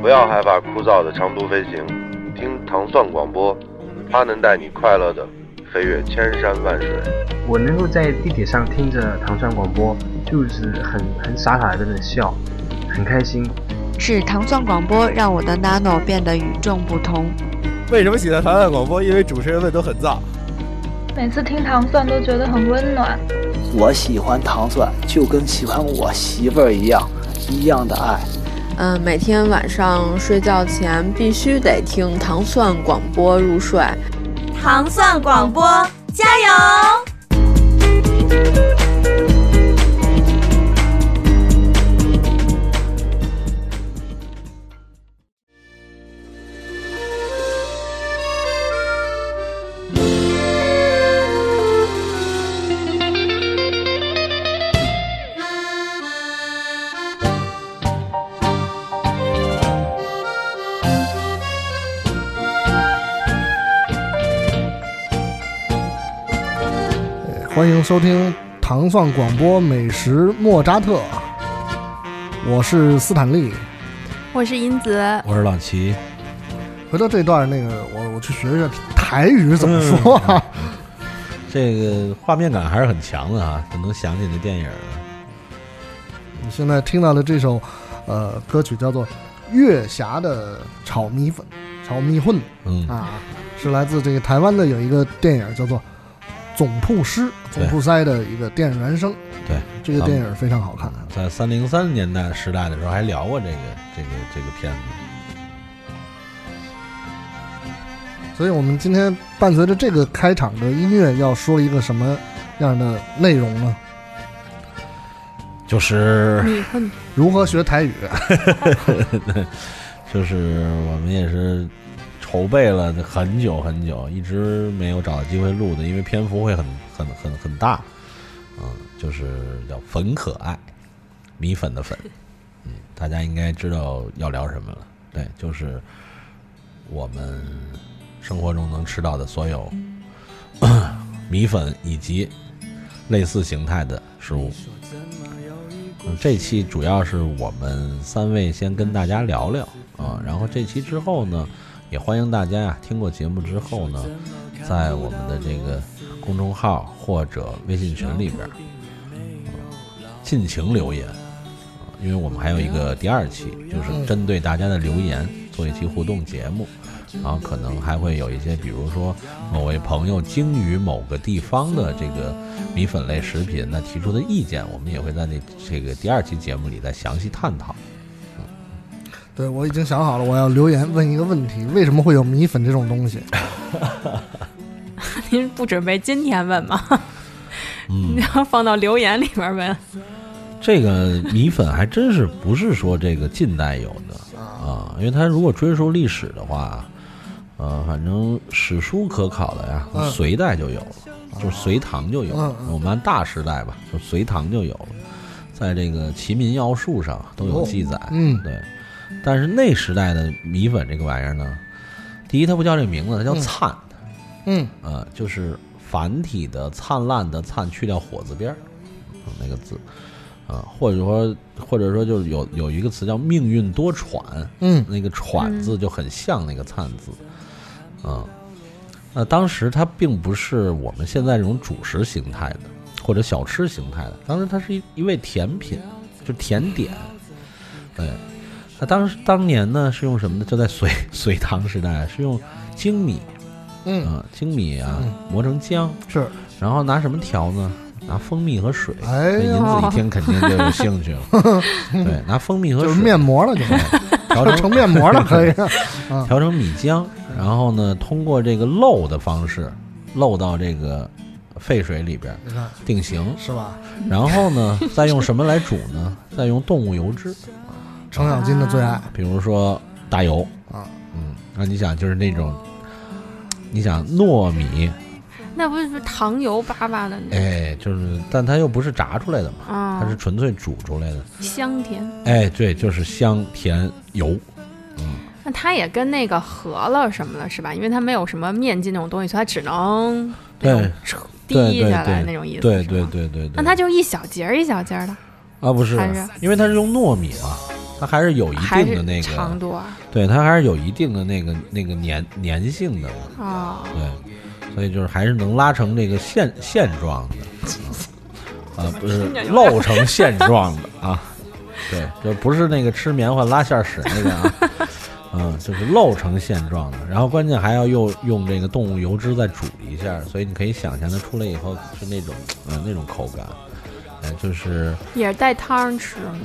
不要害怕枯燥的长途飞行，听糖蒜广播，它能带你快乐的飞越千山万水。我能够在地铁上听着糖蒜广播，就是很很傻傻的在那笑，很开心。是糖蒜广播让我的 Nano 变得与众不同。为什么喜欢糖蒜广播？因为主持人们都很燥。每次听糖蒜都觉得很温暖。我喜欢糖蒜，就跟喜欢我媳妇儿一样，一样的爱。嗯，每天晚上睡觉前必须得听糖蒜广播入睡。糖蒜广播，加油！欢迎收听糖蒜广播美食莫扎特，我是斯坦利。我是银子，我是老齐，回头这段那个，我我去学学台语怎么说、嗯啊。这个画面感还是很强的啊，这能想起那电影了 你现在听到的这首呃歌曲叫做《月霞的炒米粉炒米混嗯》，啊，是来自这个台湾的有一个电影叫做《总铺师》对总铺塞的一个电影原声。对，这个电影非常好看。在三零三年代时代的时候还聊过这个这个这个片子。所以我们今天伴随着这个开场的音乐，要说一个什么样的内容呢？就是你很如何学台语？就是我们也是筹备了很久很久，一直没有找到机会录的，因为篇幅会很很很很大。嗯，就是叫“粉可爱”，米粉的粉。嗯，大家应该知道要聊什么了。对，就是我们生活中能吃到的所有 米粉以及类似形态的食物。嗯，这期主要是我们三位先跟大家聊聊啊，然后这期之后呢，也欢迎大家呀、听过节目之后呢，在我们的这个公众号或者微信群里边儿、啊尽情留言、啊因为我们还有一个第二期，就是针对大家的留言做一期互动节目，然后可能还会有一些，比如说某位朋友精于某个地方的这个米粉类食品，那提出的意见，我们也会在那这个第二期节目里再详细探 讨。 对我已经想好了，我要留言问一个问题：为什么会有米粉这种东 西？您不准备今天问吗？ 嗯你，要放到留言里边问。这个米粉还真是不是说这个近代有的啊，因为它如果追溯历史的话，呃，反正史书可考的呀嗯，隋代就有了，就是隋唐就有了嗯。嗯我们按大时代吧，就隋唐就有了，在这个《齐民要术》上都有记载。嗯对，但是那时代的米粉这个玩意儿呢，第一它不叫这名字，它叫嗯灿，嗯，呃，就是繁体的灿烂的灿去掉火字边儿、嗯那个字，啊、或者说或者说就是有有一个词叫命运多舛，嗯那个舛字就很像那个灿字，嗯，那当时它并不是我们现在这种主食形态的或者小吃形态的，当时它是一一味甜品，就甜点，对。那当时当年呢是用什么呢？就在隋 隋唐时代啊是用精米，嗯，啊，精米啊嗯，磨成浆，是，然后拿什么调呢？拿蜂蜜和水。哎这呦银子一听肯定就有兴趣了。 对，拿蜂蜜和就是水哎面膜 了，就调就成成面膜了， 可以。调成米浆，然后呢，通过这个漏的方式漏到这个沸水里边你看定型，是吧？然后呢，再用什么来煮呢？再用动物油脂，程咬金的最爱，比如说大油啊，嗯，那你想就是那种，你想糯米，那不是糖油巴巴的那哎，就是，但它又不是炸出来的嘛，啊，它是纯粹煮出来的。香甜。哎，对，就是香甜油，那它也跟那个饸饹什么的是吧？因为它没有什么面筋那种东西，所以它只能那种对扯对滴下来对那种意思。对是对吗。对对对。那它就是一小节儿一小节儿的，啊不是还是，因为它是用糯米嘛，它还是有一还定是的那长个，度啊？对，它还是有一定的那个那个粘粘性的，哦，对，所以就是还是能拉成这个现现状 的，啊、不是听着有 点露成现状的啊，对，就不是那个吃棉花拉馅屎那个 啊，嗯，就是露成现状的。然后关键还要用用这个动物油脂再煮一下，所以你可以想象它出来以后是那种呃那种口感，呃，就是也是带汤吃吗？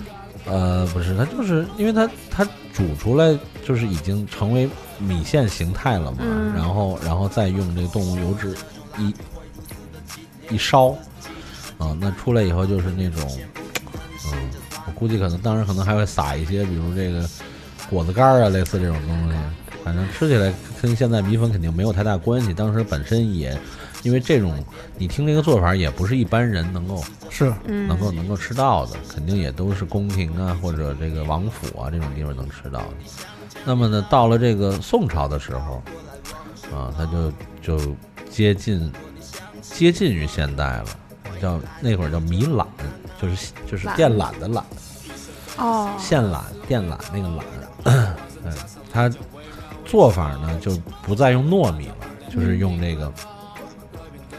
呃，不是，它就是因为它它煮出来就是已经成为米线形态了嘛，嗯然后然后再用这个动物油脂一一烧，啊、那出来以后就是那种，嗯、我估计可能当时可能还会撒一些，比如这个果子干儿啊，类似这种东西，反正吃起来跟现在米粉肯定没有太大关系，当时本身也。因为这种，你听这个做法也不是一般人能够是嗯能够能够吃到的，肯定也都是宫廷啊或者这个王府啊这种地方能吃到的。那么呢，到了这个宋朝的时候，啊，它就就接近接近于现代了，叫那会儿叫米缆，就是就是缆电缆的缆，哦，线缆、电缆那个缆，嗯，它做法呢就不再用糯米了，就是用这个、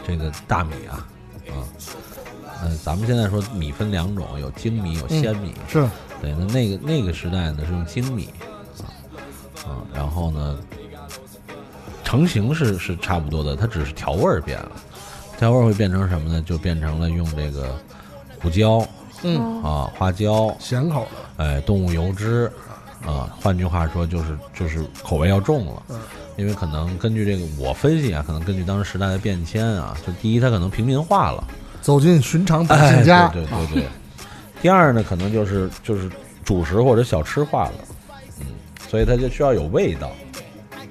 这个大米啊，啊，呃，咱们现在说米分两种，有精米有鲜米，是对，那那个那个时代呢是用精米啊，啊，然后呢，成型是是差不多的，它只是调味儿变了，调味儿会变成什么呢？就变成了用这个胡椒嗯啊、花椒、咸口的，哎，动物油脂，啊，换句话说就是就是口味要重了，嗯因为可能根据这个我分析啊，可能根据当时时代的变迁啊，就第一它可能平民化了，走进寻常百姓家，哎、对对对对。第二呢，可能就是就是主食或者小吃化了，嗯，所以它就需要有味道，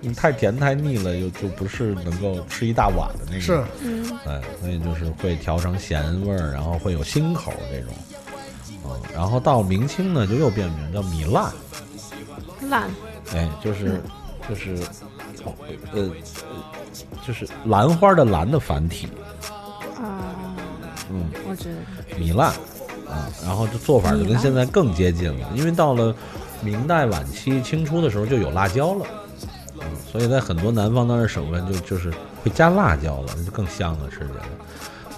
你太甜太腻了，就就不是能够吃一大碗的那个，是嗯，哎，所以就是会调成咸味儿，然后会有辛口这种，嗯，然后到明清呢就又变名叫米烂，烂哎，就是就是呃呃就是兰花的兰的繁体，啊，嗯，我知道，米烂啊，然后这做法就米跟烂现在更接近了，因为到了明代晚期、清初的时候就有辣椒了，嗯，所以在很多南方当时省份就就是会加辣椒了，那就更香了，吃起来。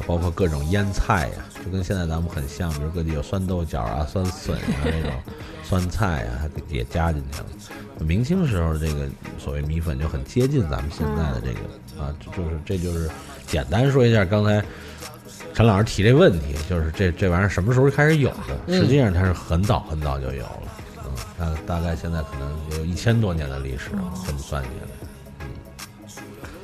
包括各种腌菜呀、就跟现在咱们很像，比如各地有酸豆角啊、酸笋啊那 种酸菜啊，它也加进去了。明清时候这个所谓米粉就很接近咱们现在的这个啊，这就是这就是简单说一下刚才陈老师提这问题，就是这这玩意儿什么时候开始有嗯的？实际上它是很早很早就有了，嗯，大大概现在可能也有一千多年的历史哦了，这么算起来，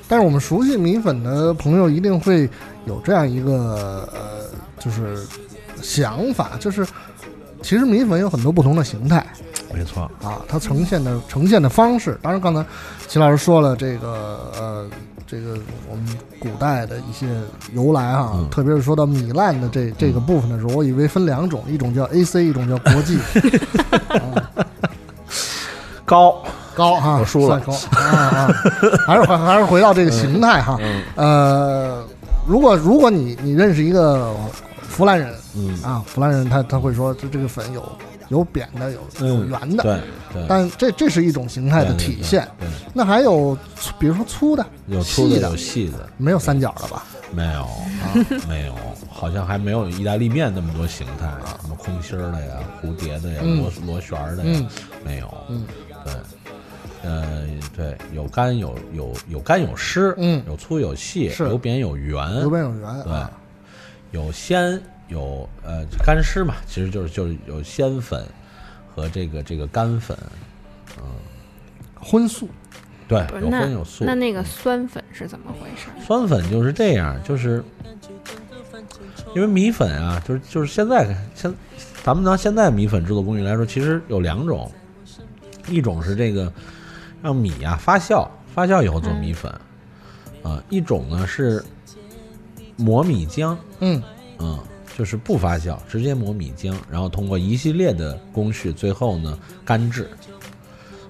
但是我们熟悉米粉的朋友一定会有这样一个呃，就是想法，就是其实米粉有很多不同的形态没错，啊，它呈现的呈现的方式。当然，刚才齐老师说了这个呃，这个我们古代的一些由来哈、嗯特别是说到米烂的这这个部分的时候，我以为分两种，一种叫 A C，一种叫国际 高，高啊，我输算了高啊啊，还是回还是回到这个形态哈。嗯呃，如果如果你你认识一个湖南人嗯啊，湖南人他他会说这这个粉有有扁的，有有嗯，圆的，对对，但这这是一种形态的对对体对现。对那还有粗比如说粗的，有粗的细的有细的，没有三角的吧？没有，啊、没有，好像还没有意大利面那么多形态，啊什么空心儿的呀、蝴蝶的呀、嗯螺螺旋儿的呀，嗯没有。嗯对，呃，对，有干有有有干有湿，嗯有粗有细，是有扁有圆，有扁有圆嗯对啊，，有鲜有呃干湿嘛，其实就是就是有鲜粉和这个这个干粉，荤素对不，是有那荤有素。嗯那那个酸粉是怎么回事？酸粉就是这样，就是因为米粉啊，就是就是现在现咱们拿现在米粉制作工艺来说，其实有两种，一种是这个让米啊发酵，发酵以后做米粉，啊、嗯一种呢是磨米浆，嗯嗯，就是不发酵，直接磨米浆，然后通过一系列的工序，最后呢干制。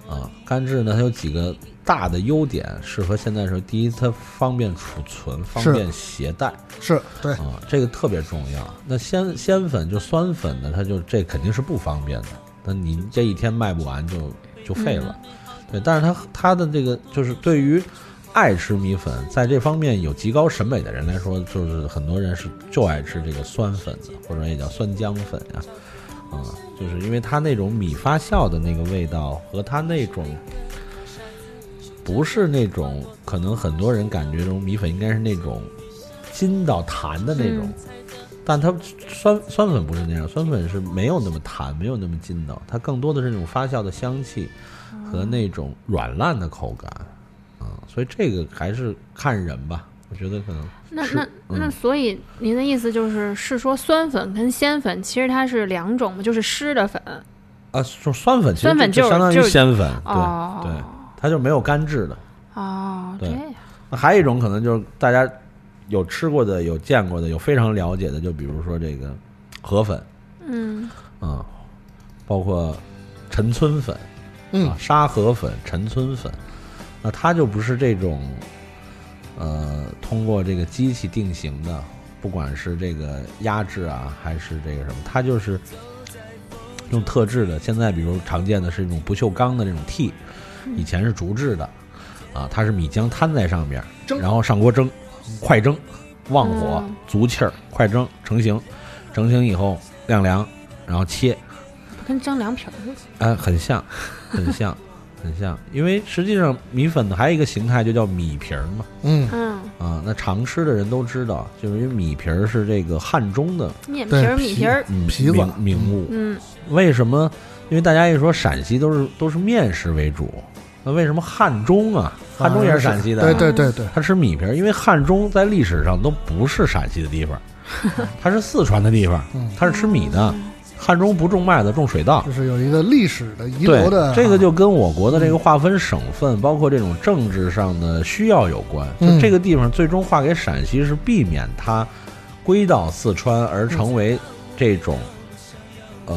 啊，干制呢，它有几个大的优点，适合现在的时候。第一，它方便储存，方是便携带是对啊，这个特别重要。那鲜鲜粉就酸粉呢，它就这肯定是不方便的，那你这一天卖不完就就废了。对，但是他他的这个就是对于爱吃米粉，在这方面有极高审美的人来说，就是很多人是就爱吃这个酸粉的，或者也叫酸浆粉呀、啊，就是因为它那种米发酵的那个味道和它那种不是那种可能很多人感觉这种米粉应该是那种筋到弹的那种，嗯但它酸酸粉不是那样，酸粉是没有那么弹，没有那么筋道，它更多的是那种发酵的香气和那种软烂的口感，嗯，所以这个还是看人吧，我觉得可能那是嗯那那，所以您的意思就是是说酸粉跟鲜粉其实它是两种嘛，就是湿的粉。啊，就酸粉其实酸粉就就是相当于就是鲜粉，对、哦对，它就没有干制的。哦，对，那还有一种可能就是大家有吃过的、有见过的、有非常了解的，就比如说这个河粉，嗯，嗯，包括陈村粉，嗯啊，沙河粉、陈村粉，那它就不是这种，呃，通过这个机器定型的，不管是这个压制啊，还是这个什么，它就是用特制的。现在比如常见的是一种不锈钢的这种屉，以前是竹制的，啊，它是米浆摊在上面，然后上锅蒸，快蒸，旺火嗯，足气儿，快蒸成型，成型以后晾凉，然后切，跟蒸凉皮儿似的。哎，很像，很像，很像。因为实际上米粉的还有一个形态就叫米皮儿嘛。嗯嗯，啊，那常吃的人都知道，就是因为米皮儿是这个汉中的面皮儿对米皮儿嗯皮子名名物。嗯，为什么？因为大家一说陕西都是都是面食为主，那为什么汉中啊？汉中也是陕西的啊、对对对对，他吃米皮儿，因为汉中在历史上都不是陕西的地方，它是四川的地方嗯，它是吃米的。汉中不种麦子，种水稻。就是有一个历史的遗对留的，啊这个就跟我国的这个划分省份，包括这种政治上的需要有关。就嗯这个地方最终划给陕西，是避免它归到四川嗯而成为这种呃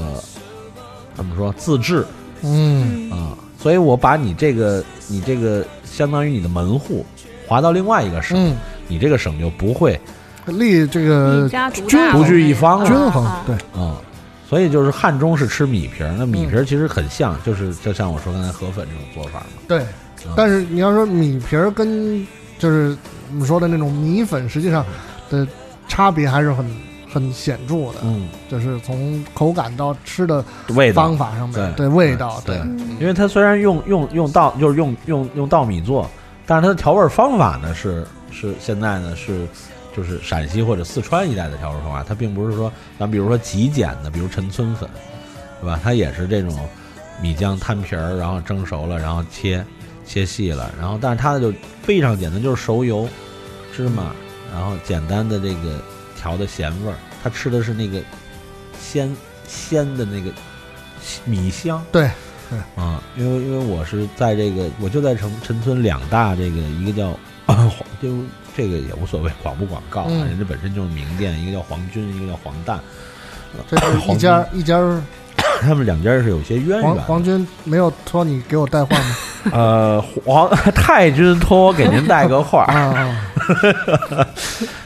怎么说自治嗯啊、所以我把你这个你这个相当于你的门户划到另外一个省，嗯，你这个省就不会立这个一家独呃均大独衡具一方了。均衡啊，对，嗯，所以就是汉中是吃米皮儿，那米嗯皮儿其实很像，就是就像我说刚才河粉这种做法嘛。对嗯，但是你要说米皮儿跟就是我们说的那种米粉，实际上的差别还是很很显著的，嗯，就是从口感到吃的味道方法上面，对对味道，对对，因为它虽然用用用稻，就是用用用稻米做，但是它的调味方法呢是是现在呢是就是陕西或者四川一带的调味方法，它并不是说咱比如说极简的，比如陈村粉，对吧？它也是这种米浆摊皮儿，然后蒸熟了，然后切切细了，然后但是它的就非常简单，就是熟油、芝麻，然后简单的这个调的咸味儿，它吃的是那个鲜鲜的那个米香。对啊，因为因为我是在这个，我就在城陈村两大这个，一个叫 黄就这个也无所谓广不广告啊，嗯人家本身就是名店，一个叫黄军，一个叫黄蛋，这是一家一家他们两家是有些渊源黄的。黄军没有托你给我带话 吗？呃，黄 太君托我给您带个话啊 儿，啊，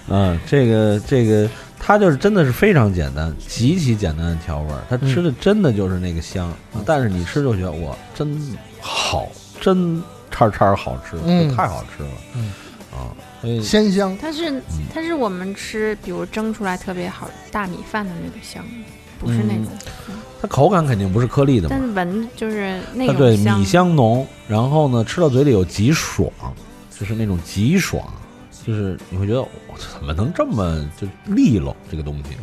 嗯，这个这个，它就是真的是非常简单，极其简单的调味儿，它吃的真的就是那个香，嗯但是你吃就觉得哇，真好，真叉叉好吃，嗯这太好吃了，嗯啊，所以鲜香，它是它是我们吃，比如蒸出来特别好大米饭的那个香，不是嗯那种，它口感肯定不是颗粒的但嘛，是闻就是那它种对香米香浓，然后呢吃到嘴里有极爽，就是那种极爽，就是你会觉得我怎么能这么就利落这个东西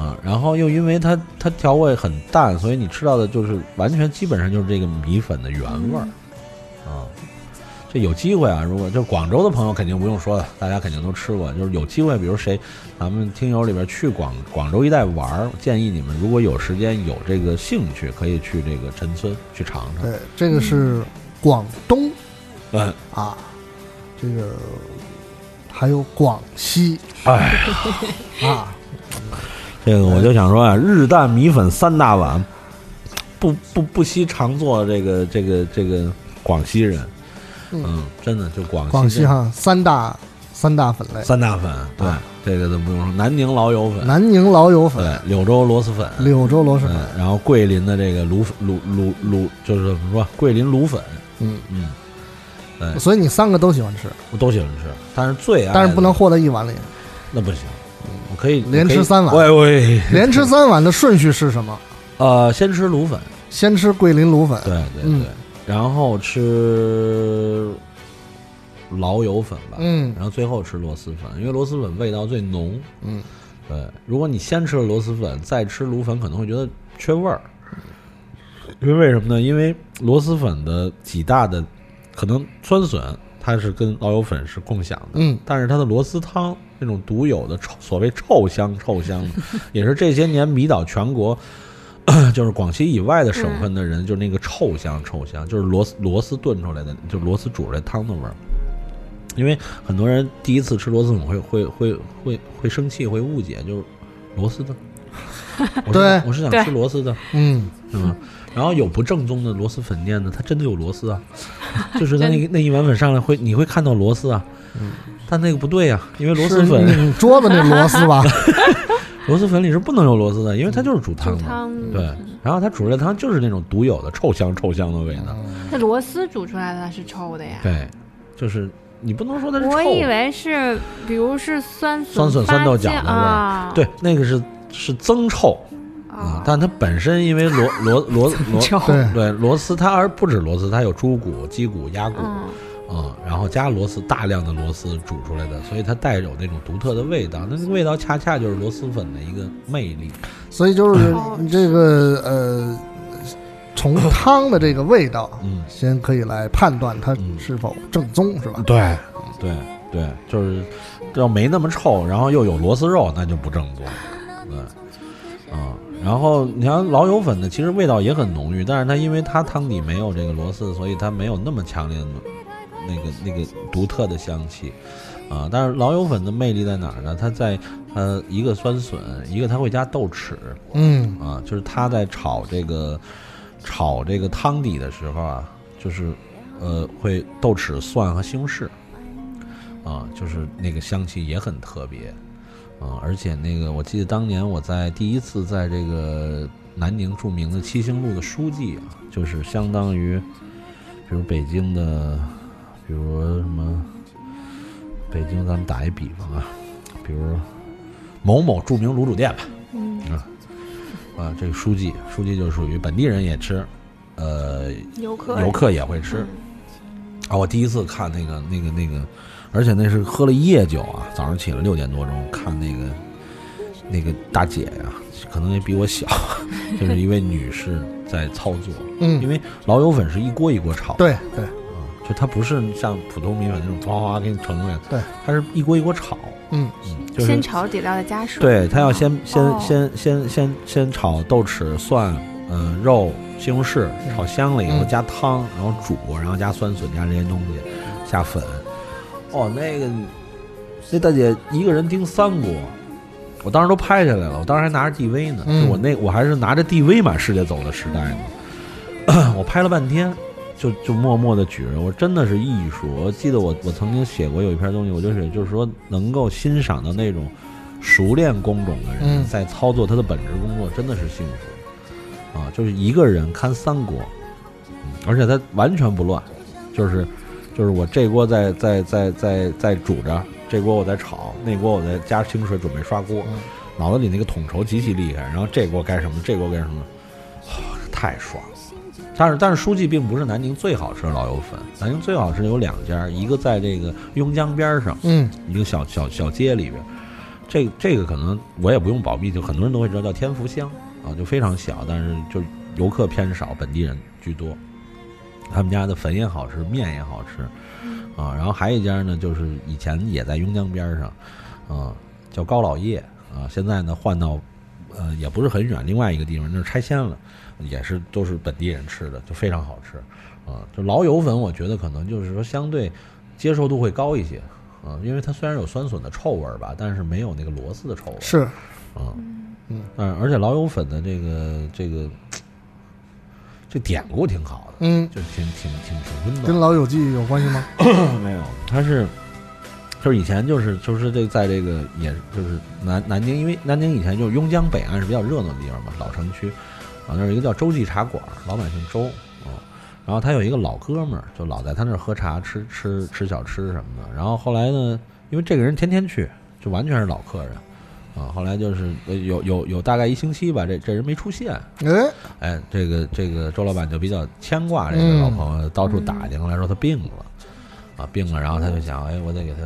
啊？然后又因为它它调味很淡，所以你吃到的就是完全基本上就是这个米粉的原味儿啊。这有机会啊，如果就广州的朋友肯定不用说了，大家肯定都吃过。就是有机会，比如谁，咱们听友里边去广广州一带玩儿，建议你们如果有时间有这个兴趣，可以去这个陈村去尝尝。对，这个是广东嗯，啊，这个还有广西哎， 啊，这个我就想说啊，日啖米粉三大碗，不不不惜常做这个这个这个广西人，嗯嗯，真的就广西广西这哈三大三大粉类，三大粉，对，这个都不用说，南宁老友粉，南宁老友粉、对，柳州螺蛳粉，柳州螺蛳粉，嗯，然后桂林的这个卤卤卤卤，就是怎么说，桂林卤粉，嗯嗯，对，哎所以你三个都喜欢吃，我都喜欢吃，但是最爱，但是不能，和在一碗里，那不行，我可以连吃三碗喂喂，连吃三碗的顺序是什么？呃，先吃卤粉，先吃桂林卤粉，对对对，嗯然后吃老友粉吧，嗯然后最后吃螺蛳粉，因为螺蛳粉味道最浓。嗯，对，如果你先吃了螺蛳粉，再吃卤粉，可能会觉得缺味儿。因为为什么呢？因为螺蛳粉的几大的可能酸笋，它是跟老友粉是共享的，嗯，但是它的螺蛳汤那种独有的臭所谓臭香臭香 的，也是这些年迷倒全国。 就是广西以外的省份嗯的人，就是那个臭香臭香，就是螺丝螺丝炖出来的，就是螺丝煮出来汤的味儿。因为很多人第一次吃螺蛳粉会会会会会生气，会误解，就是螺丝 的。我是对我是想对吃螺丝的，嗯，是吗？然后有不正宗的螺蛳粉店呢，它真的有螺 丝啊，就是它那个那一碗粉上来会你会看到螺丝啊，嗯但那个不对呀、啊因为螺蛳是粉拧桌子那螺丝吧？螺蛳粉里是不能有螺丝的，因为它就是煮汤煮的，汤，对，然后它煮出来的汤就是那种独有的臭香臭香的味道，那螺丝煮出来的它是臭的呀。对，就是你不能说它是臭我以的，为是，比如是酸笋、酸笋酸豆角的味儿啊，对，那个是是增臭啊，，啊但它本身因为 螺螺螺螺臭，对，对螺丝，它而不止螺丝，它有猪骨、鸡骨、鸭骨，嗯，嗯，然后加螺丝，大量的螺丝煮出来的，所以它带有那种独特的味道，那个味道恰恰就是螺蛳粉的一个魅力。所以就是哦你这个呃，从汤的这个味道，嗯，先可以来判断它嗯是否正宗，是吧？对，对，对，就是要没那么臭，然后又有螺丝肉，那就不正宗。对，啊、然后你像老友粉呢，其实味道也很浓郁，但是它因为它汤底没有这个螺丝，所以它没有那么强烈的那个那个独特的香气。啊，但是老友粉的魅力在哪儿呢？它在呃，一个酸笋，一个它会加豆豉，嗯，啊，就是他在炒这个炒这个汤底的时候啊，就是呃会豆豉、蒜和西红柿，啊，就是那个香气也很特别，啊，而且那个我记得当年我在第一次在这个南宁著名的七星路的书记啊，就是相当于比如北京的，比如什么北京，咱们打一比方啊，比如某某著名卤煮店吧。嗯啊，这个书记，书记就属于本地人也吃，呃，游客游客也会吃。嗯啊，我第一次看那个那个那个，而且那是喝了夜酒啊，早上起来六点多钟看那个那个大姐呀、可能也比我小， 就是一位女士在操作，嗯因为老友粉是一锅一锅炒的，对对，啊，就它不是像普通米粉那种哗哗哗给你盛出来，对，它是一锅一锅炒，嗯嗯，就是先炒底料再加水，对，他要先先、哦先先先先炒豆豉、蒜、嗯、肉、西红柿，炒香了以后嗯加汤，然后煮，然后加酸笋，加这些东西，下粉。哦，那个那大姐一个人盯三锅，我当时都拍下来了，我当时还拿着 DV 呢，嗯就我那我还是拿着 DV 满世界走的时代呢， 我拍了半天。就就默默的举着，我真的是艺术。我记得我我曾经写过有一篇东西，我就写就是说能够欣赏到那种熟练工种的人、嗯在操作他的本职工作，真的是幸福啊！就是一个人看三锅，嗯而且他完全不乱，就是就是我这锅在在在在在煮着，这锅我在炒，那锅我在加清水准备刷锅，嗯脑子里那个统筹极其厉害。然后这锅该什么，这锅该什么，哇哦太爽了！但是但是书记并不是南宁最好吃的老友粉，南宁最好吃的有两家，一个在这个邕江边上，嗯一个小小小街里边，这这个可能我也不用保密，就很多人都会知道叫天福乡啊，就非常小，但是就游客偏少，本地人居多。他们家的粉也好吃，面也好吃，啊，然后还有一家呢，就是以前也在邕江边上，啊，叫高老叶啊，现在呢换到，呃，也不是很远，另外一个地方那是拆迁了，也是都是本地人吃的，就非常好吃，啊，就老友粉，我觉得可能就是说相对接受度会高一些，啊，因为它虽然有酸笋的臭味儿吧，但是没有那个螺丝的臭味儿，是，啊，嗯，但而且老友粉的这个这个这典故挺好的，嗯，就挺挺挺挺温暖的跟。老友记有关系吗？没有，它是就是以前就是就是这在这个也就是南南京，因为南京以前就是邕江北岸是比较热闹的地方嘛，老城区，啊那儿有一个叫周记茶馆，老板姓周啊、然后他有一个老哥们儿，就老在他那儿喝茶、吃吃吃小吃什么的。然后后来呢，因为这个人天天去，就完全是老客人。啊，后来就是呃有有有大概一星期吧，这这人没出现，哎，哎，这个这个周老板就比较牵挂这个老朋友，到处打听来说他病了，啊病了，然后他就想，哎，我得给他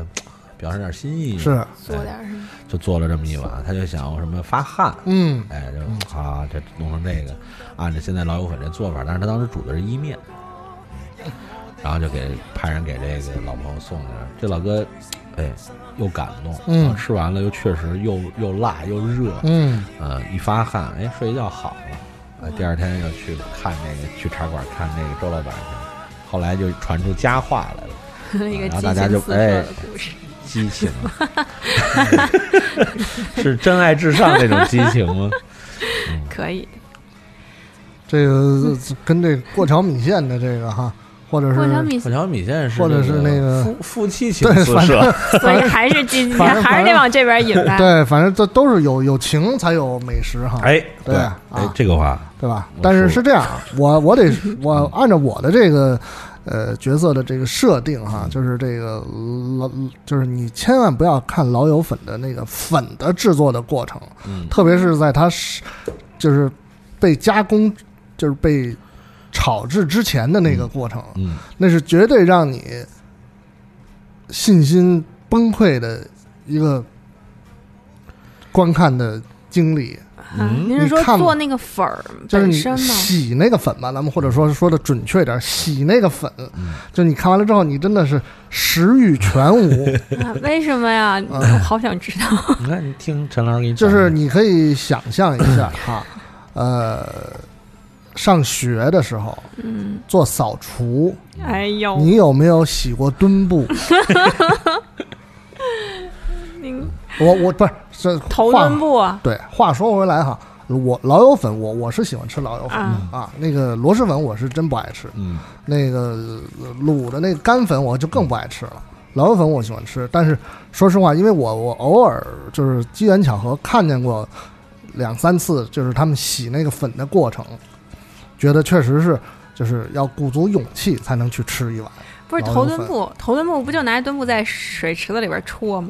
表示点心意，是做点什么，就做了这么一碗，他就想什么发汗，嗯哎，就啊这弄成这个，按照现在老友粉这做法，但是他当时煮的是意面，嗯然后就给派人给这个老朋友送去了，这老哥，哎，又感动，嗯然后吃完了又确实又又辣又热，嗯，呃，一发汗，哎，睡一觉好了，呃，第二天又去看那个去茶馆看那个周老板去，后来就传出佳话来 了。一个哎然后激大情家就四射的哎故事。激情啊，是真爱至上那种激情 吗？可 以，这个跟这过桥米线的这个哈，或者是过桥米过桥米线是或者那是个那个夫夫妻情对，四反正射，所以还是 积极，反正还是得往这边引吧。啊对，反正这都是有有情才有美食哈，哎，对啊，哎，这个话对吧我？但是说是这样，啊 我我得我按照我的这个呃角色的这个设定哈，嗯就是这个老就是你千万不要看老友粉的那个粉的制作的过程，嗯特别是在它是就是被加工就是被炒制之前的那个过程，嗯那是绝对让你信心崩溃的一个观看的经历。啊嗯您是说你看吧做那个粉儿就是本你身吗？洗那个粉吧，咱们或者说说的准确点，洗那个粉，嗯就你看完了之后，你真的是食欲全无，啊 为什么呀？我好想知道。你看你听陈老师给你讲就是你可以想象一下哈，呃，上学的时候嗯，做扫除，嗯哎呦，你有没有洗过墩布？ 您我我不是这头话墩布啊？对，话说回来哈，我老友粉，我我是喜欢吃老友粉啊啊。那个螺蛳粉我是真不爱吃，嗯那个呃卤的那个干粉我就更不爱吃了。老友粉我喜欢吃，但是说实话，因为我我偶尔就是机缘巧合看见过两三次，就是他们洗那个粉的过程，觉得确实是就是要鼓足勇气才能去吃一碗。不是老头有墩粉布，头墩布不就拿墩布在水池子里边戳吗？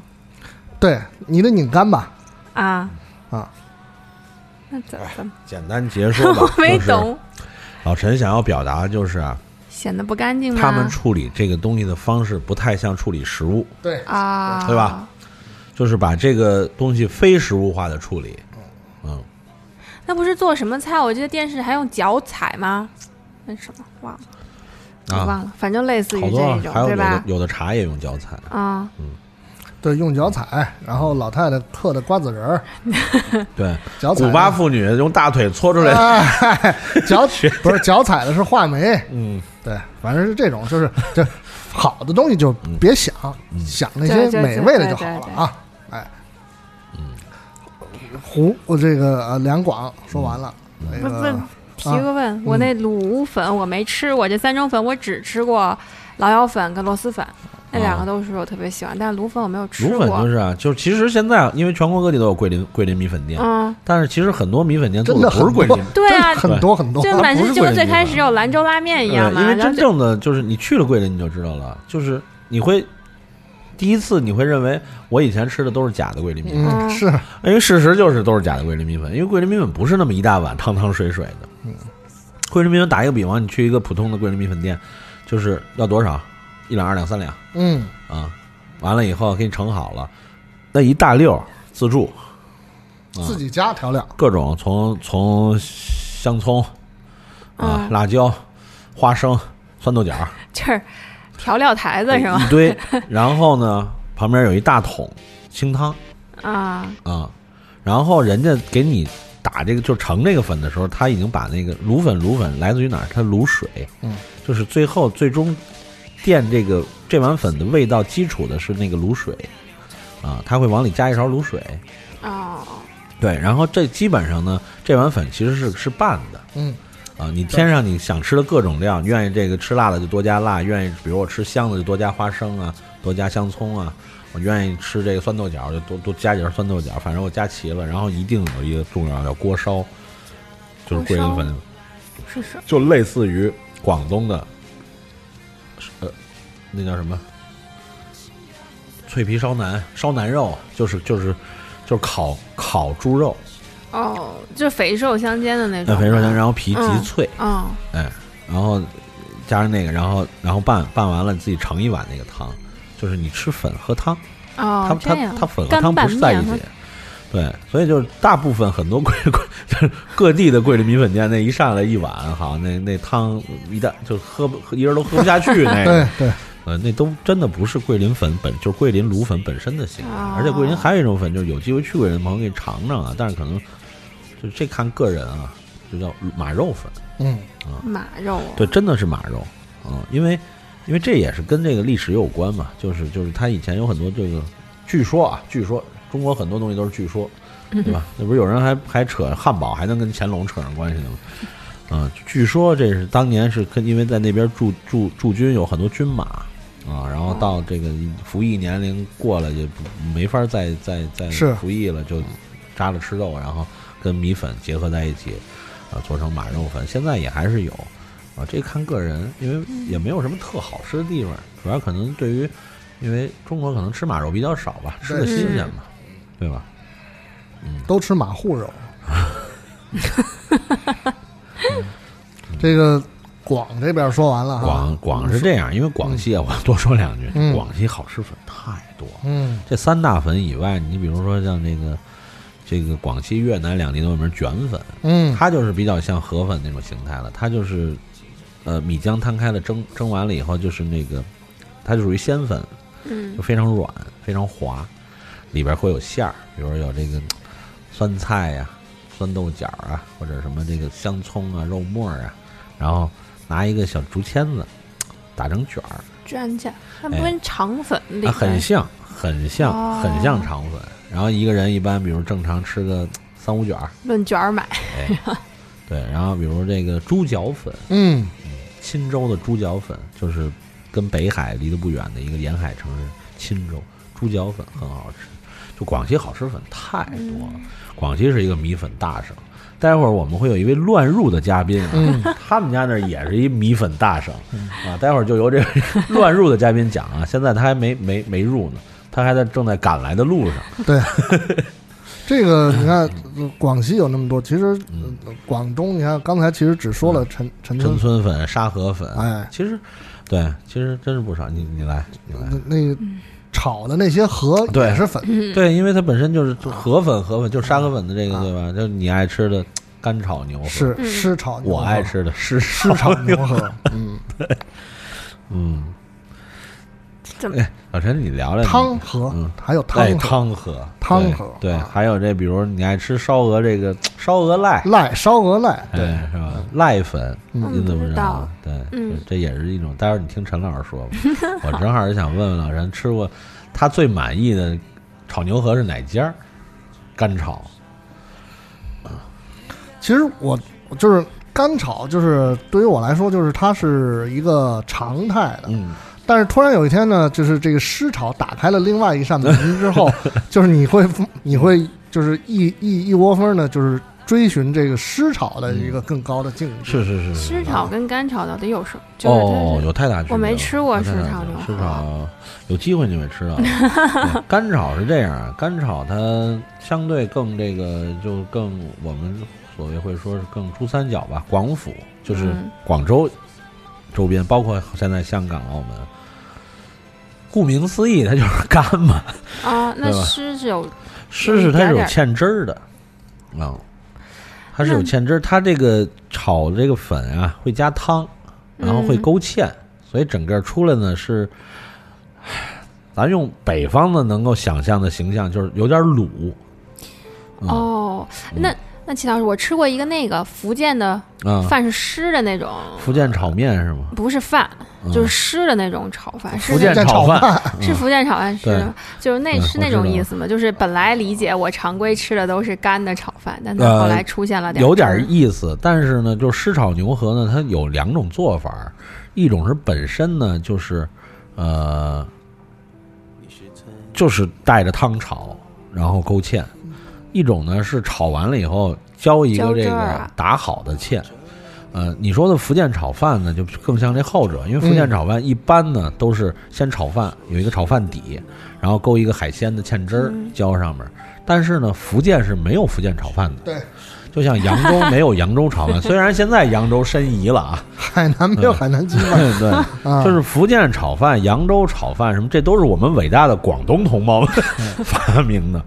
对，你得拧干吧，啊啊，那怎么怎么？简单结束吧 我，没哎就是懂，老陈想要表达的就是啊，显得不干净吗？他们处理这个东西的方式不太像处理食物，对，啊，对吧？就是把这个东西非食物化的处理。嗯，那不是做什么菜？我记得电视还用脚踩吗？那什么忘了，我啊忘了，反正类似于好这多一种，还有有对的吧？有的茶也用脚踩，啊，对，用脚踩，然后老太太嗑的瓜子仁儿，对，脚踩古巴妇女用大腿搓出来的， 哎，脚不是脚踩的是话梅， 嗯，对，反正是这种，就是这好的东西就别想，想那些对对美对味的对就对好了对啊，哎，胡我这个呃两广说完了，那不呃个 不，提个问，啊我那嗯卤乌粉我没吃过，这三种粉我只吃过老腰粉跟螺蛳粉，那两个都是我特别喜欢，但卤粉我没有吃啊卤过。粉就是啊，就是其实现在因为全国各地都有桂林桂林米粉店，嗯，但是其实很多米粉店做真的不是很桂多林，对啊，真的很多很多，就它满不是世就桂跟林最米开粉始有兰州拉面一样对嘛，因为然后真就正的就是你去了桂林你就知道了，就是你会第一次你会认为我以前吃的都是假的桂林米粉，嗯，是因为事实就是都是假的桂林米粉，因为桂林米粉不是那么一大碗汤汤水水的。嗯，桂林米粉打一个比方，你去一个普通的桂林米粉店，就是要多少一两、二两、三两嗯，啊，完了以后给你盛好了，那一大溜儿自助，啊自己家调料，各种从从香葱啊、嗯辣椒、花生、酸豆角儿就是调料台子是吗？一堆，然后呢旁边有一大桶清汤。啊，啊，然后人家给你打这个就盛这个粉的时候，他已经把那个卤粉卤粉来自于哪儿？它卤水，嗯，就是最后最终垫这个这碗粉的味道基础的是那个卤水，啊，他会往里加一勺卤水，哦，对，然后这基本上呢，这碗粉其实是是拌的，嗯，啊，你添上你想吃的各种料，你愿意这个吃辣的就多加辣，愿意比如我吃香的就多加花生啊，多加香葱啊，我愿意吃这个酸豆角，就多多加几份酸豆角，反正我加齐了。然后一定有一个重要叫锅烧，就是贵人粉，是是，就类似于广东的，呃，那叫什么？脆皮烧腩、烧腩肉，就是就是就是烤烤猪肉，哦，就是肥瘦相间的那种吧。那呃肥肉香，然后皮极脆，嗯哦哎，然后加上那个，然后然后拌拌完了，自己盛一碗那个汤，就是你吃粉喝汤，哦它，这它样它粉和干汤拌不是在一面起，对，所以就是大部分很多桂桂 就是各地的桂林米粉店，那一上来一碗，好，那那汤一旦就喝不喝一人都喝不下去那 个，对对，呃，那都真的不是桂林粉本，就是桂林卤粉本身的形象。而且桂林还有一种粉，就是有机会去桂林的朋友可以尝尝啊，但是可能就这看个人啊，就叫马肉粉。嗯啊，马肉对，真的是马肉啊，因为因为这也是跟这个历史有关嘛，就是就是他以前有很多这个，据说啊，据说中国很多东西都是据说，对吧？那不是有人还还扯汉堡还能跟乾隆扯上关系呢吗？啊，据说这是当年是跟因为在那边驻驻驻军有很多军马啊，然后到这个服役年龄过了也不没法再再再是服役了，就扎了吃肉，然后跟米粉结合在一起，啊，做成马肉粉，现在也还是有啊，这看个人，因为嗯也没有什么特好吃的地方，主要可能对于因为中国可能吃马肉比较少吧，吃的对新鲜嘛，对吧？都吃马户肉。嗯这个广这边啊说完了哈，广广是这样，因为广西啊，我多说两句，嗯 广西好吃粉太多了。嗯这三大粉以外，你比如说像这个这个广西、越南两地都有名卷粉，嗯它就是比较像河粉那种形态了，它就是呃米浆摊开了蒸蒸完了以后，就是那个它就属于鲜粉，嗯就非常软、非常滑，里边会有馅儿，比如说有这个酸菜呀、酸豆角啊，或者什么这个香葱啊、肉末啊，然后拿一个小竹签子打成卷儿，卷起来，它哎不跟肠粉里啊，很面像，很像，哦很像肠粉。然后一个人一般，比如正常吃个三五卷儿，论卷儿买， 哎，对。然后比如这个猪脚粉，嗯钦州的猪脚粉就是跟北海离得不远的一个沿海城市，钦州猪脚粉很好吃。就广西好吃粉太多了，广西是一个米粉大省。待会儿我们会有一位乱入的嘉宾啊，嗯他们家那儿也是一米粉大省啊。待会儿就由这位乱入的嘉宾讲啊， 现在他还没没没入呢，他还在正在赶来的路上。对，这个你看，呃广西有那么多，其实、呃广东你看刚才其实只说了陈陈嗯陈村，村粉、沙河粉，哎，其实对，其实真是不少。你你来，你来。那那个炒的那些河嗯对也是粉，嗯对，因为它本身就是嗯河粉，河粉就是沙河粉的这个，对吧？就是你爱吃的干炒牛河，是嗯湿炒牛河，我爱吃的湿湿炒牛河，嗯，嗯，怎么哎，老陈，你聊聊你汤河嗯，还有哎汤河，汤汤河对河对，啊还有这，比如你爱吃烧鹅这个烧鹅赖，赖烧鹅赖，对，哎，是吧？赖粉，嗯你怎不么啊知知道道？对，嗯这这也是一种。待会儿你听陈老师说 吧。我正好是想问问老陈，吃过他最满意的炒牛河是哪家儿？干炒，其实我我就是干炒，就是对于我来说，就是它是一个常态的。嗯，但是突然有一天呢，就是这个湿炒打开了另外一扇门之后，就是你会你会就是一一一窝蜂的，就是追寻这个湿炒的一个更高的境界。是是是是湿炒跟干炒到底有什么？就是啊哦，它是有太大区别了。我没吃过有太大湿区炒别了牛湿河炒有机会你会吃到的。 对干炒是这样啊，干炒它相对更这个就更我们所谓会说是更珠三角吧，广府就是嗯广州周边，包括现在香港、澳门。顾名思义，它就是 干嘛。啊，那对吧湿是有湿是它嗯是有芡汁儿的啊、哦它是有芡汁儿。它这个炒这个粉啊，会加汤，然后会嗯勾芡，所以整个出来呢是，唉咱用北方的能够想象的形象，就是有点卤。嗯、哦，那那齐老师，我吃过一个那个福建的啊，饭是湿的那种，福建炒面是吗？不是饭，嗯就是湿的那种炒饭，是福建那炒啊饭是福建炒饭湿对的，就是那嗯是我那知种道意思吗？就是本来理解我常规吃的都是干的炒饭，但它呃后来出现了点有汁点儿意思，但是呢，就是湿炒牛河呢，它有两种做法儿，一种是本身呢就是，呃，就是带着汤炒，然后勾芡；一种呢是炒完了以后浇一个这浇汁儿个啊打好的芡。呃，你说的福建炒饭呢，就更像这后者，因为福建嗯炒饭一般呢都是先炒饭，有一个炒饭底，然后勾一个海鲜的芡汁儿浇上面。但是呢，福建是没有福建炒饭的，对，就像扬州没有扬州炒饭，虽然现在扬州申遗了啊，海南没有海南鸡 饭，对对，啊就是福建炒饭、扬州炒饭什么，这都是我们伟大的广东同胞们 发明的。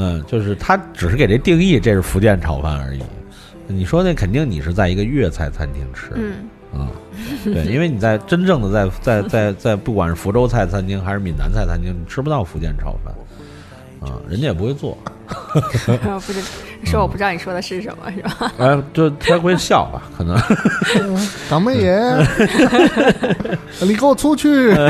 嗯，就是他只是给这定义，这是福建炒饭而已。你说那肯定你是在一个粤菜餐厅吃，嗯，啊、对，因为你在真正的在在在在不管是福州菜餐厅还是闽南菜餐厅，你吃不到福建炒饭，啊、人家也不会做。 不是说我不知道你说的是什么，是吧？哎，就他会笑吧，可能。咱们也， 你给我出去！对，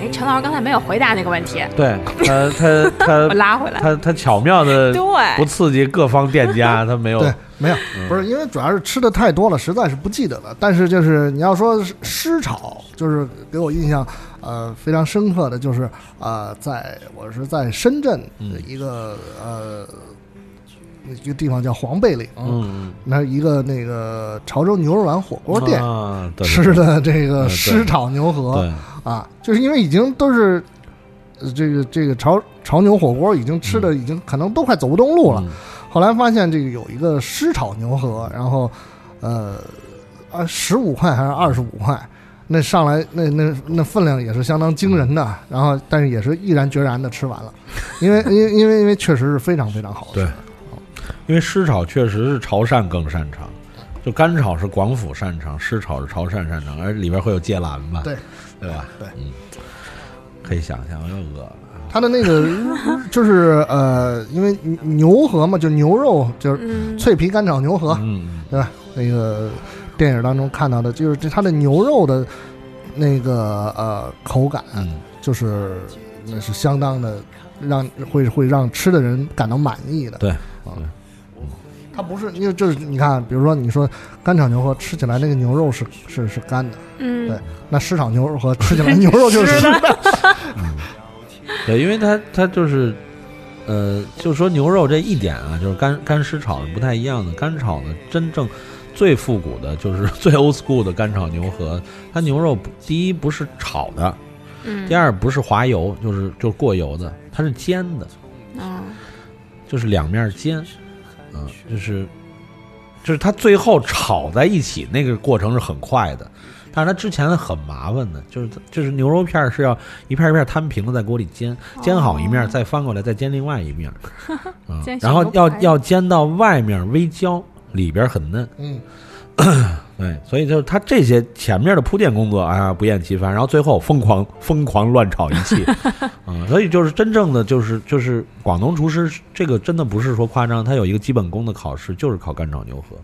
哎，陈老师刚才没有回答那个问题，对他， 他他我拉回来他他巧妙的对呃不刺激各方店家，他没有对没有，不是因为主要是吃的太多了，实在是不记得了。但是就是你要说是湿炒，就是给我印象呃非常深刻的就是呃，在我是在深圳的一个、呃一个地方叫黄贝岭，嗯，那一个那个潮州牛肉丸火锅店、啊，对吃的这呃个对湿炒牛河，对啊，就是因为已经都是呃这个这个潮潮牛火锅已经吃的已经可能都快走不动路了。嗯后来发现这个有一个湿炒牛河，然后呃啊十五块还是二十五块，那上来那那那分量也是相当惊人的。然后但是也是毅然决然的吃完了，因为因为因为因为确实是非常非常好吃。对，因为湿炒确实是潮汕更擅长，就干炒是广府擅长，湿炒是潮汕擅长，而里边会有芥蓝吧？对，对吧？对，嗯，可以想象，我又饿了。它的那个就是呃，因为牛河嘛，就牛肉就是嗯脆皮干炒牛河，嗯，对吧？那个电影当中看到的，就是这它的牛肉的那个呃口感，嗯就是那是相当的让会会让吃的人感到满意的。对啊，嗯它不是因为就是你看，比如说你说干炒牛河吃起来那个牛肉是是是干的，对嗯，，那湿炒牛肉和吃起来牛肉 就是湿的，对，因为它它就是，呃，就说牛肉这一点啊，就是干干湿炒的不太一样的。干炒的真正最复古的，就是 最 old school 的干炒牛河，它牛肉不第一不是炒的，嗯第二不是滑油，就是就是过油的，它是煎的，嗯，就是两面煎，嗯、就是就是它最后炒在一起那个过程是很快的。但是它之前的很麻烦的，就是它就是牛肉片儿是要一片儿一片儿摊平了在锅里煎，煎好一面儿再翻过来再煎另外一面儿， 嗯哦煎小然后牛要排要煎到外面儿微焦，里边儿很嫩，嗯， 对，所以就是它这些前面的铺垫工作啊不厌其烦，然后最后疯狂疯狂乱炒一气，嗯，所以就是真正的就是就是广东厨师这个真的不是说夸张，它有一个基本功的考试就是考干炒牛河，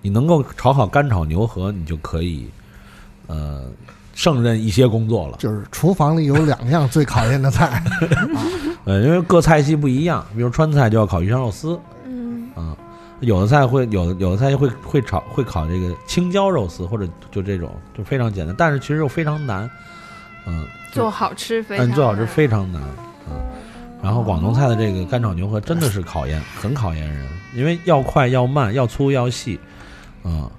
你能够炒好干炒牛河，你就可以呃胜任一些工作了。就是厨房里有两样最考验的菜，呃，因为各菜系不一样，比如川菜就要烤鱼香肉丝，嗯啊，有的菜会有的有的菜会会炒会烤这个青椒肉丝，或者就这种就非常简单，但是其实又非常难，嗯，做好吃非常但难，最嗯好是非常难，嗯。然后广东菜的这个干炒牛河真的是考验，很考验人，因为要快要慢，要粗要细，嗯，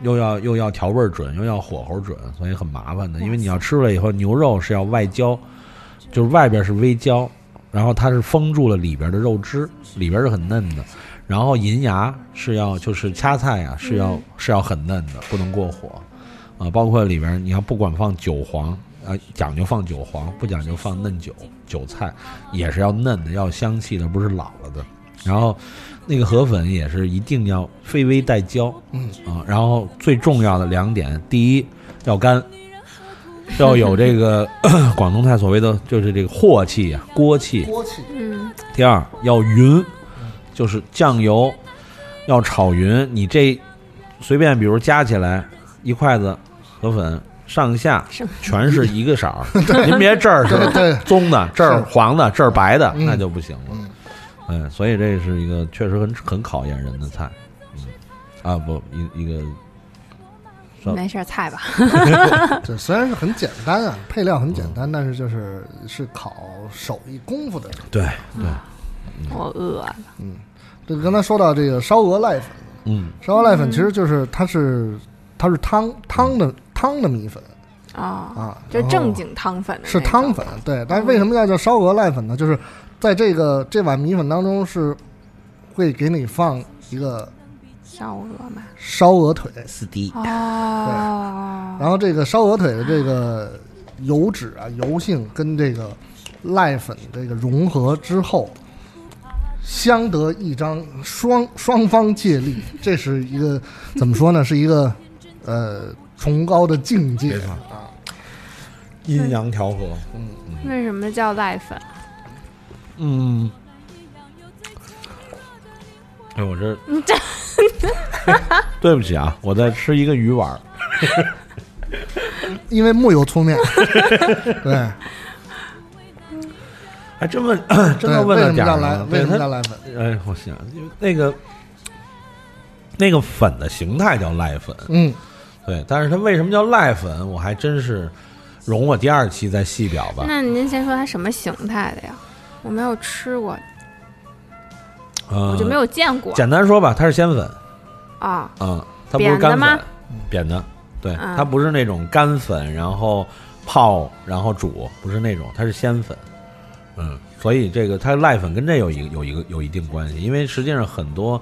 又要又要调味儿准，又要火候准，所以很麻烦的。因为你要吃了以后，牛肉是要外焦，就是外边是微焦，然后它是封住了里边的肉汁，里边是很嫩的。然后银芽是要就是掐菜呀、是要、是要很嫩的，不能过火啊。包括里边你要不管放韭黄啊，讲究放韭黄，不讲究放嫩韭韭菜，也是要嫩的，要有香气的，不是老了的。然后那个河粉也是一定要非微带焦，嗯啊，然后最重要的两点，第一要干，要有这个 广东菜所谓的就是这个镬气啊，锅气。锅气嗯第二要匀，就是酱油要炒匀，你这随便比如加起来一筷子河粉。上下什么全是一个色儿，您别这儿对是对棕的，这儿是黄的，这儿白的，嗯那就不行了。嗯，嗯，所以这是一个确实很很考验人的菜，嗯，啊不，一一个算没事儿，菜吧。这虽然是很简单啊，配料很简单，但是就是是考手艺功夫的。对对，我饿了。嗯，这刚才说到这个烧鹅濑粉，嗯，烧鹅濑粉其实就是它是它是汤汤的汤的米粉，啊啊就是然正后经汤粉的是那汤种粉，对。但是为什么要叫烧鹅濑粉呢？就是在这个这碗米粉当中是会给你放一个烧鹅嘛。烧鹅腿，四滴啊哦，然后这个烧鹅腿的这个油脂啊、油性跟这个濑粉这个融合之后，相得益彰，双双方借力，这是一个怎么说呢？是一 个呃崇高的境界没错啊。阴阳调和，为什么叫濑粉？嗯。哎，我这你这对不起啊，我在吃一个鱼丸儿。因为木有粗 面，对，还真哎问， 真的对为问什了么点叫儿啊来呢。为对什么它叫来粉？哎，我想因为那个那个粉的形态叫濑粉，嗯，对，但是它为什么叫濑粉，我还真是容我第二期再细表吧。那您先说它什么形态的呀？我没有吃过，呃、我就没有见过简单说吧，它是鲜粉啊。啊、它不是扁的干吗粉，扁的，对，嗯它不是那种干粉，然后泡，然后煮，不是那种，它是鲜粉。嗯，所以这个它濑粉跟这有一有一个有一定关系，因为实际上很多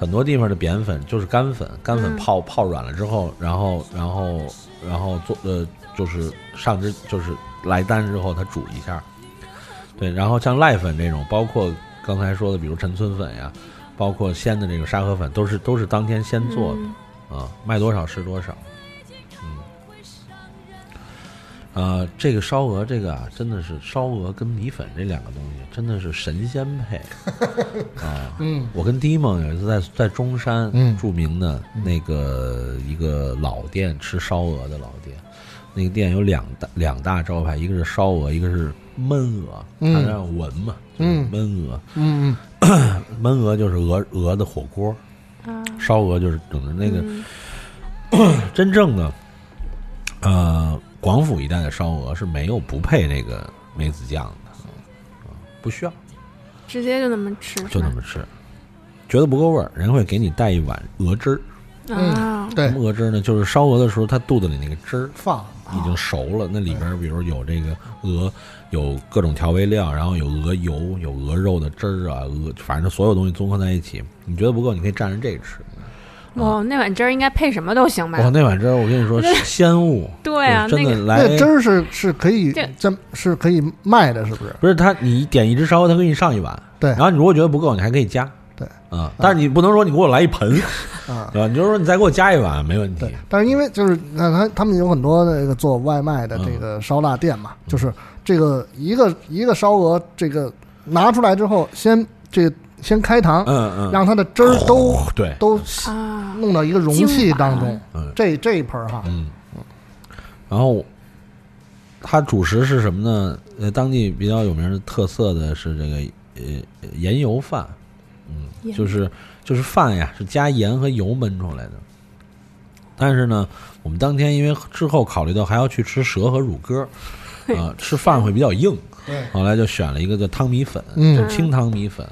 很多地方的扁粉就是干粉，干嗯粉泡、泡软了之后，然后然后然后做呃就是上之就是来单之后它煮一下，嗯对，然后像濑粉这种，包括刚才说的，比如陈村粉呀，包括鲜的这个沙河粉，都是都是当天先做的。嗯啊，卖多少是多少。嗯，呃，这个烧鹅，这个啊，真的是烧鹅跟米粉这两个东西，真的是神仙 配啊。嗯，我跟迪梦有一次在在中山嗯著名的那个一个老店吃烧鹅的老店，那个店有两大两大招牌，一个是烧鹅，一个是焖鹅，它嗯让闻嘛，就是嗯焖鹅，嗯焖鹅就是鹅鹅的火锅，啊，烧鹅就是整的那个嗯嗯 真正的，呃，广府一带的烧鹅是没有不配这个梅子酱的，啊不需要，直接就那么吃，就那么吃。觉得不够味儿，人会给你带一碗鹅汁儿。嗯啊嗯，，什对，么鹅汁儿呢？就是烧鹅的时候，它肚子里那个汁儿放已经熟了，那里边儿比如有这个鹅，有各种调味料，然后有鹅油，有鹅肉的汁儿啊，鹅，反正所有东西综合在一起。你觉得不够，你可以蘸着这个吃。哦，那碗汁儿应该配什么都行吧？哇，那碗汁儿，嗯我跟你说，鲜物。 对啊，就是那真的个来那汁儿是是可以这这是可以卖的，是不是？不是他，你点一只烧鹅，他给你上一碗，对然后你如果觉得不够，你还可以加，对，啊，但是你不能说你给我来一盆，啊，对吧？你就说你再给我加一碗，没问题对，，但是因为就是那他他们有很多那个做外卖的这个烧腊店嗯嘛，就是这个一个一个烧鹅，这个拿出来之后，先这个先开膛，嗯嗯，让它的汁儿都、对，都啊，弄到一个容器当中。嗯这这一盆儿哈，嗯，然后它主食是什么呢？呃，当地比较有名的特色的是这个呃盐油饭，嗯，盐就是就是饭呀，是加盐和油焖出来的。但是呢，我们当天因为之后考虑到还要去吃蛇和乳 鸽，啊、吃饭会比较硬，对，后来就选了一个叫汤米粉，嗯就清汤米粉。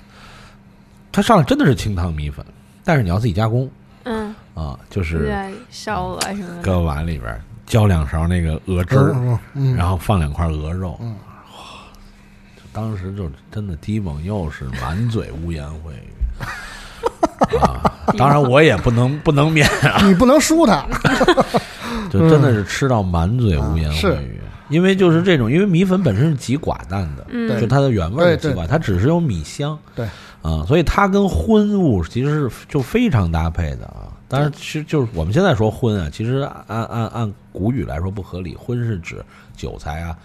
它上来真的是清汤米粉，但是你要自己加工嗯，啊，就是对，烧鹅什么的，搁碗里边儿浇两勺那个鹅汁儿，嗯嗯，然后放两块鹅肉。哇，就当时就真的迪猛又是满嘴污言秽语啊！当然我也不能 不能免你不能输它，就真的是吃到满嘴污言秽语。因为就是这种，因为米粉本身是极寡淡的，嗯就它的原味儿是极对寡，对它只是有米香，对啊、所以它跟荤物其实是就非常搭配的啊。当然，其实就是我们现在说荤啊，其实按按按古语来说不合理，荤是指韭菜啊、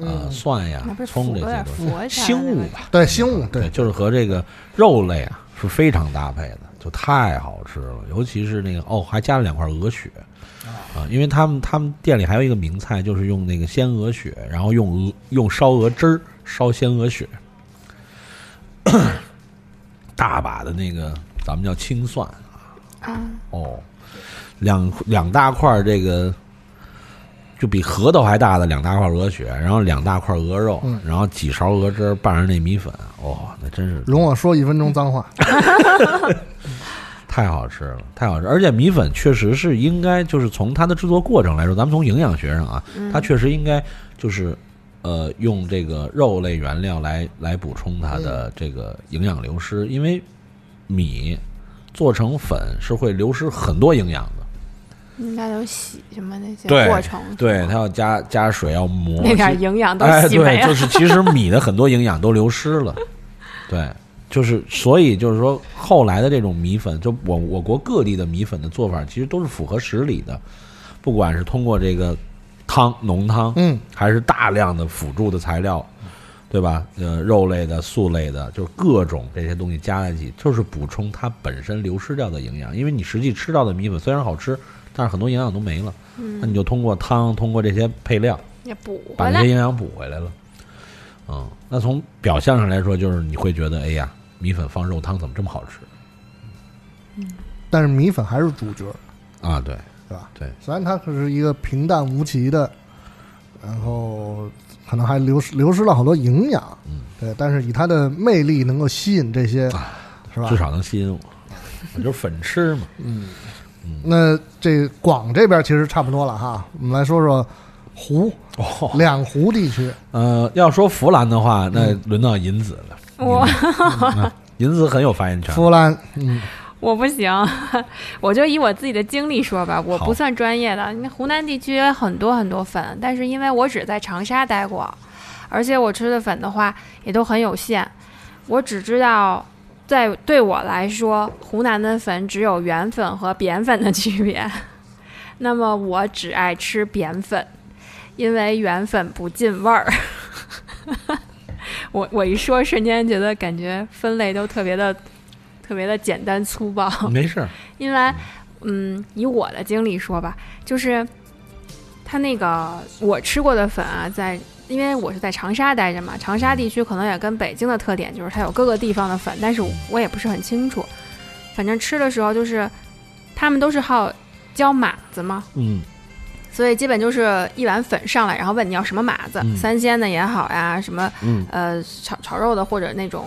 呃蒜呀、嗯那不是葱佛这有些点东西，佛系腥物吧，对腥物，对，对，就是和这个肉类啊是非常搭配的，就太好吃了。尤其是那个哦，还加了两块鹅血啊，因为他们他们店里还有一个名菜，就是用那个鲜鹅血，然后用鹅用烧鹅汁儿烧鲜鹅 血，大把的那个咱们叫青蒜啊，哦，两两大块儿这个就比核桃还大的两大块鹅血，然后两大块鹅肉，嗯然后几勺鹅汁儿拌上那米粉，哦，那真是容我说一分钟脏话，太好吃了，太好吃！而且米粉确实是应该，就是从它的制作过程来说，咱们从营养学上啊，嗯它确实应该就是，呃，用这个肉类原料来来补充它的这个营养流失，因为米做成粉是会流失很多营养的。应该有洗什么那些对过程，对，它要加加水，要磨，那点其实营养都哎，洗没对，了就是其实米的很多营养都流失 了，对，就是所以就是说后来的这种米粉，就我我国各地的米粉的做法，其实都是符合实理的，不管是通过这个汤浓汤，嗯，还是大量的辅助的材料。对吧？呃，肉类的、素类的，就是各种这些东西加在一起，就是补充它本身流失掉的营养。因为你实际吃到的米粉虽然好吃，但是很多营养都没了。嗯那你就通过汤，通过这些配料，也补把回那来些。营养补回来了。嗯，那从表象上来说，就是你会觉得，哎呀，米粉放肉汤怎么这么好吃但是米粉还是主角，啊？对，对吧？对，虽然它可是一个平淡无奇的，然后可能还流失流失了好多营养，嗯，啊对，但是以它的魅力能够吸引这些，是吧？至少能吸引我，我就是粉吃 嘛。嗯，那这广这边其实差不多了哈，我们来说说湖，哦两湖地区，呃，要说弗兰的话，那轮到银子了。我银子很有发言权。弗兰，嗯，我不行， 我就以我自己的经历说吧，我好不算专业的。那湖南地区很多很多粉，但是因为我只在长沙待过，而且我吃的粉的话也都很有限，我只知道。在对我来说，湖南的粉只有圆粉和扁粉的区别。 那么我只爱吃扁粉，因为圆粉不进味儿。 我我一说，瞬间觉得感觉分类都特别的特别的简单粗暴。没事儿，因为，嗯，以我的经历说吧，就是它那个我吃过的粉啊，在因为我是在长沙待着嘛，长沙地区可能也跟北京的特点就是它有各个地方的粉，但是我也不是很清楚。反正吃的时候就是，他们都是好浇码子嘛，嗯，所以基本就是一碗粉上来，然后问你要什么码子，嗯三鲜的也好呀，什么、嗯呃炒炒肉的或者那种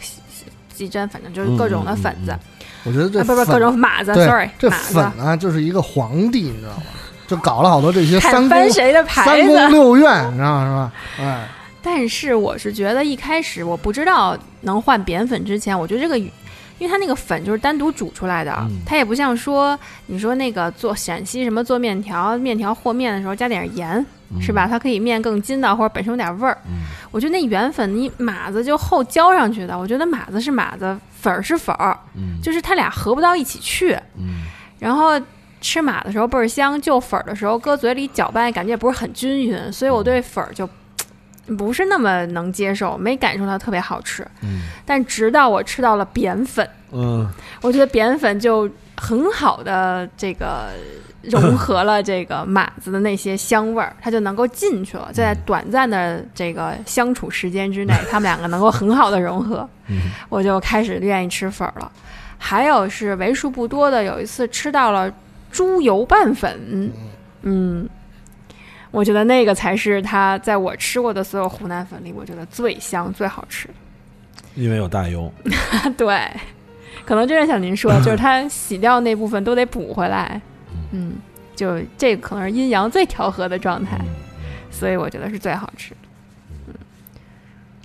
西西鸡胗，反正嗯就是各种的粉子。我觉得这啊不不粉各种码子对，sorry，这码子粉啊就是一个皇帝，你知道吗？就搞了好多这些看三宫翻谁的牌三子宫六院，你知道是吧？哎， 但是我是觉得一开始我不知道能换扁粉之前，我觉得这个，因为它那个粉就是单独煮出来的，嗯它也不像说你说那个做陕西什么做面条，面条和面的时候加点盐。嗯嗯是吧？它可以面更筋道，或者本身有点味儿。我觉得那圆粉你码子就后浇上去的，我觉得码子是码子，粉儿是粉儿，嗯嗯就是它俩合不到一起去。然后吃码的时候倍儿香，就粉儿的时候搁嘴里搅拌，感觉也不是很均匀，所以我对粉儿就不是那么能接受，没感受到特别好吃。嗯但直到我吃到了扁粉，嗯，我觉得扁粉就很好的这个融合了这个码子的那些香味儿，它就能够进去了，在短暂的这个相处时间之内，它们两个能够很好的融合。嗯我就开始愿意吃粉儿了。还有是为数不多的，有一次吃到了猪油拌粉，嗯，我觉得那个才是它在我吃过的所有湖南粉里，我觉得最香、最好吃。因为有大油，对，可能真是像您 说，的，就是它洗掉那部分都得补回来，嗯，就这可能是阴阳最调和的状嗯态，所以我觉得是最好吃的。嗯，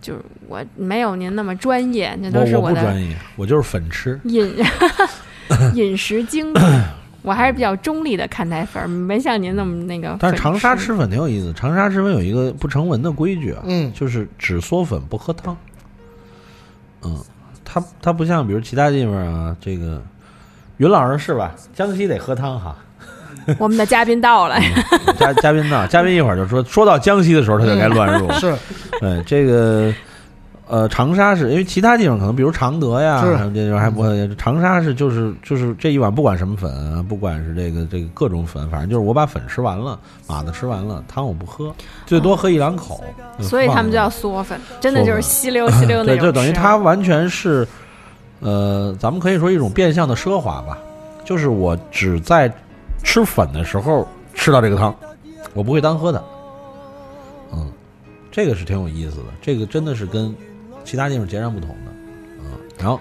就是我没有您那么专业，那我都是我不的专业，我就是粉吃。饮 饮食经历，我还是比较中立的看待粉儿，没像您那么那个粉吃。但是长沙吃粉挺有意思，长沙吃粉有一个不成文的规矩啊，嗯就是只嗦粉不喝汤。嗯，它它不像比如其他地方啊，这个云老师是吧？江西得喝汤哈。我们的嘉宾到嗯了，嘉嘉宾呢？嘉宾一会儿就说，说到江西的时候，他就该乱入。嗯是，对这个，呃，长沙是因为其他地方可能，比如常德呀，是还有这地方还不会。长沙是就是就是这一碗不管什么粉啊，不管是这个这个各种粉，反正就是我把粉吃完了，码子吃完了，汤我不喝，最多喝一两口。就所以他们放就着要嗦粉，真的就是嗦粉吸溜吸 溜那种对，吃。就等于它完全是，呃，咱们可以说一种变相的奢华吧，就是我只在吃粉的时候吃到这个汤，我不会单喝的。嗯，这个是挺有意思的，这个真的是跟其他地方截然不同的。嗯，然后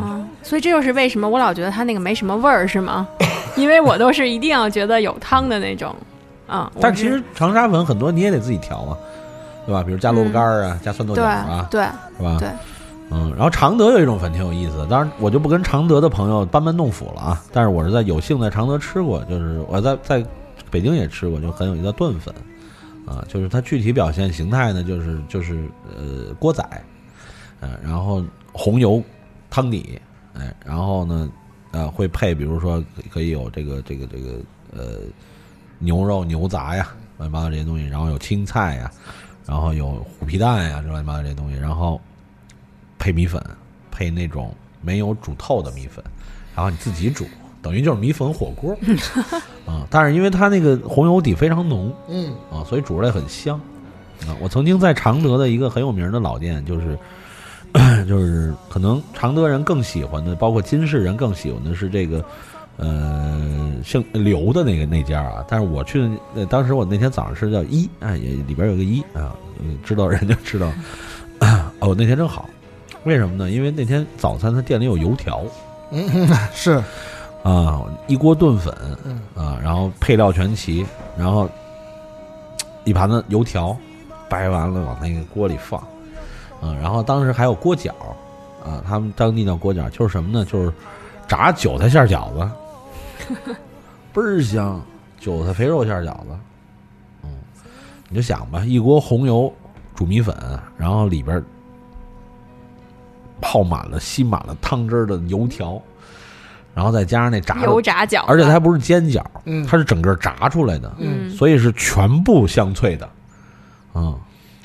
啊，所以这就是为什么我老觉得它那个没什么味儿，是吗？ 因为我都是一定要觉得有汤的那种，啊，我但是其实长沙粉很多你也得自己调嘛，对吧？比如加萝卜干儿啊，加蒜豆角对儿啊，对是吧？对，嗯，然后常德有一种粉挺有意思的，当然我就不跟常德的朋友班门弄斧了啊，但是我是在有幸在常德吃过，就是我在在北京也吃过，就很有意思的炖粉，啊，就是它具体表现形态呢，就是就是呃锅仔，嗯、然后红油汤底，哎，然后呢，呃会配比如说可以有这个这个这个呃牛肉牛杂呀，乱七八糟这些东西，然后有青菜呀，然后有虎皮蛋呀，这乱七八糟这些东西，然后配米粉，配那种没有煮透的米粉，然后你自己煮，等于就是米粉火锅啊。但是因为它那个红油底非常浓，嗯啊，所以煮出来很香啊。我曾经在常德的一个很有名的老店，就是 就是可能常德人更喜欢的，包括金市人更喜欢的是这个。呃，姓刘的那个那家啊，但是我去的那当时我那天早上吃的叫一，啊，也里边有个一啊，嗯知道人就知道。 哦，那天正好，为什么呢？因为那天早餐他店里有油条嗯，是，啊，一锅炖粉嗯啊，然后配料全齐，然后一盘子油条掰完了往那个锅里放，嗯，然后当时还有锅饺啊，他们当地叫锅饺，就是什么呢？就是炸韭菜馅儿饺子， 倍儿香，韭菜肥肉馅儿饺子。嗯，你就想吧，一锅红油煮米粉，然后里边儿泡满了、吸满了汤汁儿的油条，然后再加上那炸的油炸饺子而且它还不是煎饺，嗯它是整个炸出来的，嗯所以是全部香脆的。嗯，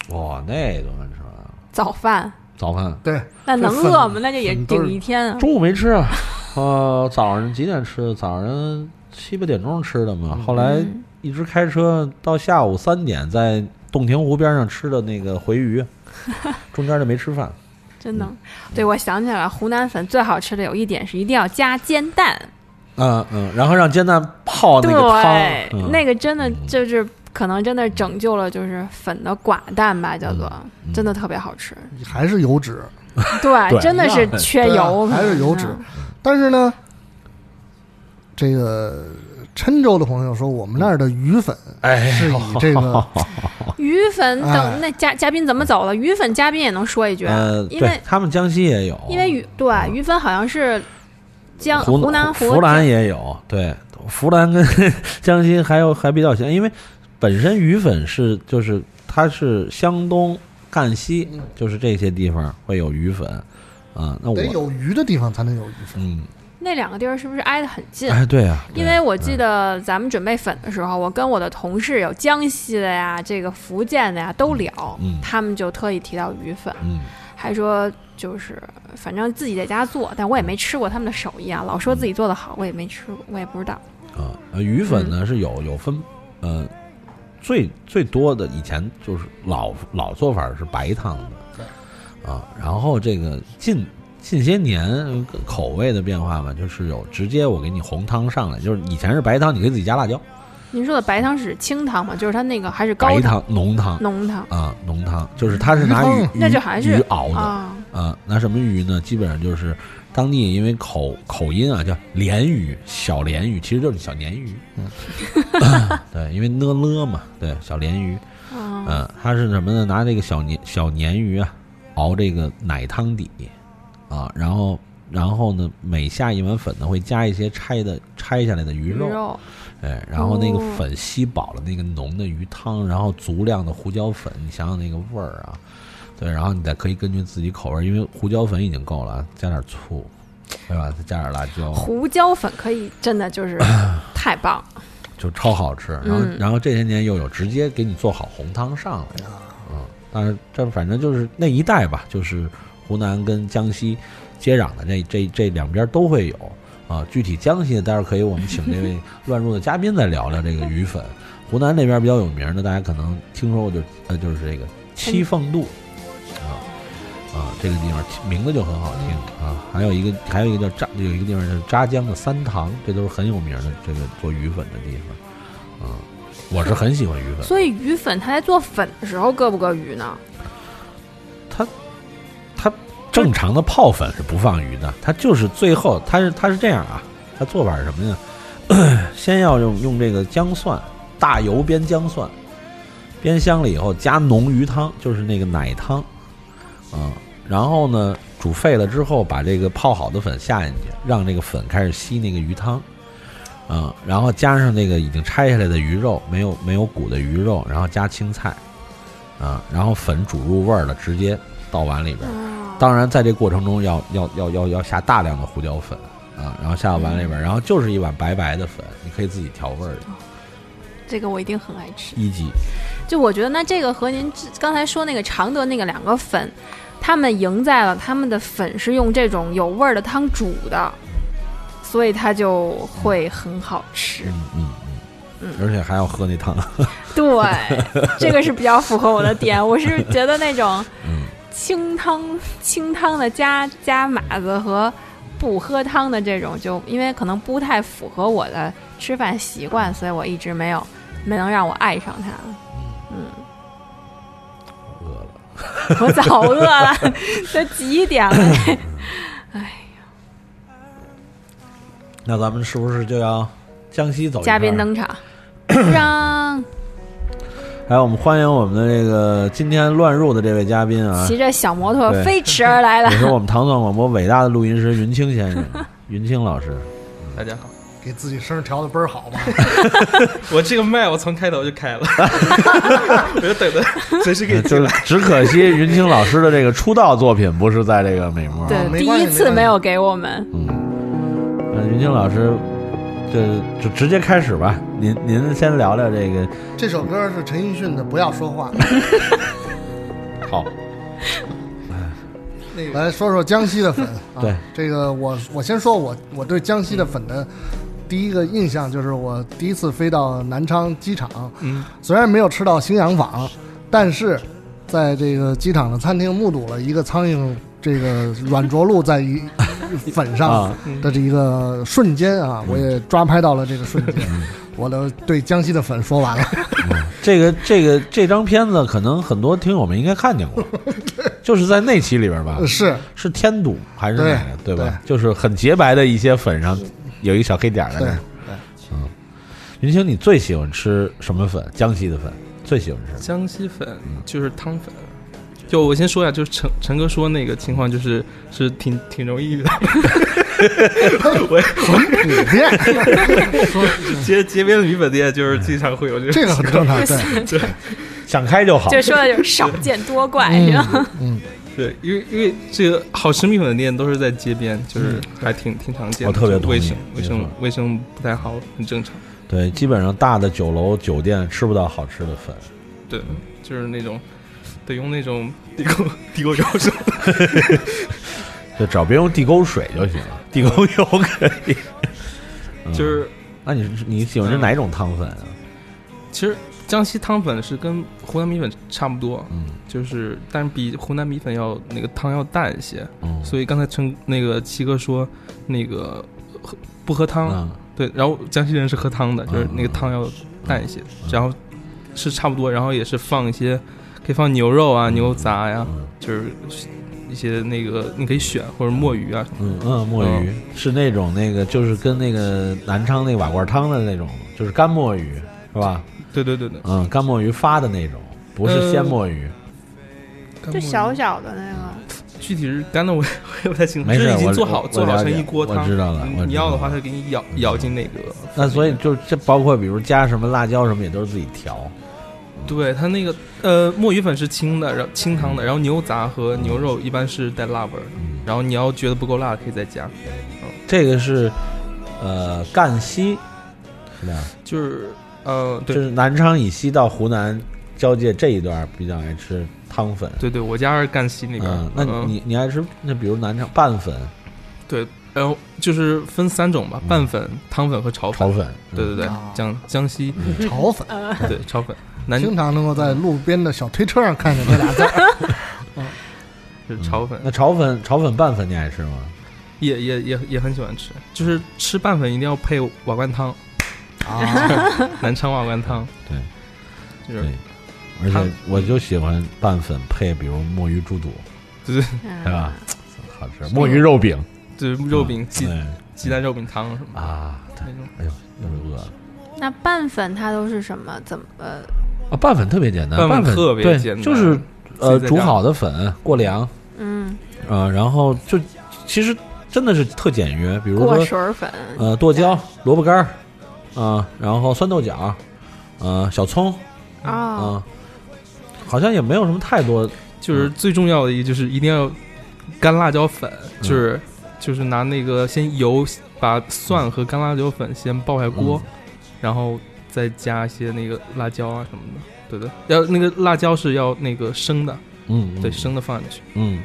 哇，那顿饭吃完了早饭早饭对，那能这饿吗？那就也粉都顶是一天啊。中午没吃啊，呃，早上几点吃的？早上七八点钟吃的嗯嘛。后来一直开车到下午三点，在洞庭湖边上吃的那个 回鱼，中间就没吃饭。真的，对我想起来了，湖南粉最好吃的有一点是一定要加煎蛋，嗯嗯，然后让煎蛋泡那对，个汤，嗯、那个真的就是可能真的拯救了就是粉的寡淡吧，叫做嗯真的特别好吃，还是油脂，对， 真的是缺对啊油，还是油脂哦嗯。但是呢，这个郴州的朋友说，我们那儿的鱼粉哎是以这个鱼粉哎等那嘉嘉宾怎么走了？鱼粉嘉宾也能说一句，啊呃，因为对他们江西也有，嗯因为鱼对啊鱼粉好像是江湖南湖湖南也有，对，湖南跟 江西还有还比较像，因为本身鱼粉是就是它是湘东、赣西，就是这些地方会有鱼粉啊。那得 我有鱼的地方才能有鱼粉。嗯，那两个地儿是不是挨得很近？哎，对啊，因为我记得咱们准备粉的时候，我跟我的同事有江西的呀，这个福建的呀都聊，嗯他们就特意提到鱼粉，嗯还说就是反正自己在家做，但我也没吃过他们的手艺啊，老说自己做的好，我也没吃过，我也不知道。啊，呃鱼粉嗯呢是有有分，呃，最最多的以前就是老老做法是白汤的，啊，然后这个近近些年呃口味的变化嘛，就是有直接我给你红汤上来，就是以前是白汤，你可以自己加辣椒，您说的白汤是指清汤吗？就是它那个还是高白汤浓汤浓汤，啊浓汤，就是它是拿鱼汤鱼鱼那就还是鱼熬的啊啊，拿什么鱼呢？基本上就是当地因为口口音啊，叫鲢鱼、小鲢鱼，其实就是小鲶鱼。 对，因为呢了嘛，对，小鲢鱼。啊嗯、它是什么呢？拿这个小鲶小鲶鱼啊，熬这个奶汤底啊，然后然后呢，每下一碗粉呢，会加一些拆的拆下来的鱼鱼肉，肉，哎，然后那个哦粉吸饱了那个浓的鱼汤，然后足量的胡椒粉，你想想那个味儿啊，对，然后你再可以根据自己口味儿，因为胡椒粉已经够了，加点醋，对吧？再加点辣椒，胡椒粉可以真的就是 太棒了，就超好吃。然后，嗯然后这些年又有直接给你做好红汤上来的，嗯，但是这反正就是那一带吧，就是湖南跟江西接壤的这这这两边都会有啊。具体江西的，待会儿可以我们请这位乱入的嘉宾再聊聊这个鱼粉。湖南那边比较有名的，大家可能听说过就呃就是这个七凤肚啊啊，啊，这个地方名字就很好听啊。还有一个还有一个叫扎，有一个地方叫扎江的三塘，这都是很有名的这个做鱼粉的地方啊。我是很喜欢鱼粉，所以鱼粉它在做粉的时候搁不搁鱼呢？正常的泡粉是不放鱼的，它就是最后它是它是这样啊，它做法是什么呢？ 先要用用这个姜蒜，大油煸姜蒜，煸香了以后加浓鱼汤，就是那个奶汤，啊，然后呢煮沸了之后，把这个泡好的粉下进去，让这个粉开始吸那个鱼汤，啊，然后加上那个已经拆下来的鱼肉，没有没有骨的鱼肉，然后加青菜，啊，然后粉煮入味儿了，直接倒碗里边儿。嗯当然，在这过程中要要要要要下大量的胡椒粉啊，然后下到碗里嗯边儿，然后就是一碗白白的粉，你可以自己调味儿的，这个我一定很爱吃。一级。就我觉得，那这个和您之刚才说那个常德那个两个粉，他们赢在了他们的粉是用这种有味儿的汤煮的，所以它就会很好吃。嗯嗯嗯，而且还要喝那汤。 对，这个是比较符合我的点。我是觉得那种清汤清汤的加加码子和不喝汤的这种就，因为可能不太符合我的吃饭习惯，所以我一直没有没能让我爱上它。嗯，饿了，我早饿了，都几点了？哎，那咱们是不是就要江西走一嘉宾趟登场，让还有我们欢迎我们的这个今天乱入的这位嘉宾啊，骑着小摩托对飞驰而来了也。是我们糖蒜广播伟大的录音师云清 先生，云清老师。大家好，给自己声儿调的倍儿好嘛。我这个麦我从开头就开了，我就等着随时给你进就来。只可惜云清老师的这个出道作品不是在这个美墨啊。对，第一次没有给我们。呃云清老师，就就直接开始吧。您您先聊聊这个这首歌是陈奕迅的《不要说 话》，好，来说说江西的粉。啊、对，这个我我先说我我对江西的粉的第一个印象就是我第一次飞到南昌机场，嗯，虽然没有吃到兴阳坊，但是在这个机场的餐厅目睹了一个苍蝇这个软着陆在一 粉上啊的这一个瞬间啊，我也抓拍到了这个瞬间。我的对江西的粉说完了，这个这个这张片子，可能很多听友们应该 看见过，就是在那期里边吧？呃是是天赌还是哪个？对对吧？就是很洁白的一些粉上有一个小黑点儿在那对儿。嗯，云清，你最喜欢吃什么粉？江西的粉最喜欢吃？江西粉就是汤粉。就我先说一下，就是陈陈哥说那个情况，就是是挺挺容易的。 我我 店街街边的米粉店就是经常会有这种这个很正 常情况啊对对，想开就就说的就是少见多怪，是吧？对，因为因为这个好吃米粉店都是在街边，就是还挺挺常见的。我特别同意卫生卫没生错卫生不太好，很正常。对，基本上大的酒楼酒店吃不到好吃的粉。对，就是那种得用那种地沟地沟油什么的。就只要别用地沟水就行了，地沟油可以。嗯就是，那你是你喜欢吃哪种汤粉啊？其实江西汤粉是跟湖南米粉差不多，嗯就是但是比湖南米粉要那个汤要淡一些。嗯所以刚才陈那个七哥说那个喝不喝嗯汤，对，然后江西人是喝汤的，就是那个汤要淡一些，嗯然后是差不多，然后也是放一些可以放牛肉嗯啊、牛杂呀、就是一些那个你可以选或者墨鱼啊，嗯嗯，墨鱼、是那种那个，就是跟那个南昌那瓦罐汤的那种，就是干墨鱼是吧？对对对对，嗯，干墨鱼发的那种，不是鲜墨鱼。就小小的那个。具体是干的我我也不太清楚，没就事是已经我做好我做好了成解一锅我汤，知道了你我知你要道的话，它给你舀舀进那个。那所以就这包括比如加什么辣椒什么，也都是自己调。对它那个呃，墨鱼粉是清的，然后清汤的，然后牛杂和牛肉一般是带辣味儿的，然后你要觉得不够辣可以再加，嗯这个是呃赣西是吧？就是呃，就对是南昌以西到湖南交界这一段比较爱吃汤粉。对对，我家是赣西那边儿嗯，，那呃嗯你你爱吃那比如南昌拌粉，对，然后就是分三种吧，拌粉、汤粉和炒粉。炒粉嗯对对对，江江西啊炒粉 对炒粉，南 经常能够在路边的小推车上看见这俩字儿。就是炒粉。嗯那炒粉、炒粉拌粉你爱吃吗？也也也也很喜欢吃，就是吃拌粉一定要配哦瓦罐汤，啊南昌瓦罐汤，对，就是对，而且我就喜欢拌粉配，比如墨鱼猪肚，对对吧？好吃，墨鱼肉饼，对，嗯肉饼鸡嗯鸡蛋肉饼汤什么啊，那种。哎呦，又是饿了。那拌粉它都是什么？怎么？呃，啊，拌粉特别简单，拌粉粉特别对简单就是自己呃在煮家好的粉过凉，嗯，呃，然后就其实真的是特简约，比如过说水儿粉，呃剁椒、萝卜干儿，啊、然后酸豆角，呃小葱，哦啊、好像也没有什么太多，嗯就是最重要的一个就是一定要干辣椒粉，嗯就是就是拿那个先油把蒜和干辣椒粉先爆下锅，嗯然后再加一些那个辣椒啊什么的。对的，要那个辣椒是要那个生的，嗯，嗯对，生的放进去，嗯，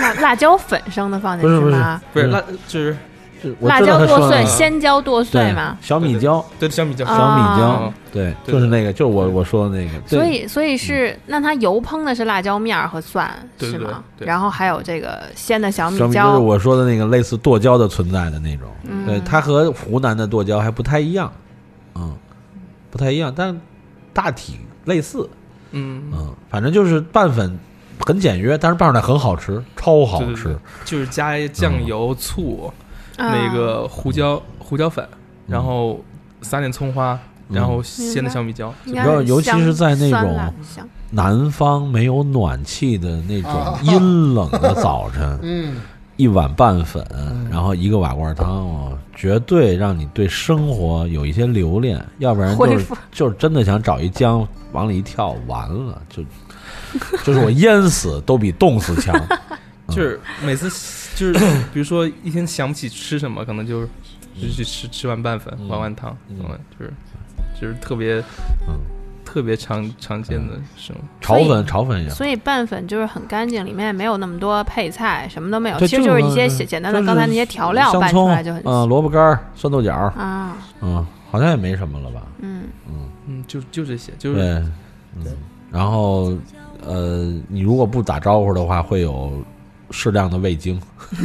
辣辣椒粉生的放进不是去不是吗？不是嗯辣，就是就是我辣知道椒他剁说碎，了鲜椒剁碎对嘛。小米椒，对小米椒，小米椒啊，对，对就是那个，就是我我说的那个，对所以，所以是嗯那它油烹的是辣椒面儿和蒜，对是对吗？对然后还有这个鲜的小米小米就是椒，我说的那个类似剁椒的存在的那种，嗯对，它和湖南的剁椒还不太一样，嗯，不太一样，但大体类似，嗯，嗯，反正就是拌粉很简约，但是拌出来很好吃，超好对对吃对，就是加一酱油、醋，啊那个胡椒胡椒粉，然后撒点葱花，嗯然后鲜的小米椒，应你该知道，很尤其香是在那酸种辣香南方没有暖气的那种啊阴冷的早 晨，嗯，一碗拌粉，嗯然后一个瓦罐汤，哦，绝对让你对生活有一些留恋，要不然就恢是复就是真的想找一江往里一跳，完了就 就是我淹死都比冻死 强。就是每次就是比如说一天想不起吃什么，可能就是就是去吃吃碗拌粉，碗碗汤，嗯，就是就是特别特别常常见的生活。炒粉，炒粉也好所以拌粉就是很干净，里面也没有那么多配菜，什么都没有，对其实就是一些是简简单的就是刚才那些调料香拌葱出来就很嗯，萝卜干儿、酸豆角儿啊，嗯，好像也没什么了吧？嗯嗯，就就这些，就对，是嗯，然后呃，你如果不打招呼的话，会有适量的 味精。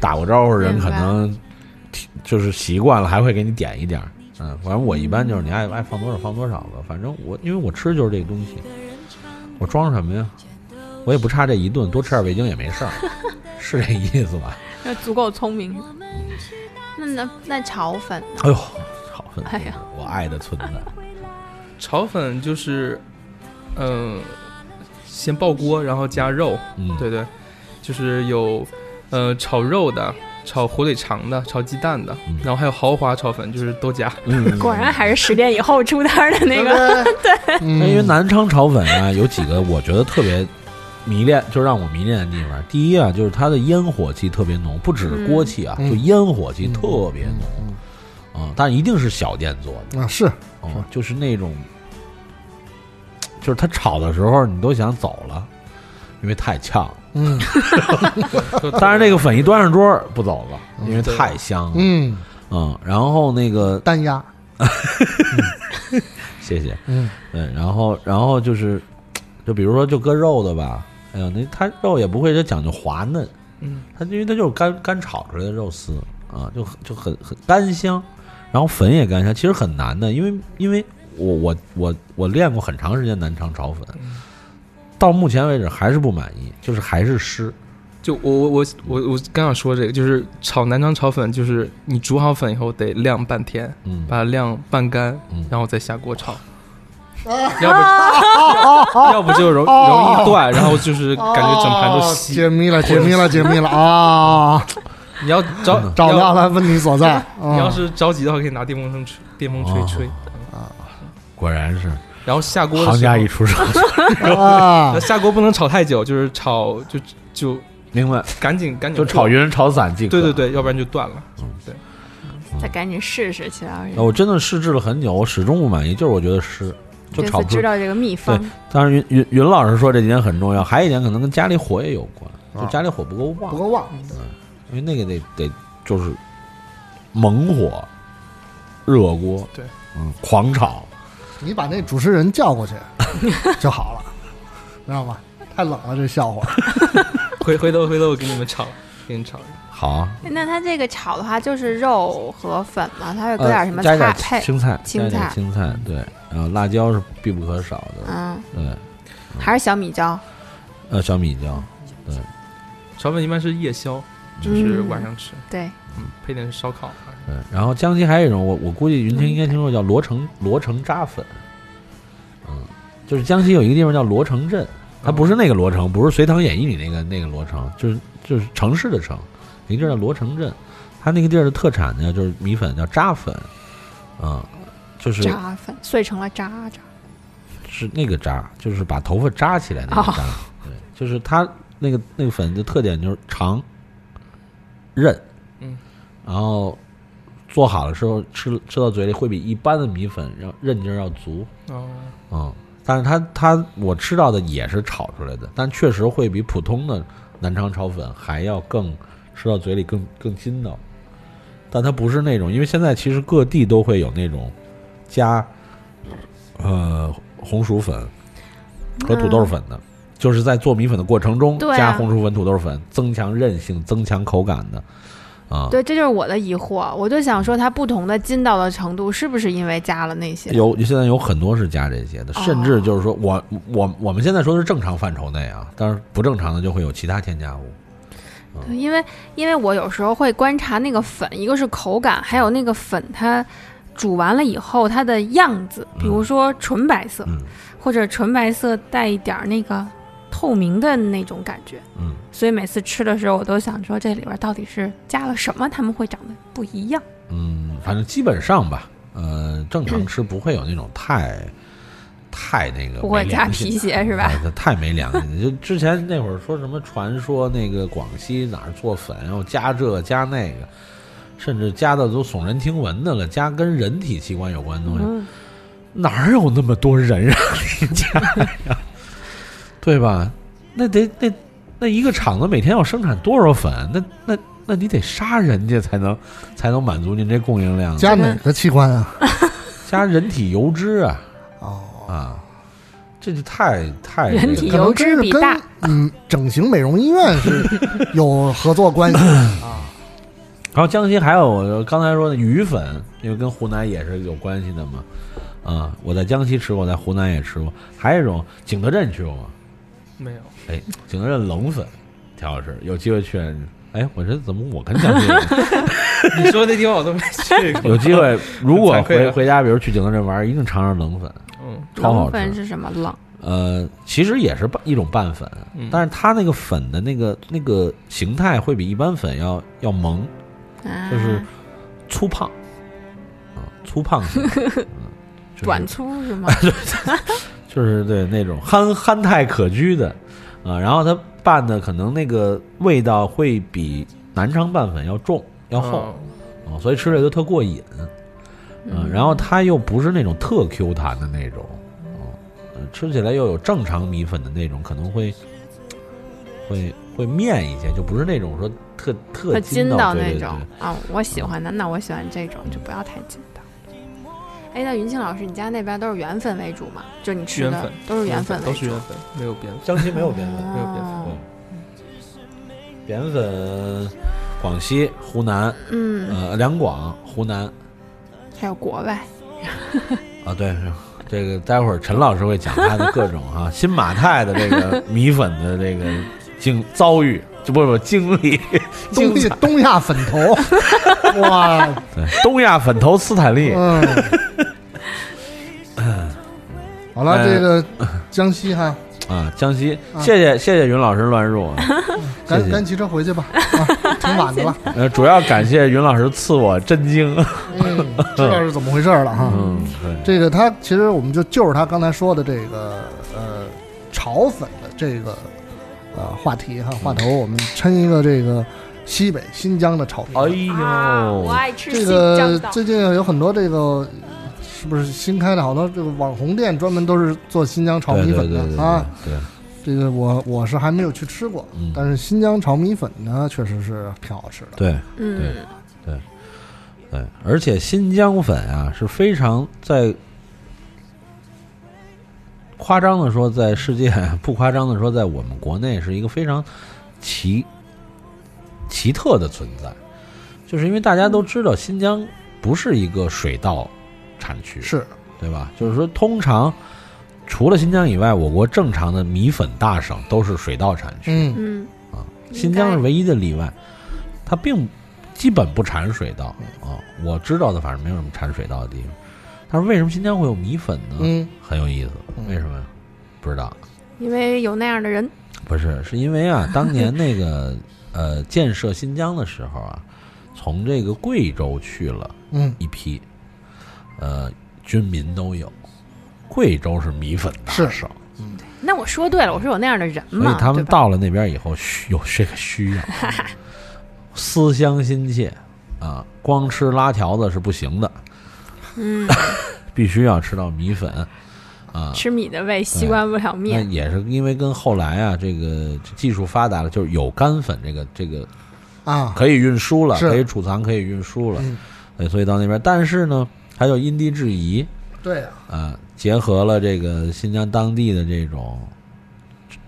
打过招呼的人可能提就是习惯了，还会给你点一点儿。嗯，反正我一般就是你爱爱放多少放多少吧，反正我因为我吃就是这个东西，我装什么呀？我也不差这一顿，多吃点味精也 没事儿，是这意思吧？要足够聪明。那嗯那那炒粉呢，哎呦，好分，哎呀，我爱的存在。炒粉就是，嗯、先爆锅，然后加肉，嗯对对，就是有，呃，炒肉的，炒火腿肠的，炒鸡蛋的，然后还有豪华炒粉，就是都加。嗯果然还是十点以后出摊 的那个，对，那嗯因为南昌炒粉啊，有几个我觉得特别迷恋，就让我迷恋的地方。第一啊，就是它的烟火气特别浓，不只是锅气啊，嗯就烟火气特别浓啊、但一定是小店做的啊是，嗯，就是那种，就是它炒的时候你都想走了，因为太呛了。嗯， 但是那个粉一端上桌儿不走了，因嗯为对太香了。嗯嗯，然后那个单压，谢谢。嗯，对，然后然后就是，就比如说就搁肉的吧，哎呀，那它肉也不会说讲究滑嫩，嗯，它因为它就是干干炒出来的肉丝啊，就很就很很干香，然后粉也干香，其实很难的，因为因为我我我我练过很长时间南昌炒粉，嗯到目前为止还是不满意，就是还是湿，就我我我我我刚想说这个，就是炒南昌炒粉，就是你煮好粉以后得晾半天，嗯把它晾半干，然后再下锅炒，要不要不就容容易断，然后就是感觉整盘都哦稀。解密了，解密了，解密 了啊！你要着 找要到了问题所在。 你要啊是着急的话，可以拿电风扇吹，电风吹吹。啊果然是然后下锅的时 候行家一出手 啊然后下锅不能炒太久，就是炒就就明白，赶紧赶紧 就炒匀炒散即可。对对对，要不然就断了。对， 再赶紧试试，其他人我真的试制了很久，我始终不满意，就是我觉得湿，就这炒次不出知道这个秘对方，，当然云云云老师说这几点很重要，还有一点可能跟家里火也有关，就家里火不够旺，不够旺，因为那个得得就是猛火、热锅，对，嗯，狂炒， 你把那主持人叫过去就好了，知道吗？太冷了，这笑 话。回回头回头我给你们炒，给你炒。好，啊那它这个炒的话，就是肉和粉嘛，它会搁点什么呃加菜配点青菜，青加点菜，青菜，对，然后辣椒是必不可少的，嗯，对，还是小米椒，呃，小米椒，对，炒粉一般是夜宵，就是嗯晚上吃，对，嗯，配点烧烤。啊对，嗯然后江西还有一种，我我估计云清应该听说过叫罗城罗城扎粉，嗯，就是江西有一个地方叫罗城镇，它不是那个罗城，不是《隋唐演义》里那个那个罗城，就是就是城市的城，有一个地儿叫罗城镇，它那个地儿的特产呢就是米粉叫扎粉，嗯，就是渣粉碎成了渣渣，是那个扎，就是把头发扎起来那个扎，对，就是它那个那个粉的特点就是长、韧，嗯，然后做好了之后吃吃到嘴里会比一般的米粉要韧劲儿要足，哦，嗯，但是它它我吃到的也是炒出来的，但确实会比普通的南昌炒粉还要更吃到嘴里更更筋道，但它不是那种，因为现在其实各地都会有那种加呃红薯粉和土豆粉的，就是在做米粉的过程中对啊加红薯粉、土豆粉，增强韧性、增强口感的啊。对，这就是我的疑惑，我就想说它不同的筋道的程度是不是因为加了那些？有现在有很多是加这些的，甚至就是说我我我们现在说的是正常范畴内啊，但是不正常的就会有其他添加物。嗯对，因为因为我有时候会观察那个粉，一个是口感，还有那个粉它煮完了以后它的样子，嗯比如说纯白色，或者纯白色带一点儿那个透明的那种感觉。嗯，所以每次吃的时候，我都想说这里边到底是加了什么，它们会长得不一样。嗯，反正基本上吧，呃，正常吃不会有那种太太那个不会没加良心皮的鞋是吧？哎 太没良心了！就之前那会儿说什么传说那个广西哪儿做粉，然后加这加那个，甚至加的都耸人听闻的了，加跟人体器官有关的东西，嗯哪有那么多人让你加呀？ 对吧？那得那那一个厂子每天要生产多少粉？那那那你得杀人家才能才能满足您这供应量啊。加哪个器官啊？加人体油脂啊？哦啊，这就太太人体可能油脂这是比跟大嗯整形美容医院是有合作关系的啊。然后江西还有我刚才说的鱼粉，因为跟湖南也是有关系的嘛。啊，我在江西吃过，在湖南也吃过。还有一种景德镇去过吗？没有，哎，景德镇冷粉挺好吃，有机会去。哎，我这怎么我跟江西人？你说那地方我都没去 过。有机会，如果 惭愧回啊回家，比如去景德镇玩，一定尝尝冷粉，嗯，超好冷吃。粉是什么冷？呃，其实也是拌一种拌粉，嗯但是它那个粉的那个那个形态会比一般粉要要萌，啊就是粗胖，啊、粗 胖型，就是短粗是吗？ 嗯就是对那种憨憨态可掬的，啊、然后它拌的可能那个味道会比南昌拌粉要重要厚，啊、嗯所以吃着就特过瘾，嗯、然后它又不是那种特 Q 弹的那种，嗯、呃吃起来又有正常米粉的那种，可能会会会面一些，就不是那种说特特它筋筋道道对那对种对啊，我喜欢的，那我喜欢这种，就不要太筋道。哎，那云清老师，你家那边都是原粉为主吗？就你吃原的粉都是原粉为都主，哦是原粉，没有边粉。江西没有边粉没有边粉。扁粉，广西、湖南，嗯呃，两广、湖南还有国外。啊，对，这个待会儿陈老师会讲他的各种啊新马泰的这个米粉的这个经遭遇，就不不经历，东经亚东亚粉头，哇，对东亚粉头斯坦利，嗯，好了，呃这个江西哈，啊，江西，啊谢谢谢谢云老师乱入啊， 谢赶谢赶。骑车回去吧，啊，挺晚的了，呃，主要感谢云老师赐我真经，嗯，知道是怎么回事了哈。嗯，对，这个他其实我们就就是他刚才说的这个呃炒粉的这个呃话题哈话嗯头，我们抻一个这个西北新疆的炒哎粉。呦，啊吃这个最近有很多这个是不是新开的好多这个网红店，专门都是做新疆炒对米对对对粉对的啊。对，嗯这个我我是还没有去吃过，但是新疆炒米粉呢，确实是挺好吃的。对，嗯对，对，对，而且新疆粉啊是非常在夸张的说，在世界 不夸张的说，在我们国内是一个非常奇奇特的存在，就是因为大家都知道新疆不是一个水稻产区，是对吧？就是说，通常除了新疆以外，我国正常的米粉大省都是水稻产区，嗯嗯啊，新疆是唯一的例外，它并基本不产水稻啊。我知道的，反正没有什么产水稻的地方。但是为什么新疆会有米粉呢？嗯，很有意思，为什么呀？不知道，因为有那样的人，不是，是因为啊，当年那个呃建设新疆的时候啊，从这个贵州去了嗯一批，呃，军民都有。贵州是米粉大省，那我说对了，我说有那样的人所以嘛，他嗯对们吧到了那边以后需有这个需要，思乡心切啊，光吃拉条子是不行的，嗯，必须要吃到米粉啊。吃米的胃习对惯不了那面，也是因为跟后来啊，这个技术发达了，就是有干粉这个这个啊，可以运输了，是可以储藏，可以运输了，嗯对，所以到那边，但是呢，它就因地制宜对啊，啊、结合了这个新疆当地的这种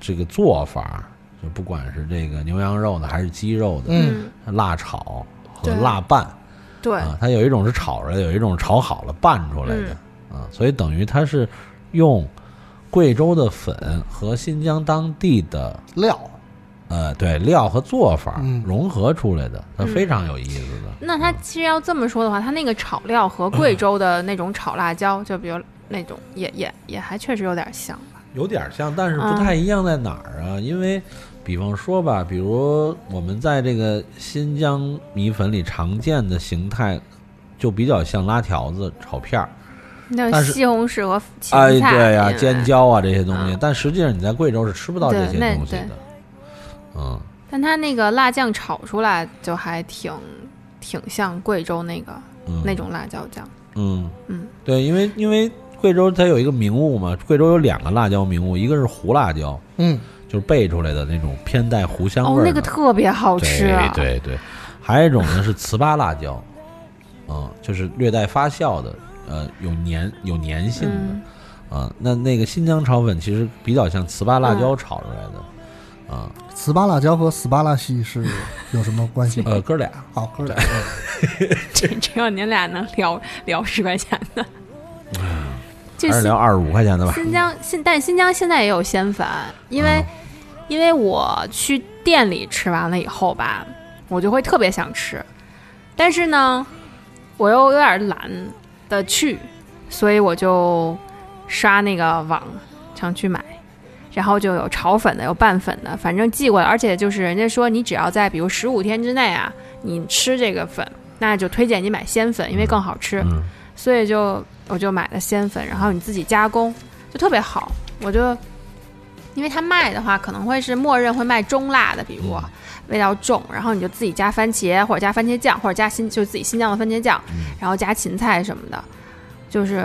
这个做法，就不管是这个牛羊肉的还是鸡肉的，嗯，辣炒和对辣拌，对，啊，它有一种是炒着的，有一种是炒好了拌出来的、嗯啊，所以等于它是用贵州的粉和新疆当地的料，啊呃对料和做法嗯融合出来的，它嗯非常有意思的。那他其实要这么说的话，他那个炒料和贵州的那种炒辣椒，就比如那种也也也还确实有点像吧。有点像，但是啊不太一样在哪儿啊？因为，比方说吧，比如我们在这个新疆米粉里常见的形态，就比较像拉条子、炒片儿，那但个是西红柿和芹哎，菜，对呀、因为尖椒啊这些东西。但实际上你在贵州是吃不到这些对那东西的对，嗯，但他那个辣酱炒出来就还挺挺像贵州那个、嗯那种辣椒酱。嗯嗯，对，因为因为贵州它有一个名物嘛，贵州有两个辣椒名物，一个是胡辣椒，嗯，就是焙出来的那种偏带胡香味哦儿，的、那个特别好吃、啊。对对对，还有一种呢是糍粑辣椒，嗯，就是略带发酵的，呃，有粘有粘性的，嗯啊、那那个新疆炒粉其实比较像糍粑辣椒炒出来的，啊、糍粑辣椒和糍粑辣西是有什么关系吗？ 呃，哥俩，好，哥俩，这只有您俩能聊聊十块钱的。这嗯还新是聊二十五块钱的吧，新疆新，但新疆现在也有鲜粉，因为、因为我去店里吃完了以后吧，我就会特别想吃，但是呢，我又有点懒得去，所以我就刷那个网上去买。然后就有炒粉的，有拌粉的，反正寄过来，而且就是人家说你只要在比如十五天之内啊，你吃这个粉，那就推荐你买鲜粉，因为更好嗯吃。所以就我就买了鲜粉，然后你自己加工，就特别好。我就因为它卖的话，可能会是默认会卖中辣的，比如、嗯味道重，然后你就自己加番茄或者加番茄酱，或者加新就自己新疆的番茄酱，然后加芹菜什么的，就是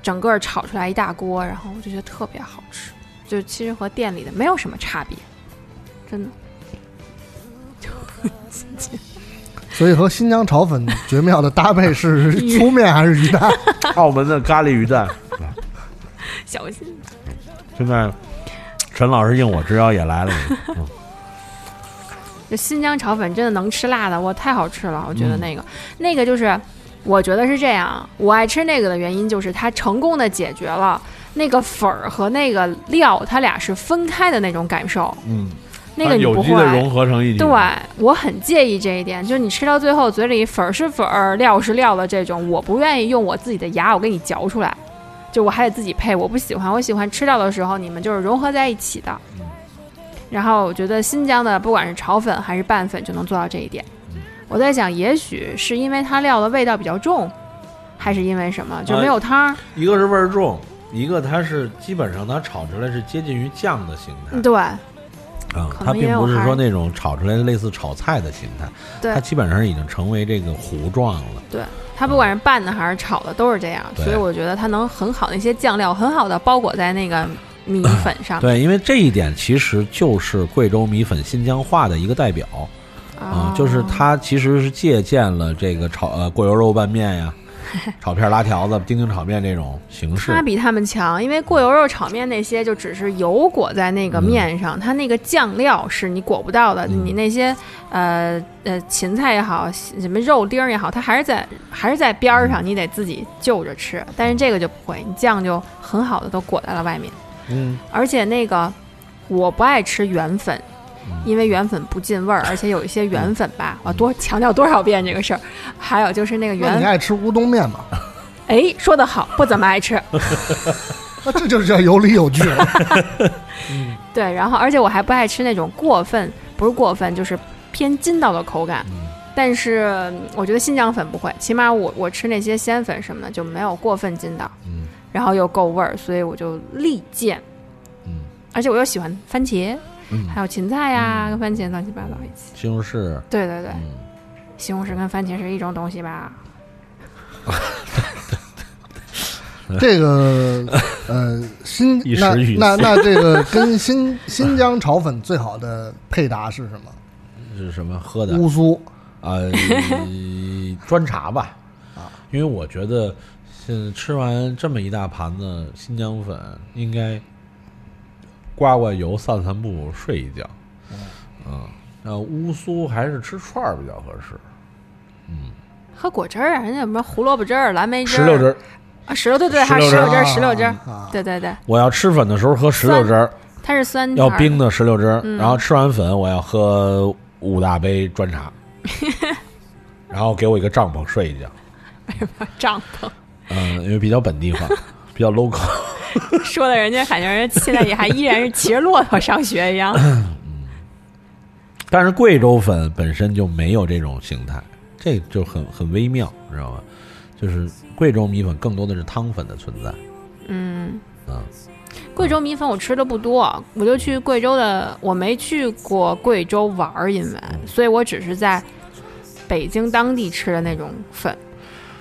整个炒出来一大锅，然后我就觉得特别好吃，就其实和店里的没有什么差别，真的。所以和新疆炒粉绝妙的搭配 是粗面还是鱼蛋？ 澳门的咖喱鱼蛋，小心，现在陈老师应我之邀 也来了，嗯就新疆炒粉真的能吃辣的，我太好吃了，我觉得嗯那个、那个就是，我觉得是这样，我爱吃那个的原因就是它成功的解决了那个粉儿和那个料，它俩是分开的那种感受，嗯，那个你不有机会啊的融合成一体，对，我很介意这一点，就是你吃到最后嘴里粉儿是粉儿，料是料的这种，我不愿意用我自己的牙我给你嚼出来，就我还得自己配，我不喜欢，我喜欢吃到的时候你们就是融合在一起的。嗯然后我觉得新疆的不管是炒粉还是拌粉就能做到这一点。我在想，也许是因为它料的味道比较重，还是因为什么，就没有汤儿。一个是味儿重，一个它是基本上它炒出来是接近于酱的形态，对，啊，可它能也并有不是还说那种炒出来类似炒菜的形态，对它基本上已经成为这个糊状了。对，它不管是拌的还是炒的都是这样，对所以我觉得它能很好那些酱料很好的包裹在那个米粉上。对，因为这一点其实就是贵州米粉新疆化的一个代表啊哦 啊、就是它其实是借鉴了这个炒呃过油肉拌面呀、炒片、拉条子、丁丁炒面这种形式。它比他们强，因为过油肉炒面那些就只是油裹在那嗯个面上，它那个酱料是你裹不到的。你那些呃呃芹菜也好，什么肉丁儿也好，它还是在还是在边嗯儿上，你得自己就着吃。但是这个就不会，你酱就很好的都裹在了外面。嗯，而且那个我不爱吃圆粉，嗯因为圆粉不进味儿，而且有一些嗯圆粉吧，我多强调多少遍这个事儿。还有就是那个那圆你爱吃乌冬面吗？哎，说得好，不怎么爱吃。那啊这就是叫有理有据了。对，然后而且我还不爱吃那种过分，不是过分，就是偏筋道的口感。但是嗯我觉得新疆粉不会，起码我我吃那些鲜粉什么的就没有过分筋道，嗯然后又够味儿，所以我就力荐。而且我又喜欢番茄，嗯还有芹菜呀、跟番茄乱七八糟一起。西红柿，嗯对对对，西红柿跟番茄是一种东西吧？这个呃，新 一时那语那塞那这个跟新新疆炒粉最好的配搭是什么？是什么喝的？乌苏呃， 砖茶吧，啊，因为我觉得现在吃完这么一大盘子新疆粉，应该刮刮油、散散步、睡一觉，嗯，那乌苏还是吃串儿比较合适，喝果汁儿啊，人家有什么胡萝卜汁儿、蓝莓汁儿、石榴汁儿。啊，石榴对对，石还榴有石榴汁汁儿儿，石榴汁儿啊，对对对，我要吃粉的时候喝石榴汁儿，它是酸要甜儿冰的石榴汁儿，嗯然后吃完粉我要喝五大杯 砖茶，然后给我一个帐篷睡一觉，帐篷。嗯，因为比较本地化，比较 local。说的人家感觉人家现在也还依然是骑着骆驼上学一样。但是贵州粉本身就没有这种形态，这就很很微妙，你知道吗？就是贵州米粉更多的是汤粉的存在，嗯， 嗯，贵州米粉我吃的不多，我就去贵州的，我没去过贵州玩儿，因为嗯所以我只是在北京当地吃的那种粉，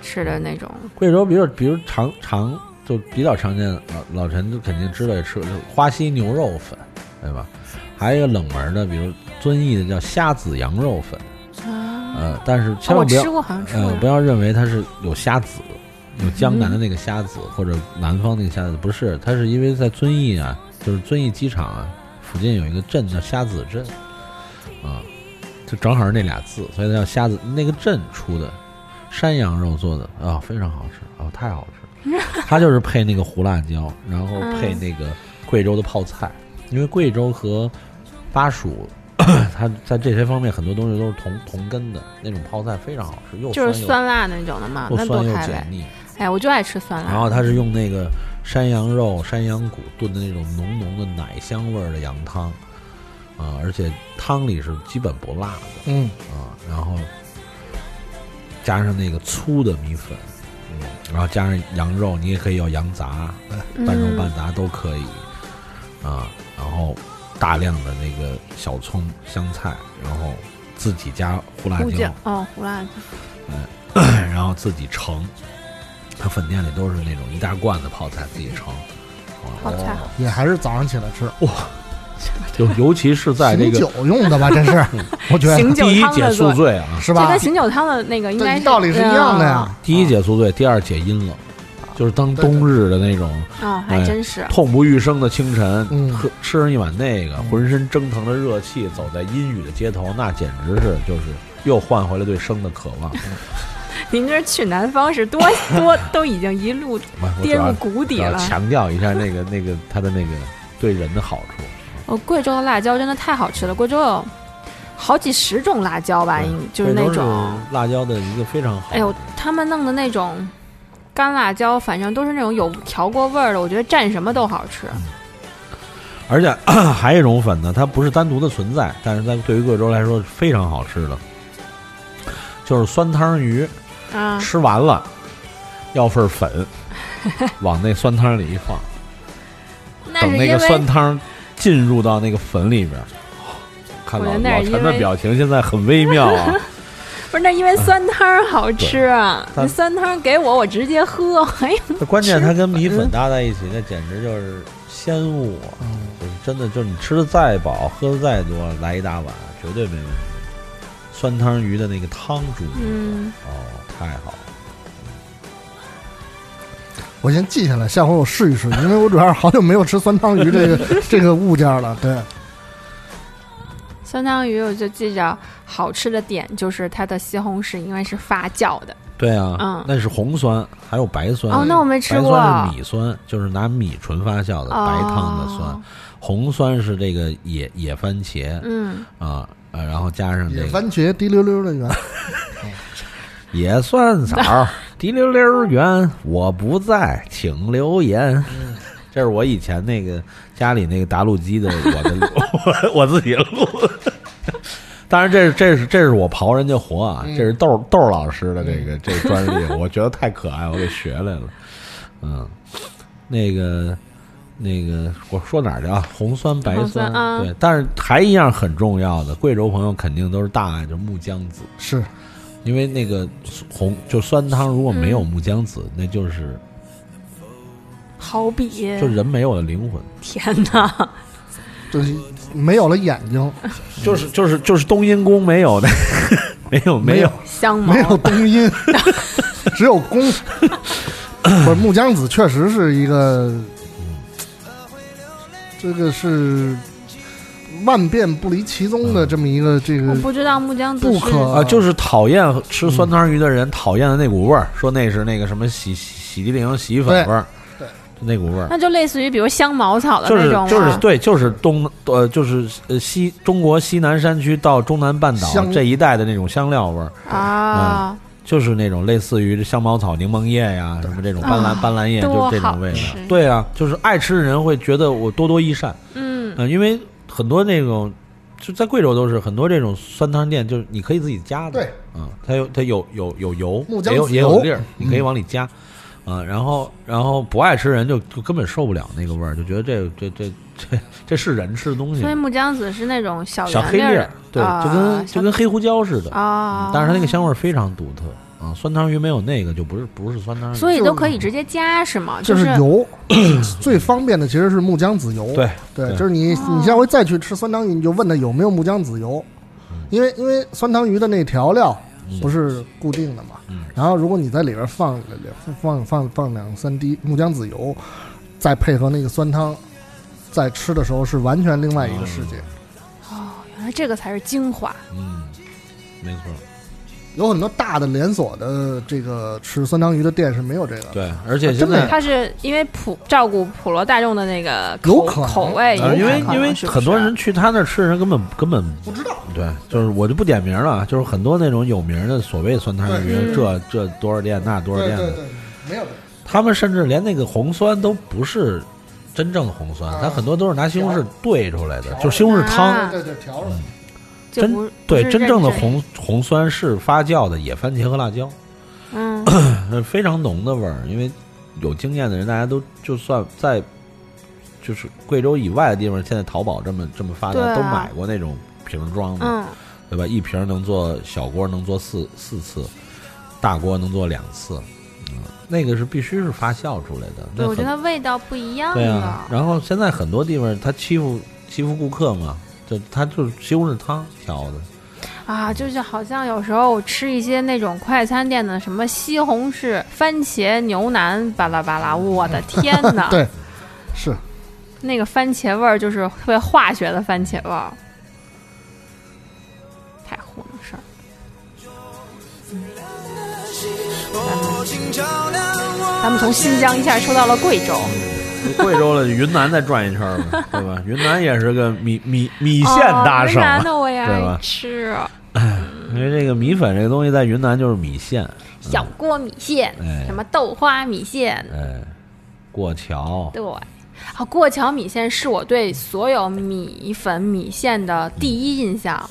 吃的那种贵州比如比如常常就比较常见，啊老老陈就肯定知道也吃就是花溪牛肉粉，对吧？还有一个冷门的，比如遵义的叫虾子羊肉粉，呃，但是千万不要，哦我吃过好像吃过呃，不要认为它是有虾子，有江南的那个虾子、或者南方那个虾子，不是，它是因为在遵义啊，就是遵义机场啊附近有一个镇叫虾子镇，啊，就正好是那俩字，所以它叫虾子。那个镇出的山羊肉做的啊、非常好吃啊、太好吃了，它就是配那个胡辣椒，然后配那个贵州的泡菜，因为贵州和巴蜀。 它在这些方面很多东西都是同同根的，那种泡菜非常好吃，又就是又酸辣那种的嘛，又那多酸又开解腻胃。哎，我就爱吃酸辣。然后它是用那个山羊肉、山羊骨炖的那种浓浓的奶香味儿的羊汤，啊、而且汤里是基本不辣的，嗯啊、然后加上那个粗的米粉，嗯，然后加上羊肉，你也可以要羊杂，嗯半肉半杂都可以，啊、然后大量的那个小葱、香菜，然后自己加胡辣胡椒椒，哦，胡辣椒，嗯，然后自己盛。他粉店里都是那种一大罐的泡菜自己盛，啊泡菜好也还是早上起来吃哇，尤尤其是在这醒个嗯酒用的吧？这是我觉得醒酒第一汤解的宿做醉啊，是这吧跟？醒酒汤的那个应该这道理是一样的呀。第一解宿醉，第二解阴冷，就是当冬日的那种，哦还哎真是痛不欲生的清晨，嗯喝吃上一碗那个，浑身蒸腾的热气，走在阴雨的街头，那简直是就是又换回了对生的渴 望。您这去南方是多 多都已经一路哎我我主跌入要谷底主要了。强调一下那个那个它的那个对人的好处。哦，贵州的辣椒真的太好吃了，贵州有好几十种辣椒吧，应就是那贵州种，是辣椒的一个非常好哎呦，他们弄的那种干辣椒，反正都是那种有调过味儿的，我觉得蘸什么都好吃。而且 还有一种粉呢，它不是单独的存在，但是在对于贵州来说是非常好吃的，就是酸汤鱼，啊吃完了要份粉，往那酸汤里一放，那等是那因个为酸汤进入到那个粉里边儿。看我老觉得那老是因陈的为表情现在很微 妙啊，不是那因为酸汤好吃啊，对那酸汤给我我直接喝， 哎呀，那关键它跟米嗯粉搭在一起，那简直就是仙物啊！就是真的，就是你吃的再饱，喝的再多，来一大碗绝对没问题。酸汤鱼的那个汤煮的，嗯，哦，太好了。我先记下来，下回我试一试，因为我主要是好久没有吃酸汤鱼这个这个物件了。对，酸汤鱼我就记着好吃的点就是它的西红柿，因为是发酵的，对啊，嗯那是红酸，还有白酸。哦那我没吃过白酸是米酸，就是拿米纯发酵的、白汤的酸哦。红酸是这个野野番茄，嗯啊呃，然后加上这个番茄滴溜溜的圆，野蒜枣 儿滴溜溜圆，我不在，请留言。嗯这是我以前那个家里那个打录机的，我的 我我自己录的。当然这，是这是这是我刨人家活啊，嗯这是豆豆老师的这嗯个这个专利，我觉得太可爱，我给学来了。嗯，那个那个，我说哪儿去啊？红酸白红酸啊对，但是还一样很重要的，贵州朋友肯定都是大爱，就是木姜子。是，因为那个红就酸汤如果没嗯有木姜子，那就是好比就人没有了灵魂，天哪，就是没有了眼睛，就是就是就是冬阴功没有的， 没有没有啊香没有冬阴，只有公。不是木姜子确实是一个，这个是万变不离其宗的这么一个这我个不知道木姜子不是可啊，嗯就是讨厌吃酸汤鱼的人讨厌的那股味儿，说那是那个什么洗洗洗涤灵洗衣粉味儿，对，那股味儿那。就类似于比如香茅草的就那是种吗就是对，就是东呃，就是呃西中国西南山区到中南半岛香这一带的那种香料味儿，啊，就是那种类似于香茅草、柠檬叶呀，什么这种斑斓、啊斑斓叶，就是这多种好味道吃。对啊，就是爱吃的人会觉得我多多益善。嗯呃因为很多那种就在贵州都是很多这种酸汤店，就是你可以自己加的。对，嗯，它有它有有有油，木姜也有子也有油嗯粒儿，你可以往里加。啊、然后然后不爱吃人就就根本受不了那个味儿，就觉得这这这这这是人吃的东西嗯所以吗。木姜子是那种小小圆黑粒儿儿的，对，啊就跟就跟黑胡椒似的啊嗯但是它那个香味儿非常独特啊、酸汤鱼没有那个就不是不是酸汤鱼，所以都可以直接加是吗？就是是油， 最方便的其实是木姜子油。对对，对就是你哦你下回再去吃酸汤鱼，你就问他有没有木姜子油，嗯因为因为酸汤鱼的那调料不是固定的嘛。嗯然后如果你在里边放放放放两三滴木姜子油，再配合那个酸汤，在吃的时候是完全另外一个世界。哦，原来这个才是精华。嗯，没错。啊有很多大的连锁的这个吃酸汤鱼的店是没有这个的。对，而啊且现真的在它是因为普照顾普罗大众的那个有可口能口味，呃因为有可能因为是不是很多人去他那儿吃的人根本根本不知道，对，就是我就不点名了，啊就是很多那种有名的所谓酸汤鱼对，这这多少店那多少对店对的，对，没有这个。他们甚至连那个红酸都不是真正的红酸，啊他很多都是拿西红柿兑出来的，就西红柿嗯汤。对对调出来。就不真啊不对是真正的认真红红酸是发酵的野番茄和辣椒， 嗯呃非常浓的味儿。因为有经验的人，大家都就算在就是贵州以外的地方，现在淘宝这么这么发达，对啊都买过那种瓶装的，嗯对吧？一瓶能做小锅能做四四次，大锅能做两次，嗯，那个是必须是发酵出来的。对，那我觉很得味道不一样对了啊。。然后现在很多地方他欺负欺负顾客嘛，就他就是西红柿汤调的，啊，就是好像有时候吃一些那种快餐店的什么西红柿、番茄牛腩，巴拉巴拉，嗯我的天 呐！对，是那个番茄味儿就是特别化学的番茄味儿，太糊弄事儿。咱们从新疆一下说到了贵州，贵州了，云南再转一圈儿吧，对吧？云南也是个米米米线大哦、云省啊，南的我也对爱吧？吃因为这个米粉这个东西在云南就是米线，小锅米线，哎什么豆花米线，哎，过桥，对。啊，过桥米线是我对所有米粉、米线的第一嗯印象，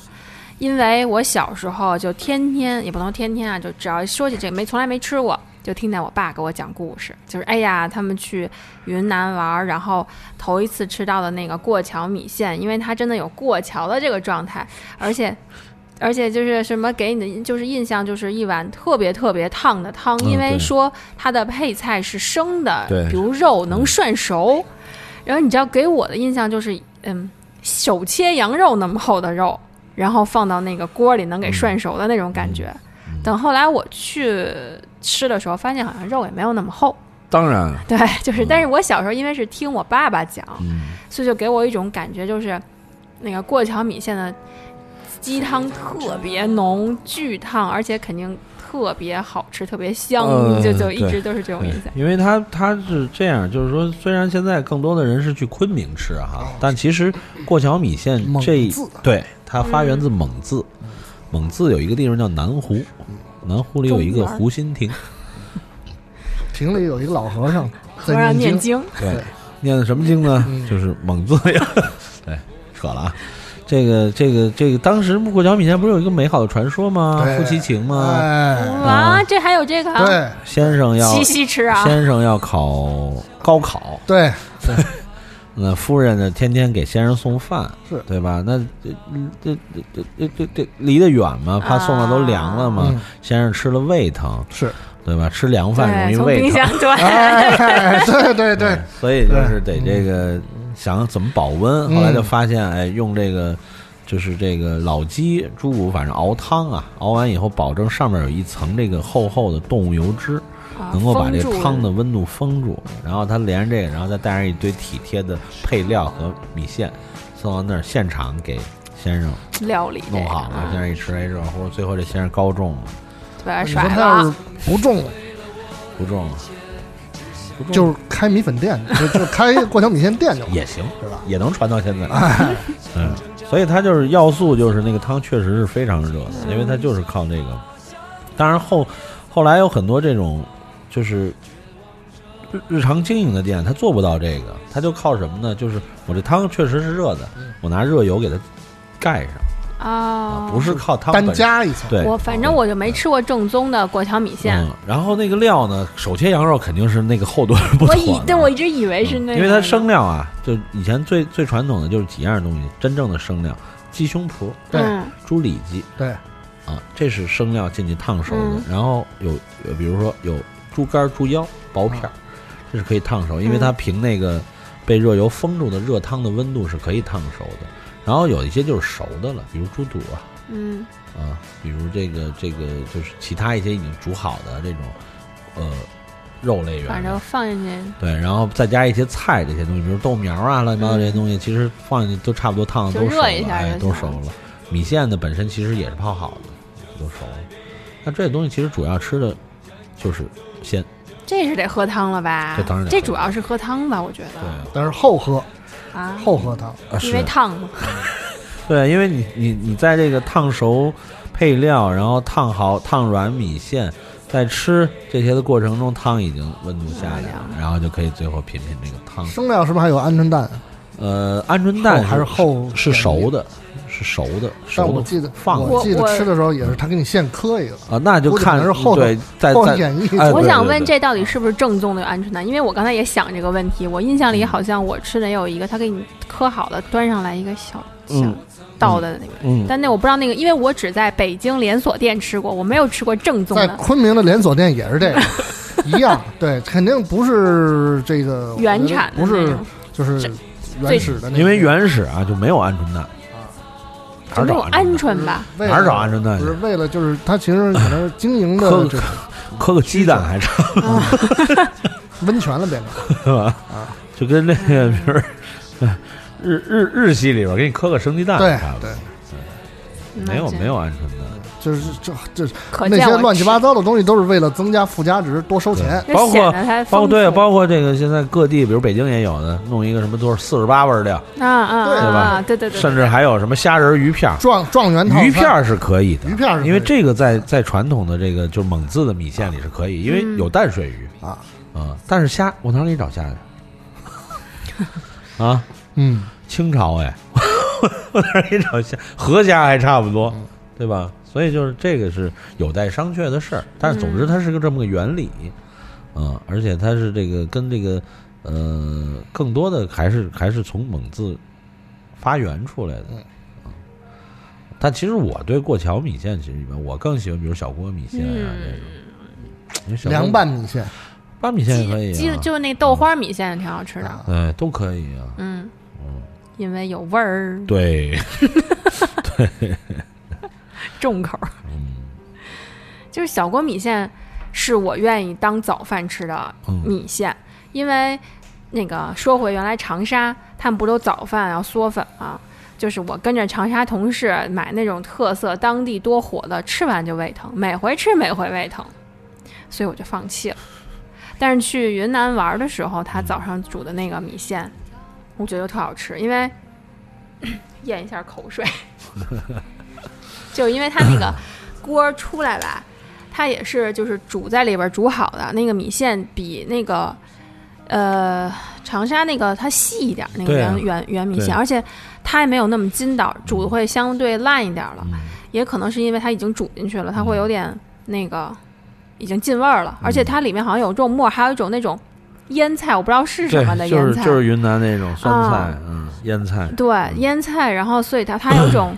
因为我小时候就天天，也不能天天啊，就只要说起这个没从来没吃过，就听见我爸给我讲故事，就是哎呀，他们去云南玩儿，然后头一次吃到的那个过桥米线，因为它真的有过桥的这个状态，而且。而且就是什么给你的就是印象就是一碗特别特别烫的汤，嗯因为对说它的配菜是生的，对比如肉能涮熟。然后你知道给我的印象就是，嗯，手切羊肉那么厚的肉，然后放到那个锅里能给涮熟的嗯那种感觉。等后来我去吃的时候，发现好像肉也没有那么厚，当然，对，就是，但是我小时候因为是听我爸爸讲，嗯所以就给我一种感觉，就是那个过桥米线的鸡汤特别浓、巨烫，而且肯定特别好吃、特别香，呃就就一直对都是这种对印象。因为他他是这样，就是说，虽然现在更多的人是去昆明吃哈，但其实过桥米线蒙这一自对它发源自蒙自，蒙自有一个地方叫南湖，南湖里有一个公园湖心亭，亭里有一个老和尚在和尚念经经，对，念的什么经呢？就是蒙自呀。对，扯了啊。这个这个这个，当时过桥米线不是有一个美好的传说吗？对啊哎夫妻情吗？哇，这还有这个啊？对，先生要七夕吃啊先生要考高考， 对，那夫人呢，天天给先生送饭，是对吧？那这这这这这这离得远嘛，怕送的都凉了嘛，嗯先生吃了胃疼，是对吧？吃凉饭容对，易从胃啊冰疼箱， 哎，对，对对对，所以就是得这个想怎么保温，嗯后来就发现，哎，用这个就是这个老鸡、猪骨，反正熬汤啊，熬完以后保证上面有一层这个厚厚的动物油脂，啊能够把这封住汤的温度封住。然后它连着这个，然后再带上一堆体贴的配料和米线，送到那儿现场给先生 料理这弄个好了啊，先生一吃，哎，热乎，最后这先生高中了，对，你说甩他了要是啊。不中，不中了。不中就是开米粉店，就就开过桥米线店就完也行，是吧？也能传到现在。嗯，所以它就是要素，就是那个汤确实是非常热的，因为它就是靠这个。当然后后来有很多这种就是日日常经营的店，它做不到这个，它就靠什么呢？就是我这汤确实是热的，我拿热油给它盖上，哦，啊不是靠汤单本身加一层对，我反正我就没吃过正宗的过桥米线，嗯，然后那个料呢，手切羊肉肯定是那个厚度是不妥我的。以对我一直以为是那个，嗯因为它生料啊，就以前最最传统的就是几样东西，真正的生料，鸡胸脯，对嗯猪里脊对，啊，这是生料进去烫熟的嗯。然后有有，比如说有猪肝、猪腰薄片儿，这是可以烫熟，因为嗯它凭那个被热油封住的热汤的温度是可以烫熟的。然后有一些就是熟的了，比如猪肚啊，嗯，啊，比如这个这个就是其他一些已经煮好的这种呃肉类原反料正。放进去对，然后再加一些菜这些东西，比如豆苗啊、乱七八糟这些东西，其实放进去都差不多烫的嗯就都熟了，热一下哎，就都行熟了。米线呢本身其实也是泡好的，都熟了。那这些东西其实主要吃的就是鲜，这是得喝汤了吧？这当然得这喝主要是喝汤吧，我觉得但是后喝啊，后喝汤，啊因为是烫嘛，对，因为你你你在这个烫熟配料，然后烫好烫软米线，在吃这些的过程中，汤已经温度下来嗯了，然后就可以最后品品这个汤。生料是不是还有鹌鹑蛋？呃，鹌鹑嗯蛋还是后是熟的，是熟的，熟但的我记得放我过记得我吃的时候也是他给你现磕一个，啊，那就估计可看能是后头对，再后再演绎哎我对想对问，对这到底是不是正宗的鹌鹑蛋？因为我刚才也想这个问题，我印象嗯里好像我吃的也有一个，他给你磕好的，端上来一个小小嗯倒的那个，嗯但那我不知道那个，因为我只在北京连锁店吃过，我没有吃过正宗在的昆明的连锁店也是 这个一样，对，肯定不是这个我原觉得产的不那是种就是原始的那个，因为原始啊就没有鹌鹑蛋，哪就那儿找种鹌鹌鹑鹑吧。为蛋？了哪儿找啊鹌鹑蛋不去是？为了就是它其实可能经营的磕这个啊磕个鸡蛋还差温泉了变成。是吧？啊就跟那个比如日日日系里边给你磕个生鸡蛋对差不多，嗯没有那这没有鹌鹑蛋。就是这这可嗯那见些我乱七八糟的东西都是为了增加附加值，多收钱。就包括显得它包括丰对，啊富包括这个现在各地，比如北京也有的，弄一个什么多少四十八味料，啊啊对啊吧啊！对对对，甚至还有什么虾仁儿鱼片儿，状状元套餐鱼片儿是可以的，鱼片儿是可以的因为这个在在传统的这个就是蒙自的米线里是可以，因为有淡水鱼啊啊，但是虾我哪儿给你找虾去？ 啊，嗯，清朝哎， 我哪儿给你找虾？河虾还差不多，嗯对吧？所以就是这个是有待商榷的事儿，但是总嗯之它是个这么个原理，啊，而且它是这个跟这个呃更多的还是还是从蒙自发源出来的。嗯但其实我对过桥米线其实一般，我更喜欢比如小锅米线啊嗯这种因为小锅，凉拌米线，拌米线也可以、啊，鸡就那豆花米线挺好吃的，哎都可以啊。嗯，因为有味儿，对，对，嗯重口。就是小锅米线是我愿意当早饭吃的米线，因为那个说回原来长沙，他们不都早饭要嗦粉吗？就是我跟着长沙同事买那种特色当地多火的，吃完就胃疼，每回吃每回胃疼，所以我就放弃了。但是去云南玩的时候，他早上煮的那个米线，我觉得特好吃，因为 咽一下口水， 就因为它那个锅儿出来吧，它也是就是煮在里边儿煮好的那个米线，比那个呃长沙那个它细一点儿那个对圆、啊圆圆米对线，而且它也没有那么筋道，煮的会相对烂一点儿了，嗯也可能是因为它已经煮进去了，它会有点那个嗯已经进味儿了，而且它里面好像有肉末，还有一种那种腌菜，我不知道是什么的对，就腌是菜，就是云南那种酸菜啊，嗯，腌菜，对，腌菜，然后所以它它有一种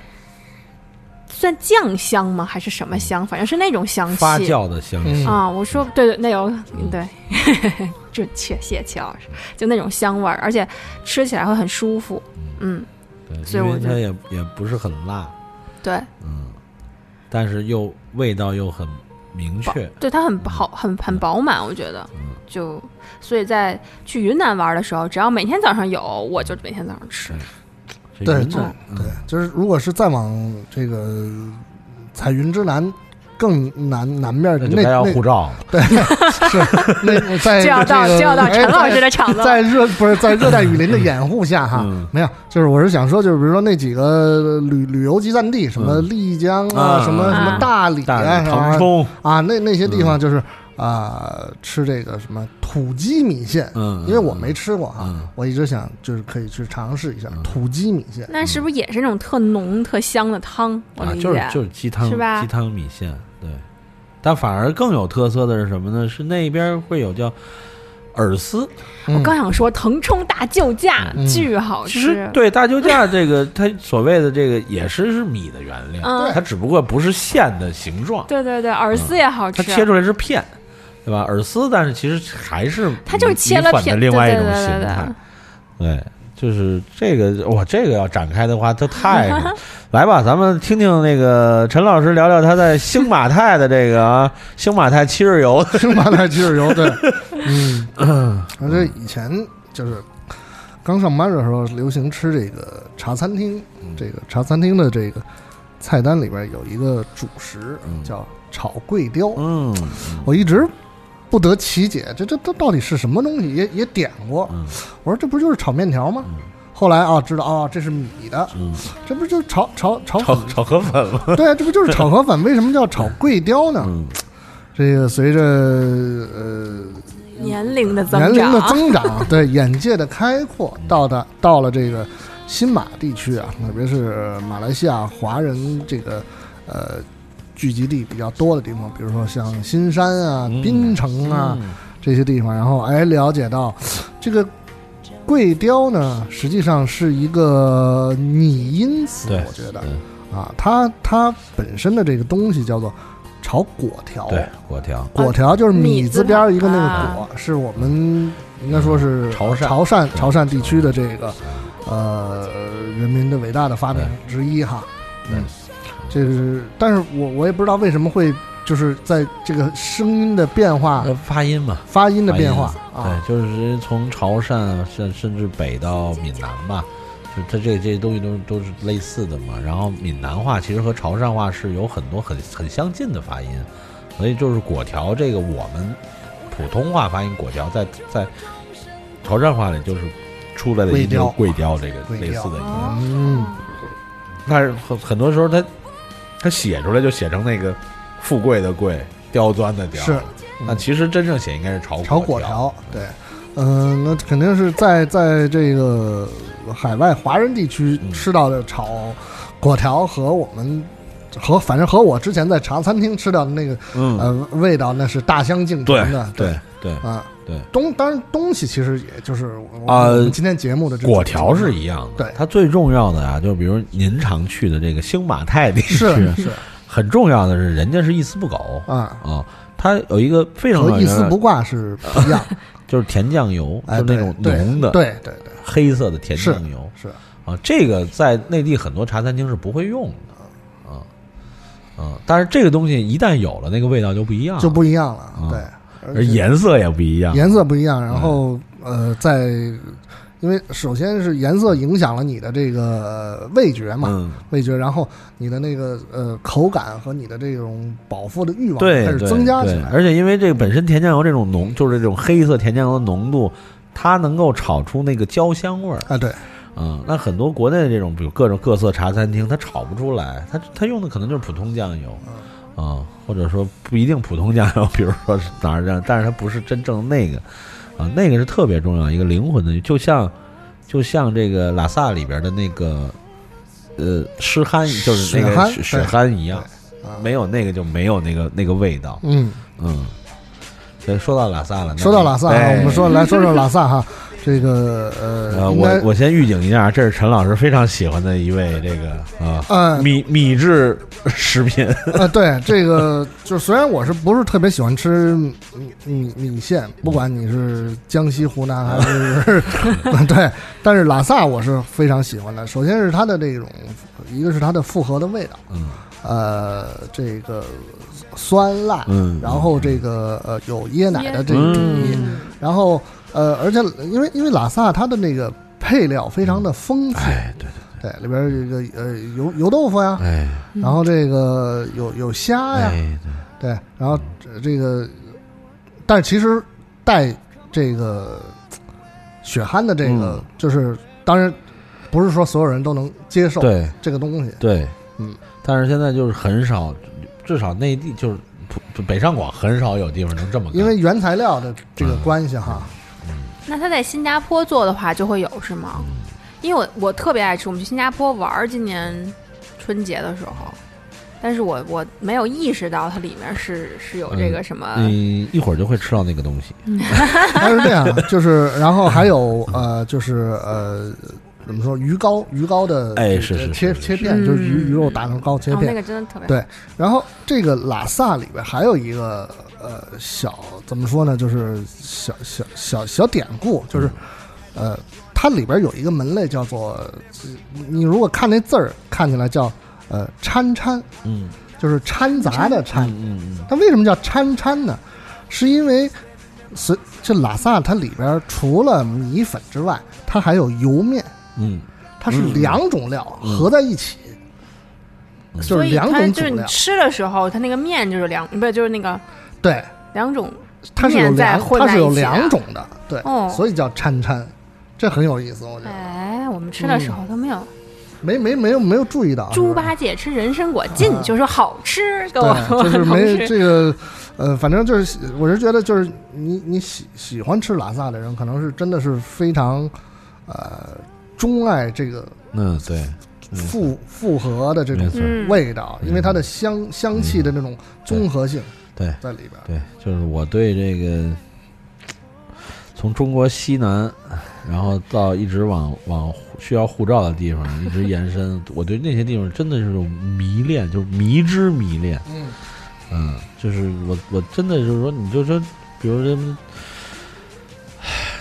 算酱香吗？还是什么香？反正是那种香气，发酵的香嗯气啊、我说对对，那有嗯对， 准确，谢谢齐老师，就那种香味儿，而且吃起来会很舒服，嗯，对所以因我为就它也也不是很辣，嗯对但是又味道又很明确，对，它很好，很很饱满，我觉得，嗯就所以在去云南玩的时候，只要每天早上有，我就每天早上吃，这对，云就南嗯对，就是如果是再往这个彩云之南更南南面儿，那就那该要那护照了对，是那在就要到这个就要到哎陈老在师的场子在热不是在热带雨林的掩护下哈，嗯没有，就是我是想说，就是比如说那几个旅旅游集散地，什么丽江啊，啊什么什么啊大理大理嗯啊，什么腾冲啊，那那些地方就是啊，吃这个什么土鸡米线，嗯因为我没吃过哈，我一直想就是可以去尝试一下嗯土鸡米线。那是不是也是那种特浓特香的汤？我啊，理解，就是就是鸡汤是吧鸡？汤米线，对。但反而更有特色的是什么呢？是那边会有叫饵丝，我刚想说腾冲大救驾、嗯巨好其实吃，对大救驾这个，它所谓的这个也是是米的原料，嗯它只不过不是线的形状，对啊对对，饵丝也好吃，嗯它切出来是片，对吧？饵丝，但是其实还是它就是米切了米粉片的另外一种对对对形对对态。对，就是这个哇，这个要展开的话，它 太来吧，咱们听听那个陈老师聊聊他在星马泰的这个啊，星马泰七日游， 星马泰七日游， 对，嗯，反正以前就是刚上班的时候，流行吃这个茶餐厅，这个茶餐厅的这个菜单里边有一个主食叫炒桂雕，嗯，我一直不得其解，这这这到底是什么东西？也也点过，我说这不就是炒面条吗？后来啊，知道啊，这是米的，嗯这不就是炒炒炒炒炒河粉吗？对，啊这不就是炒河粉？为什么叫炒桂雕呢？嗯这个随着呃年龄的增年长，龄的增长，对眼界的开阔，到达到了这个新马地区啊，特别是马来西亚华人这个呃聚集地比较多的地方，比如说像新山啊、槟城啊、嗯这些地方，然后哎了解到这个桂雕呢，实际上是一个拟音词，对我觉得啊，它它本身的这个东西叫做炒粿条，对，果条，果条就是米啊米字字啊边儿一个那旁个果，是我们应该说是潮汕潮汕潮汕地区的这个呃人民的伟大的发明之一哈。嗯，这是，但是我我也不知道为什么会就是在这个声音的变化、发音嘛，发音的变化发啊，音对，就是从潮汕甚甚至北到闽南吧，就它这这些东西都都是类似的嘛。然后闽南话其实和潮汕话是有很多很很相近的发音，所以就是果条这个我们普通话发音果条在在潮汕话里就是出来的一桂雕个桂雕这个对类似的音，啊嗯，但是很很多时候它它写出来就写成那个富贵的贵，刁钻的刁是。那其实真正写应该是炒嗯炒粿条，对，嗯，那肯定是在在这个海外华人地区嗯吃到的炒粿条和我们和反正和我之前在茶餐厅吃到的那个、嗯呃味道那是大相径庭的，对对啊对。东当然东西其实也就是我我呃们今天节目的这果条是一样的，对，它最重要的啊，就比如您常去的这个星马泰地区，是是很重要的是，人家是一丝不苟啊啊，它有一个非常重要和的一丝不挂是不一样， 就是甜酱油，哎就是那种对对浓的，对对对，黑色的甜酱油是啊，这个在内地很多茶餐厅是不会用的啊嗯，但是这个东西一旦有了，那个味道就不一样了，就不一样了。嗯对，而颜色也不一样，颜色不一嗯样，然后呃，在因为首先是颜色影响了你的这个味觉嘛，嗯味觉，然后你的那个呃口感和你的这种饱腹的欲望对开始对增加起对，来。而且因为这个本身甜酱油这种浓，就是这种黑色甜酱油的浓度，它能够炒出那个焦香味儿啊，对，嗯，那很多国内的这种，比如各种各色茶餐厅，它炒不出来，它它用的可能就是普通酱油，啊、嗯或者说不一定普通酱油，比如说是哪儿酱，但是它不是真正那个，啊、那个是特别重要一个灵魂的，就像就像这个拉萨里边的那个，呃，湿憨就是那雪憨个雪雪对憨一样，对啊没有那个就没有那个那个味道，嗯嗯。对，说到拉萨了，那说到拉萨，啊，哎我们说来说说拉萨哈，这个呃，呃，应我该我先预警一下，这是陈老师非常喜欢的一位这个啊、嗯米米制食品， 啊，对，这个就虽然我是不是特别喜欢吃米米米线，不管你是江西、湖南还 是对，但是拉萨我是非常喜欢的。首先是它的这种，一个是它的复合的味道，嗯，呃，这个酸辣，嗯然后这个呃有椰奶的这个主义，嗯然后呃，而且因为因为拉萨它的那个配料非常的丰富，哎对对对，里边儿这个呃油油豆腐呀，哎，然后这个有有虾呀，对，然后这这个，但是其实带这个血汗的这个，嗯就是当然不是说所有人都能接受对这个东西，对，嗯，但是现在就是很少，至少内地就是普就北上广很少有地方能这么干，因为原材料的这个关系哈，那他在新加坡做的话就会有是吗？因为我我特别爱吃，我们去新加坡玩儿，今年春节的时候，但是我我没有意识到它里面是是有嗯这个什么。你一会儿就会吃到那个东西，它是这样，就是然后还有呃，就是呃。怎么说鱼糕？鱼糕的哎这是个是是切是切是片，就是嗯鱼鱼肉打成糕切哦片，那个真的特别对。然后这个拉萨里边还有一个呃小怎么说呢，就是小小小小典故，就是嗯呃它里边有一个门类叫做，呃你如果看那字儿看起来叫呃掺掺，嗯，就是掺杂的掺，嗯嗯，它为什么叫掺掺呢？是因为随这拉萨它里边除了米粉之外，它还有油面，嗯，它是嗯嗯两种料嗯合在一起，就是所以两它种就佐是你料。吃的时候，它那个面就是两，不是就是那个对，两种它是有面在两，混它在是有一起的。两种的，对，哦所以叫掺掺，这很有意思，我觉得哎，我们吃的嗯时候都没有。啊没没没有没有注意到，猪八戒吃人参果，进啊就说好吃，跟我对，我 就是哦同没事这个，呃，反正就是，我是觉得就是你你喜喜欢吃拉萨的人，可能是真的是非常，呃，钟爱这个嗯对，复复合的这种没错嗯味道，因为它的香香气的那种综合性，对，在里边，对，就是我对这个从中国西南，然后到一直往往需要护照的地方一直延伸，我对那些地方真的是有迷恋，就是迷之迷恋。嗯嗯，就是我我真的就是说，你就说，比如这。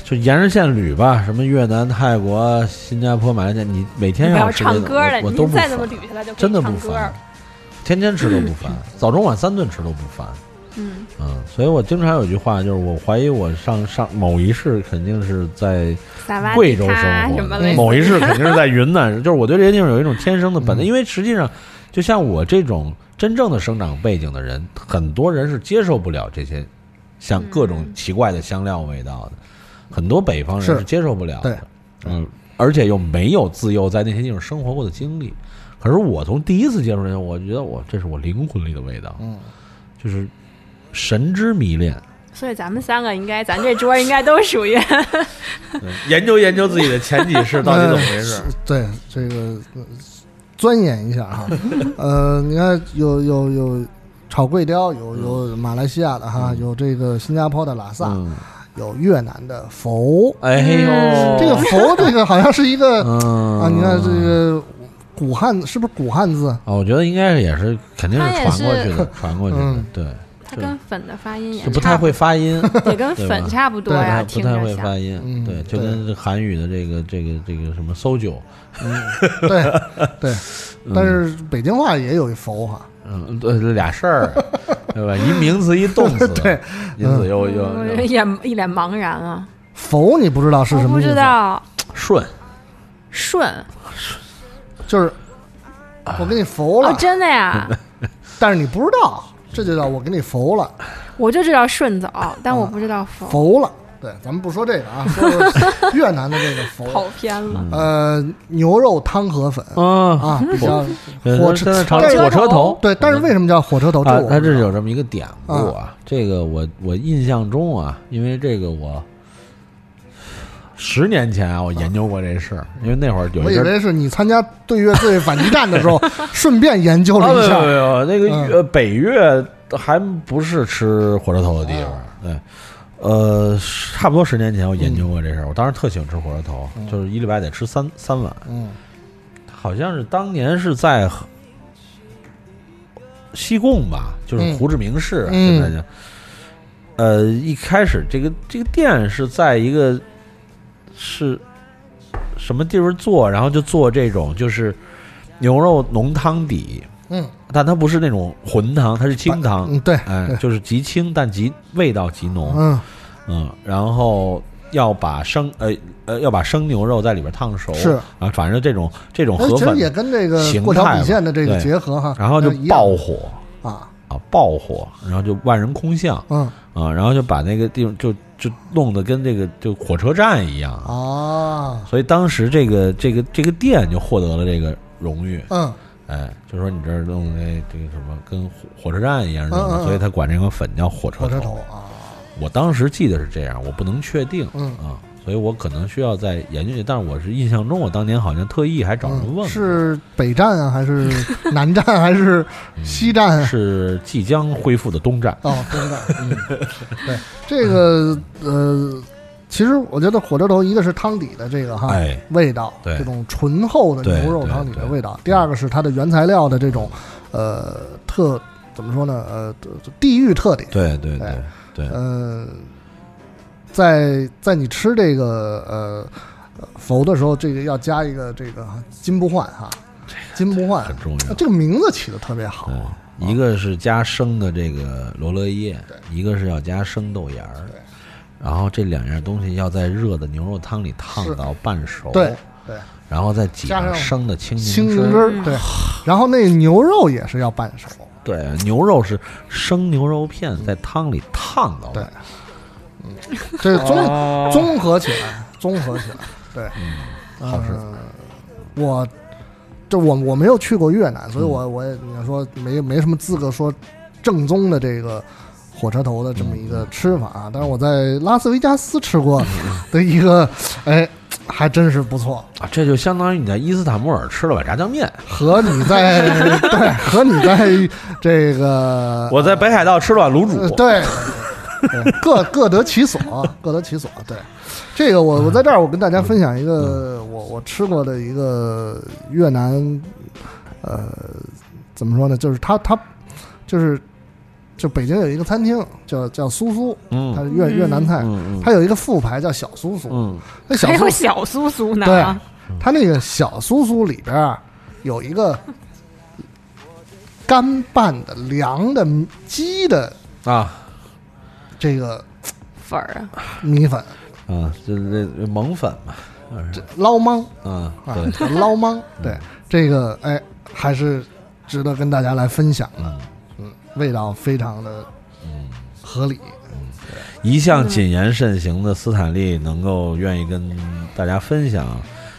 就沿着线捋吧，什么越南、泰国、新加坡、马来西亚，你每天你不要吃这唱个歌了我我你都不再这么烦捋下来就可以真的唱不歌烦了，天天吃都不烦，早中晚三顿吃都不烦。嗯，嗯，所以我经常有句话，就是我怀疑我上上某一世肯定是在萨瓦贵迪州卡什生活嗯么的，哎类似某一世肯定是在 云南，就是我对这些地方有一种天生的嗯本能，因为实际上，就像我这种真正的生长背景的人，很多人是接受不了这些像各种奇怪的香料味道的，很多北方人是是接受不了对的，嗯，而且又没有自幼在那些地方生活过的经历。可是我从第一次接触这些，我觉得我这是我灵魂里的味道，嗯，就是神之迷 恋，所以咱们三个应该，咱这桌应该都 属于研究研究自己的前几世到底怎么回事。呃对，这个呃钻研一下 哈。呃，你看有有有炒贵雕，有有马来西亚的哈，有这个新加坡的拉萨，嗯有越南的佛。哎嗯呦，嗯这个佛这个好像是一个、嗯啊，你看这个古汉是不是古汉字？啊，我觉得应该是也是肯定他也传过去是 的，传过去的嗯，对，它跟粉的发音也就不太会发音，也跟对粉吧差不多对呀不听太着会像发音，嗯对，就对跟这韩语的这个这个这个什么搜酒， 嗯，对对。但是北京话也有一佛哈，嗯，对，俩 事儿，对吧？一名词一动词，对，因此又又我一脸一脸茫然啊！否你不知道是我什么不意思？知道顺顺就是我给你服了，哦，真的 呀，但是你不知道，这就叫我给你服了，我就知道顺走，但嗯我不知道否。服了。对，咱们不说这个 啊，说说越南的这个嗯服。跑偏了，呃，牛肉汤河粉 啊比较火车现在炒但是火车头对，但是为什么叫火车头？哦这哦啊，我它这有这么一个典故嗯啊。这个我我印象中啊，因为这个我十年前啊，我研究过这事儿，因为那会儿啊有我一以阵为是你参加对越自卫反击战的 时候顺便研究啊，了没一有没下。有，那个嗯越、北越还不是吃火车头的地方，嗯对。呃，差不多十年前我研究过这事儿，我当时特喜欢吃火车头，就是一礼拜得吃三三碗，嗯，好像是当年是在和西贡吧，就是嗯胡志明市、啊，嗯现在就，呃，一开始这个这个店是在一个是什么地方做，然后就做这种就是牛肉浓汤底，嗯，但它不是那种浑汤，它是清汤，嗯对哎对，就是极清但极味道极浓，嗯嗯然后要把生呃呃要把生牛肉在里边烫熟，是啊，反正这种这种哎河其实粉也跟这个形过桥态底嘛线的这个对结合哈然后就啊那一样爆火啊啊爆火，然后就万人空巷，嗯啊，然后就把那个地方就就弄得跟这个就火车站一样，啊，所以当时这个这个这个店就获得了这个荣誉，嗯，哎，就说你这儿弄的这个什么跟火火车站一样弄的，嗯嗯嗯所以他管这个粉叫火车火车头。头啊，我当时记得是这样，我不能确定，嗯啊，所以我可能需要再研究一下。但是我是印象中，我当年好像特意还找人问过，嗯是北站啊，还 是南站，还是西站？嗯啊是即将恢复的东站。哦，不知道。嗯，对，这个呃，其实我觉得火车头一个是汤底的这个哈、哎味道，对这种醇厚的对牛肉对汤底的味道；第二个是它的原材料的这种呃特怎么说呢呃地域特点，对对对哎对，呃，在在你吃这个呃呃佛的时候，这个要加一个这个金不换哈，金不换很重要，这个名字起的特别好，一个是加生的这个罗勒叶，一个是要加生豆芽儿，然后这两样东西要在热的牛肉汤里烫是到半熟，对对，然后再挤加上上生的青青汁柠汁儿对，然后那牛肉也是要半熟，对，牛肉是生牛肉片在汤里烫到的，这是综、哦综合起来，综合起来，对，嗯好吃呃我这我我没有去过越南，所以我、嗯我也你要说没没什么资格说正宗的这个火车头的这么一嗯个吃法啊。但是我在拉斯维加斯吃过的一 个，哎，还真是不错。啊，这就相当于你在伊斯坦布尔吃了碗炸酱面，和你在 对和你在这个我在北海道吃了碗卤呃煮，对，对各各得其所，各得其所。对，这个我我在这儿我跟大家分享一嗯个我我吃过的一个越南，呃，怎么说呢？就是它它就是就北京有一个餐厅叫叫苏苏，嗯它是越越南菜，嗯嗯它有一个副牌叫小苏苏，嗯，那小还有苏小苏苏呢。对，它那个小苏苏里边儿有一个干拌的凉的鸡的啊这个粉儿啊，米粉啊，这这蒙粉嘛，这捞mang 啊，啊对，，叫捞mang，对嗯这个哎还是值得跟大家来分享的，嗯，味道非常的合 理，一嗯向谨言慎行的斯坦利能够愿意跟大家分享，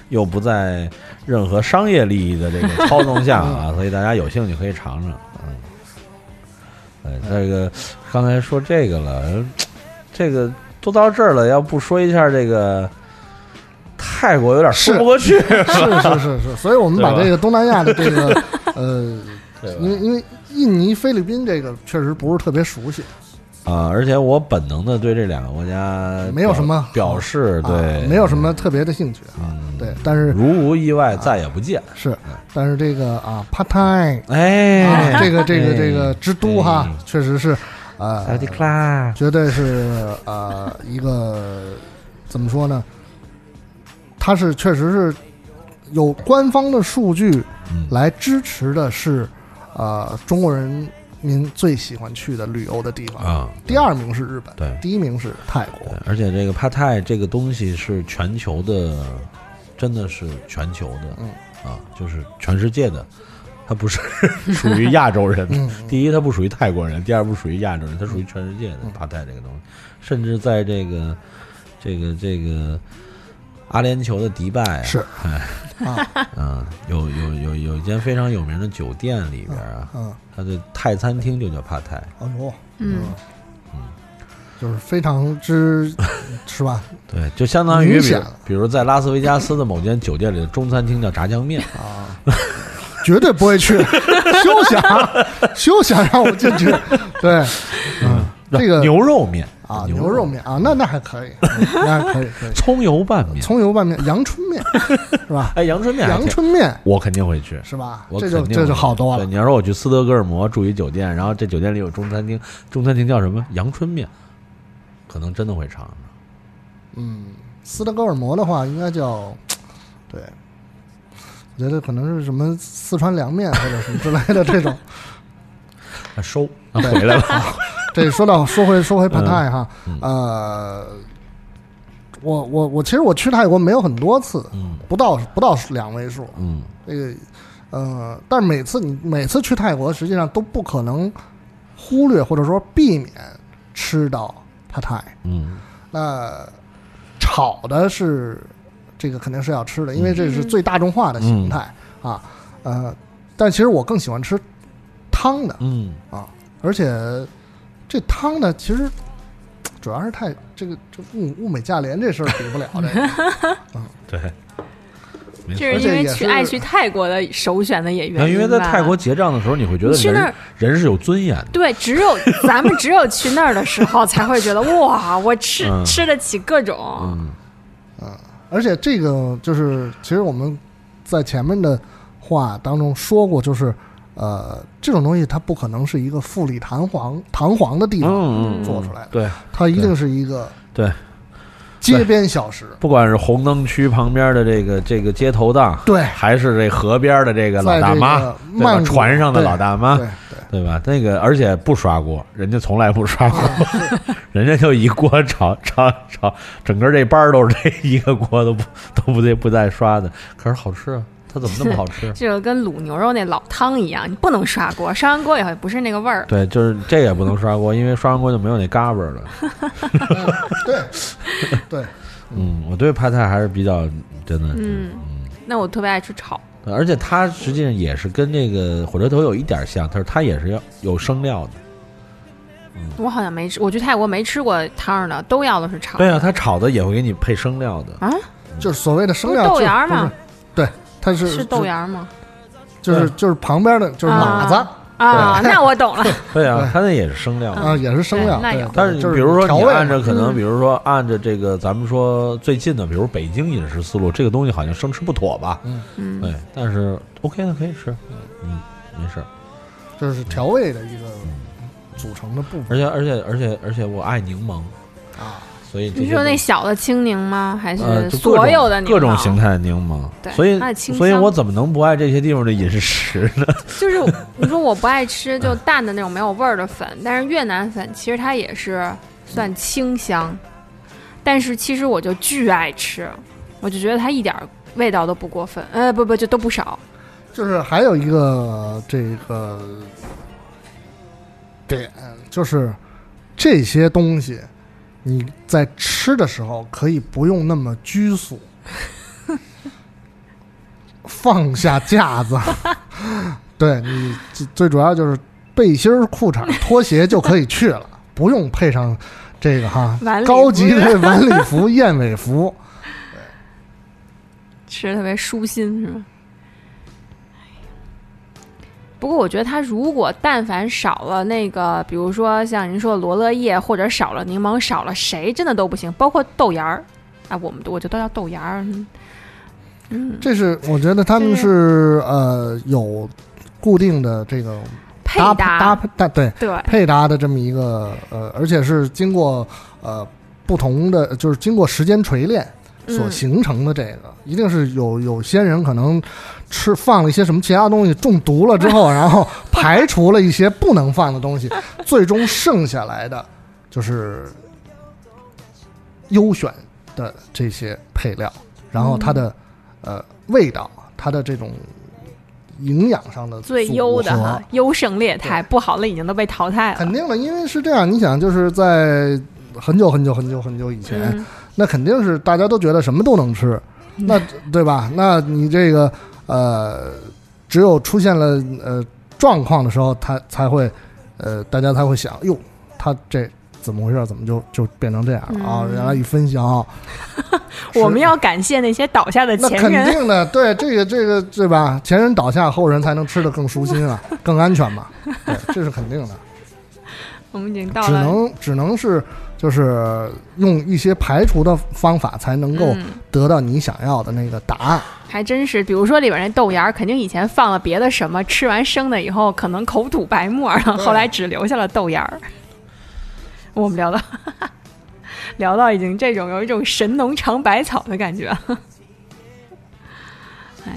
又不在任何商业利益的这个操纵下 啊，所以大家有兴趣可以尝尝。嗯，哎，这个刚才说这个了，这个都到这儿了，要不说一下这个泰国有点说不过去，是是是是，所以我们把对吧这个东南亚的这 个呃 对吧，因为因为印尼、菲律宾这个确实不是特别熟悉，啊，而且我本能的对这两个国家没有表什么啊表示，对，嗯没有什么特别的兴趣啊，对，但是如无意外再也不见。是，但是这个啊，Pad Thai，嗯哎啊这个这个这个哎之都哈，确实是，呃萨瓦迪 卡，绝对是呃一个怎么说呢？它是嗯确实是有官方的数据来支持的是，呃中国人民最喜欢去的旅游的地方啊第二名是日本，对第一名是泰国。而且这个 p a t a i 这个东西是全球的，真的是全球的，嗯啊，就是全世界的，它 不是属于亚洲人的嗯。第一，它不属于泰国人；第二，不属于亚洲人，它属于全世界的嗯 p a t a i 这个东西。甚至在这个这个这个阿联酋的迪拜啊，是哎啊，嗯，有有有有一间非常有名的酒店里边啊，嗯嗯它的泰餐厅就叫 p a t a i 哎呦，嗯，就是非常之是 吧？对，就相当于明比显如比如在拉斯维加斯的某间酒店里的中餐厅叫炸酱面 啊，绝对不会去，休想，休想让我进去。对，嗯，这个牛肉面啊，牛牛肉面啊，那那还可以，嗯那还可以，可以。葱油拌面，葱油拌面、阳春 面是吧？哎，阳春面还挺，阳春面我肯定会去，是吧我这就肯定这就会好多了对，你要说我去斯德哥尔摩住一酒店，然后这酒店里有中餐厅，中餐厅叫什么？阳春面，可能真的会尝尝。嗯，斯德哥尔摩的话应该叫，对，我觉得可能是什么四川凉面或者什么之类的 这种。啊收，啊对回来了。 这说到说回说回帕泰哈嗯，呃，我我我其实我去泰国没有很多次，不到不到两位数，嗯，这个呃，但是每次你每次去泰国，实际上都不可能忽略或者说避免吃到帕泰，嗯，那炒的是这个肯定是要吃的，因为这是最大众化的形态、啊，呃，但其实我更喜欢吃汤的，嗯啊，而且这汤呢，其实主要是太这个这物物美价廉这事儿比不了这个，对，没错这而是且因为也是去爱去泰国的首选的演那员，啊因为在泰国结账的时候，你会觉得你去那人儿人是有尊严的。对，只有咱们只有去那儿的时候才会觉得哇，我吃、嗯吃得起各啊种，嗯而且这个就是，其实我们在前面的话当中说过，就是呃，这种东西它不可能是一个富丽堂皇堂皇的地嗯方嗯，做出来的，对它一定是一个对，街边小吃。不管是红灯区旁边的这个这个街头档，对还是这河边的这个老大妈在这个，对吧曼？谷船上的对老大妈，对对吧？那个而且不刷锅，人家从来不刷锅，啊 人家就一锅炒炒炒，整个这班儿都是这一个锅都不都不对不带刷的，可是好吃啊！它怎么那么好 吃？这就跟卤牛肉那老汤一样，你不能刷锅，刷完锅以后也不是那个味儿。对，就是这也不能刷锅，因为刷完锅就没有那嘎巴儿了。 对对，嗯，我对派菜还是比较真的，嗯，那我特别爱吃炒，呃而且它实际上也是跟这个火车头有一点像，它是它也是要有生料的。我好像没吃，我去泰国没吃过汤的，都要的是炒。对啊，它炒的也会给你配生料的。啊，就是所谓的生料不是豆就芽儿不是吗？对，它是是豆，芽吗？就是就是旁边的就是啊码子 啊，对那我懂了。对啊，它那也是生料的啊，也是生料，那对有但是你就是比如说调你味按嘛照可能，嗯比如说按照这个咱们说最近的，比如北京饮食思路，这个东西好像生吃不妥吧？嗯嗯对，但是 OK 的可以吃，嗯，没事儿。就是调味的一个组成的部分而且而且而且而且我爱柠檬，啊。所以这你些说那东西小的青柠吗？还呃是就各所种有的柠檬各种形态的柠檬，对所以爱清所以香我怎么能不爱这些地方的饮食呢？ 就是你说我不爱吃就淡的那种没有味儿的粉，但是越南粉其实它也是算清香，但是其实我就巨爱吃，我就觉得它一点儿味道都不过分，呃，不不就都不少，就是还有一个这个点，就是这些东西你在吃的时候可以不用那么拘束， 放下架子。 对你最最主要就是背心儿、裤衩儿、拖鞋就可以去了， 不用配上这个哈晚礼服高级的晚礼服、燕尾服。吃的特别舒心是吗？不过我觉得它如果但凡少了那个，比如说像您说的罗勒叶，或者少了柠檬，少了谁真的都不行，包括豆芽儿，啊，我们我就都叫豆芽儿，嗯嗯，这是我觉得他们 是呃有固定的这个配搭搭搭配搭对对配搭的这么一个呃，而且是经过呃不同的，就是经过时间锤炼，嗯所形成的这个，一定是有有些人可能吃放了一些什么其他东西中毒了之后， 然后排除了一些不能放的东西，最终剩下来的就是优选的这些配料，然后它嗯的、呃味道，它的这种营养上的最优的组合哈，优胜劣汰，不好的已经都被淘汰了。肯定的，因为是这样，你想，就是在很久很久很久很久以前，嗯那肯定是大家都觉得什么都能吃，那对吧？那你这个呃，只有出现了呃状况的时候，他才会呃，大家才会想，哟，他这怎么回事？怎么就就变成这样了啊？嗯原来一分享啊， 我们要感谢那些倒下的那前肯人。 定的，对这个这个对吧？前人倒下，后人才能吃得更舒心 啊，更安全嘛，对，这是肯定的。我们已经到只了，能只能是就是用一些排除的方法，才能够嗯得到你想要的那个答案。还真是，比如说里边那豆芽儿，肯定以前放了别的什么，吃完生的以后可能口吐白沫儿，后来只留下了豆芽儿。我们聊到 聊到已经这种有一种神农尝百草的感觉。 哎，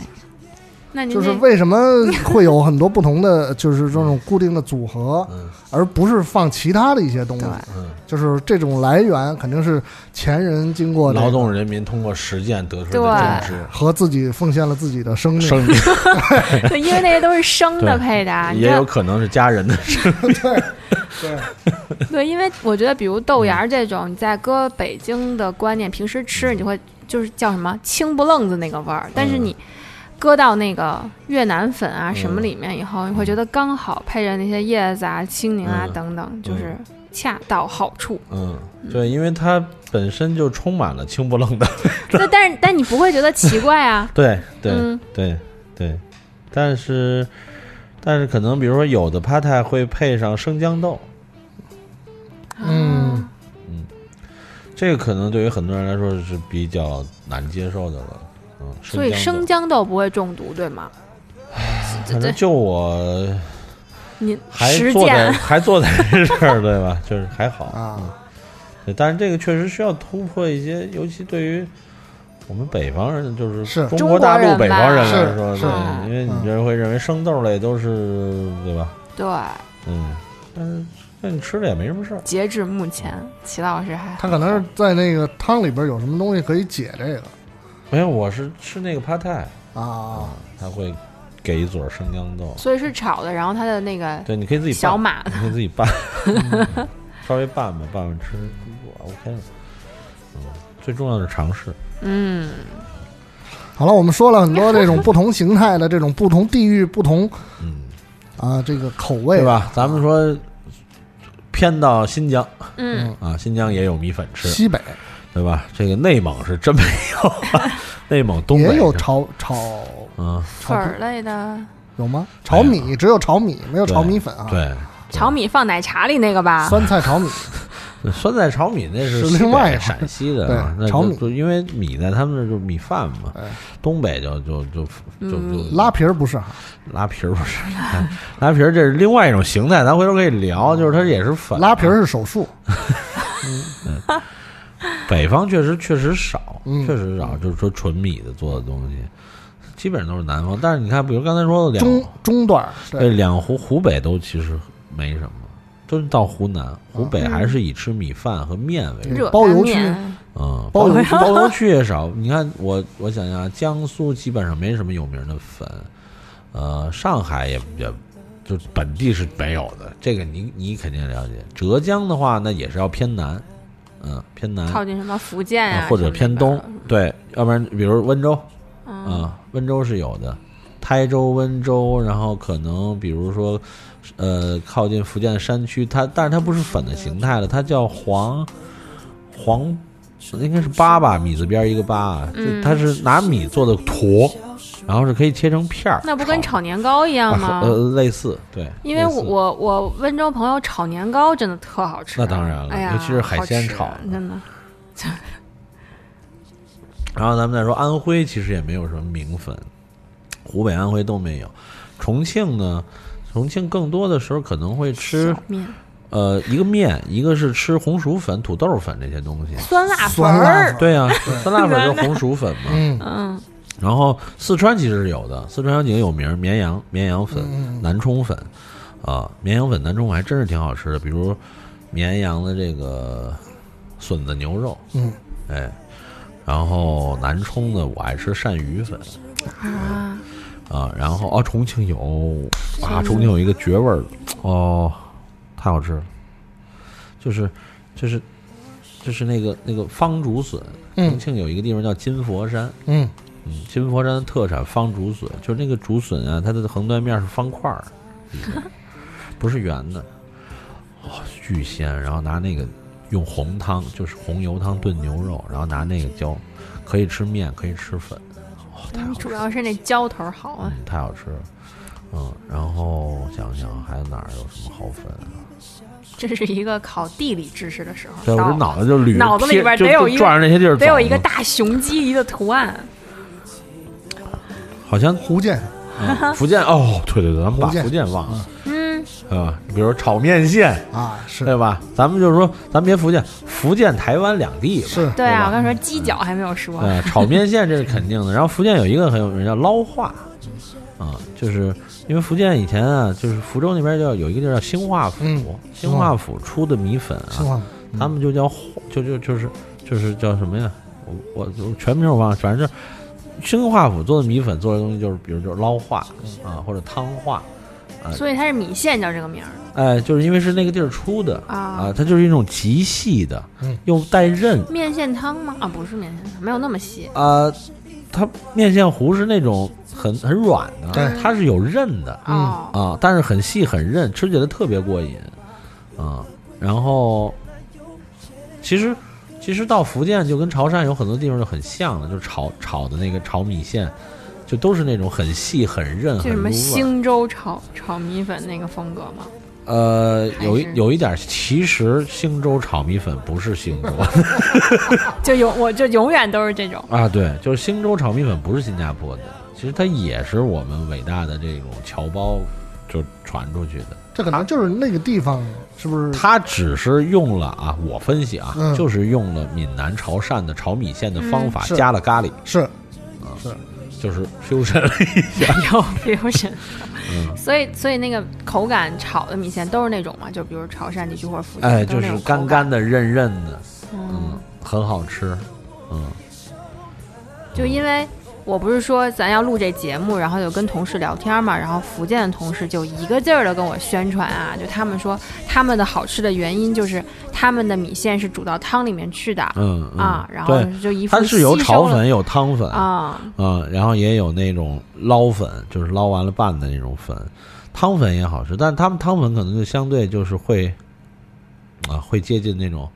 那您就是这为什么会有很多不同的，就是这种固定的组 合，而不是放其他的一些东西。嗯就是这种来源肯定是前人经过这个劳动人民通过实践得出对嗯的认知。和自己奉献了自己的生命。生命对，因为那些都是生 的配 的啊，你知也道有可能是家 人的事。对，因为我觉得，比如豆嗯芽儿这种，你在搁北京的观念，平时吃你就会就是叫什么清不愣子那个味儿，但是嗯你搁到那个越南粉啊什么里面以后，你会觉得刚好配着那些叶子啊、青柠啊嗯等等，就是恰到好处。嗯，对，因为它本身就充满了清不愣的。？那但是但你不会觉得奇怪啊对 对、嗯对对，但是但是可能比如说有的 p a t a 会配上生姜豆，嗯这个可能对于很多人来说是比较难接受的了。嗯，所以生姜生姜豆不会中毒，对吗？豆反正就我你还实做在 践还做在这事儿，对吧？就是还好啊、嗯对，但是这个确实需要突破一些，尤其对于我们北方人，就是是中国大陆中国人吧北方人来说，是嗯是对，因为你这会认为生豆类都是对吧？对。嗯，但是那你吃了也没什么事儿。截至目前，齐老师还他可能是在那个汤里边有什么东西可以解这个没有，我是吃那个 p a t a 啊，他会给一撮生姜豆，所以是炒的，然后它的那个对，你可以自己拌小码你可以自己 拌，嗯稍微拌吧，拌拌吃哇 OK 了。嗯，最重要的是尝试。嗯，好了，我们说了很多这种不同形态的、这种不同地域、不同，啊，这个口味嗯对吧？咱们说偏到新疆，嗯啊，新疆也有米粉吃，西北对吧？这个内蒙是真没有，啊 内蒙东北也有是炒炒嗯粉儿类的，有吗？炒米只有炒米，没有炒米粉啊。对。炒米放奶茶里那个吧，酸菜炒米，酸菜炒米那是是西另北外一回陕西的啊，对那就炒米哎就因为米在他们那儿就是米饭嘛，东北就就就就就拉皮儿不是啊，拉皮儿不是 拉皮儿，这是另外一种形态，咱回头可以聊，就是它也是粉哦啊拉皮儿是手术。北方确实确实少，嗯确实少，就是说纯米的做的东西，基本上都是南方。但是你看，比如刚才说的两中中段儿，对呃两湖湖北都其实没什么，都是到湖南，湖北嗯还是以吃米饭和面为主。嗯包邮区，嗯，包包邮邮区包邮区也少。你看我，我想想啊，江苏基本上没什么有名的粉，呃，上海也也就本地是没有的，这个你你肯定了解。浙江的话，那也是要偏南，嗯、偏南靠近什么福建啊呀，或者偏东，对，要不然比如温州，嗯啊，温州是有的，台州、温州，然后可能比如说，呃，靠近福建山区，它但是它不是粉的形态了，它叫黄黄，应该是粑粑米字边一个粑啊，就嗯它是拿米做的坨，然后是可以切成片儿，那不跟炒年糕一样啊吗？呃，类似，对，因为类似我我我温州朋友炒年糕真的特好吃，那当然了哎呀，尤其是海鲜好吃炒真的。然后咱们再说安徽，其实也没有什么名粉，湖北、安徽都没有。重庆呢，重庆更多的时候可能会吃面呃，一个面，一个是吃红薯粉、土豆粉这些东西，酸辣粉酸辣粉儿，对呀、啊对酸辣粉就是红薯粉嘛。嗯嗯，然后四川其实是有的，四川有几个有名儿，绵阳绵阳粉、嗯南充粉，啊，绵阳粉、南充粉还真是挺好吃的，比如绵阳的这个笋子牛肉，嗯，哎，然后南充的我爱吃鳝鱼粉，啊，啊，然后啊，重庆有啊，重庆有一个绝味儿的哦，太好吃了，就是就是就是那个那个方竹笋，嗯重庆有一个地方叫金佛山，嗯嗯，金佛山的特产方竹笋，就是那个竹笋啊，它的横断面是方块儿， 不是圆的，哦，巨鲜，然后拿那个用红汤，就是红油汤炖牛肉，然后拿那个浇，可以吃面，可以吃粉。嗯主要是那浇头好啊，嗯，太好吃了。嗯，然后想想还有哪儿有什么好粉啊？这是一个考地理知识的时候对，我到这了脑袋就捋着脑子里贴边就得有就一个转着那些地儿得有走一个呢大熊鸡一个图案，好像福建，嗯福建哦，对对对，咱们把福建福建忘了嗯，啊，比如炒面线啊，是对吧？咱们就是说，咱别福建，福建、台湾两地是对啊，我刚说鸡脚还没有说，呃，炒面线这是肯定的。然后福建有一个很有名叫捞化，啊，就是因为福建以前啊，就是福州那边叫有一个地儿叫兴化府，兴化府出的米粉嗯兴化啊府，他们就叫化就就就是就是叫什么呀？我我我全名我忘了，反正就是兴化府做的米粉做的东西就是，比如就是捞化啊，或者汤化。啊，所以它是米线叫这个名儿，哎，就是因为是那个地儿出的啊它就是一种极细的，嗯、又带韧面线汤吗？啊，不是面线汤，没有那么细，啊、它面线糊是那种很很软的，它是有韧的，嗯啊，但是很细很韧，吃起来特别过瘾，啊，然后其实其实到福建就跟潮汕有很多地方就很像了，就是炒炒的那个炒米线，就都是那种很细很韧就很什入么味儿。兴州炒炒米粉那个风格吗？呃，有还一是有一点，其实兴州炒米粉不是兴州就永我就永远都是这种， 啊，对，就是兴州炒米粉不是新加坡的，其实它也是我们伟大的这种侨胞就传出去的。这可能就是那个地方是不是？它只是用了啊，我分析啊，嗯就是用了闽南潮汕的炒米线的方法，嗯是加了咖喱，是啊，是，就是 fusion 了一下。有 fusion，嗯，所以所以那个口感炒的米线都是那种嘛，就比如潮汕地区或者福建， 哎，都就是那是种干干的、韧韧的，嗯，很好吃。嗯，就因为我不是说咱要录这节目，然后就跟同事聊天嘛，然后福建的同事就一个劲儿的跟我宣传啊，就他们说他们的好吃的原因就是他们的米线是煮到汤里面去的，嗯嗯啊，然后对就一副它是有吸炒收了粉，有汤粉啊，嗯，然后也有那种捞粉，就是捞完了拌的那种粉，汤粉也好吃，但是他们汤粉可能就相对就是会啊，会接近那种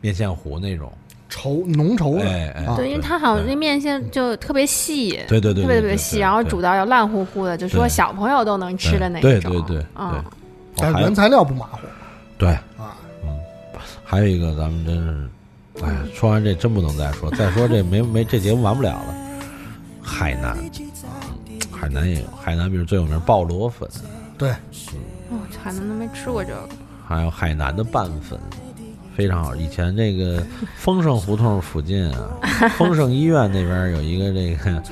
面线糊那种，稠浓稠的，哎哎啊对，因为它好像那面线就特别细，对对对对特别特对对别细，然后煮到要烂乎乎的，就说对小朋友都能吃的那对种。对对对嗯，但还是有原材料不马虎，对啊，嗯，还有一个咱们真是，哎呀，说完这真不能再说，再说这没没这节目完不了了。海南，嗯海南也有，海南比如最有名鲍螺粉，对，我海南哦都没吃过这个。还有海南的拌粉，非常好。以前这个丰盛胡同附近啊，丰盛医院那边有一个这个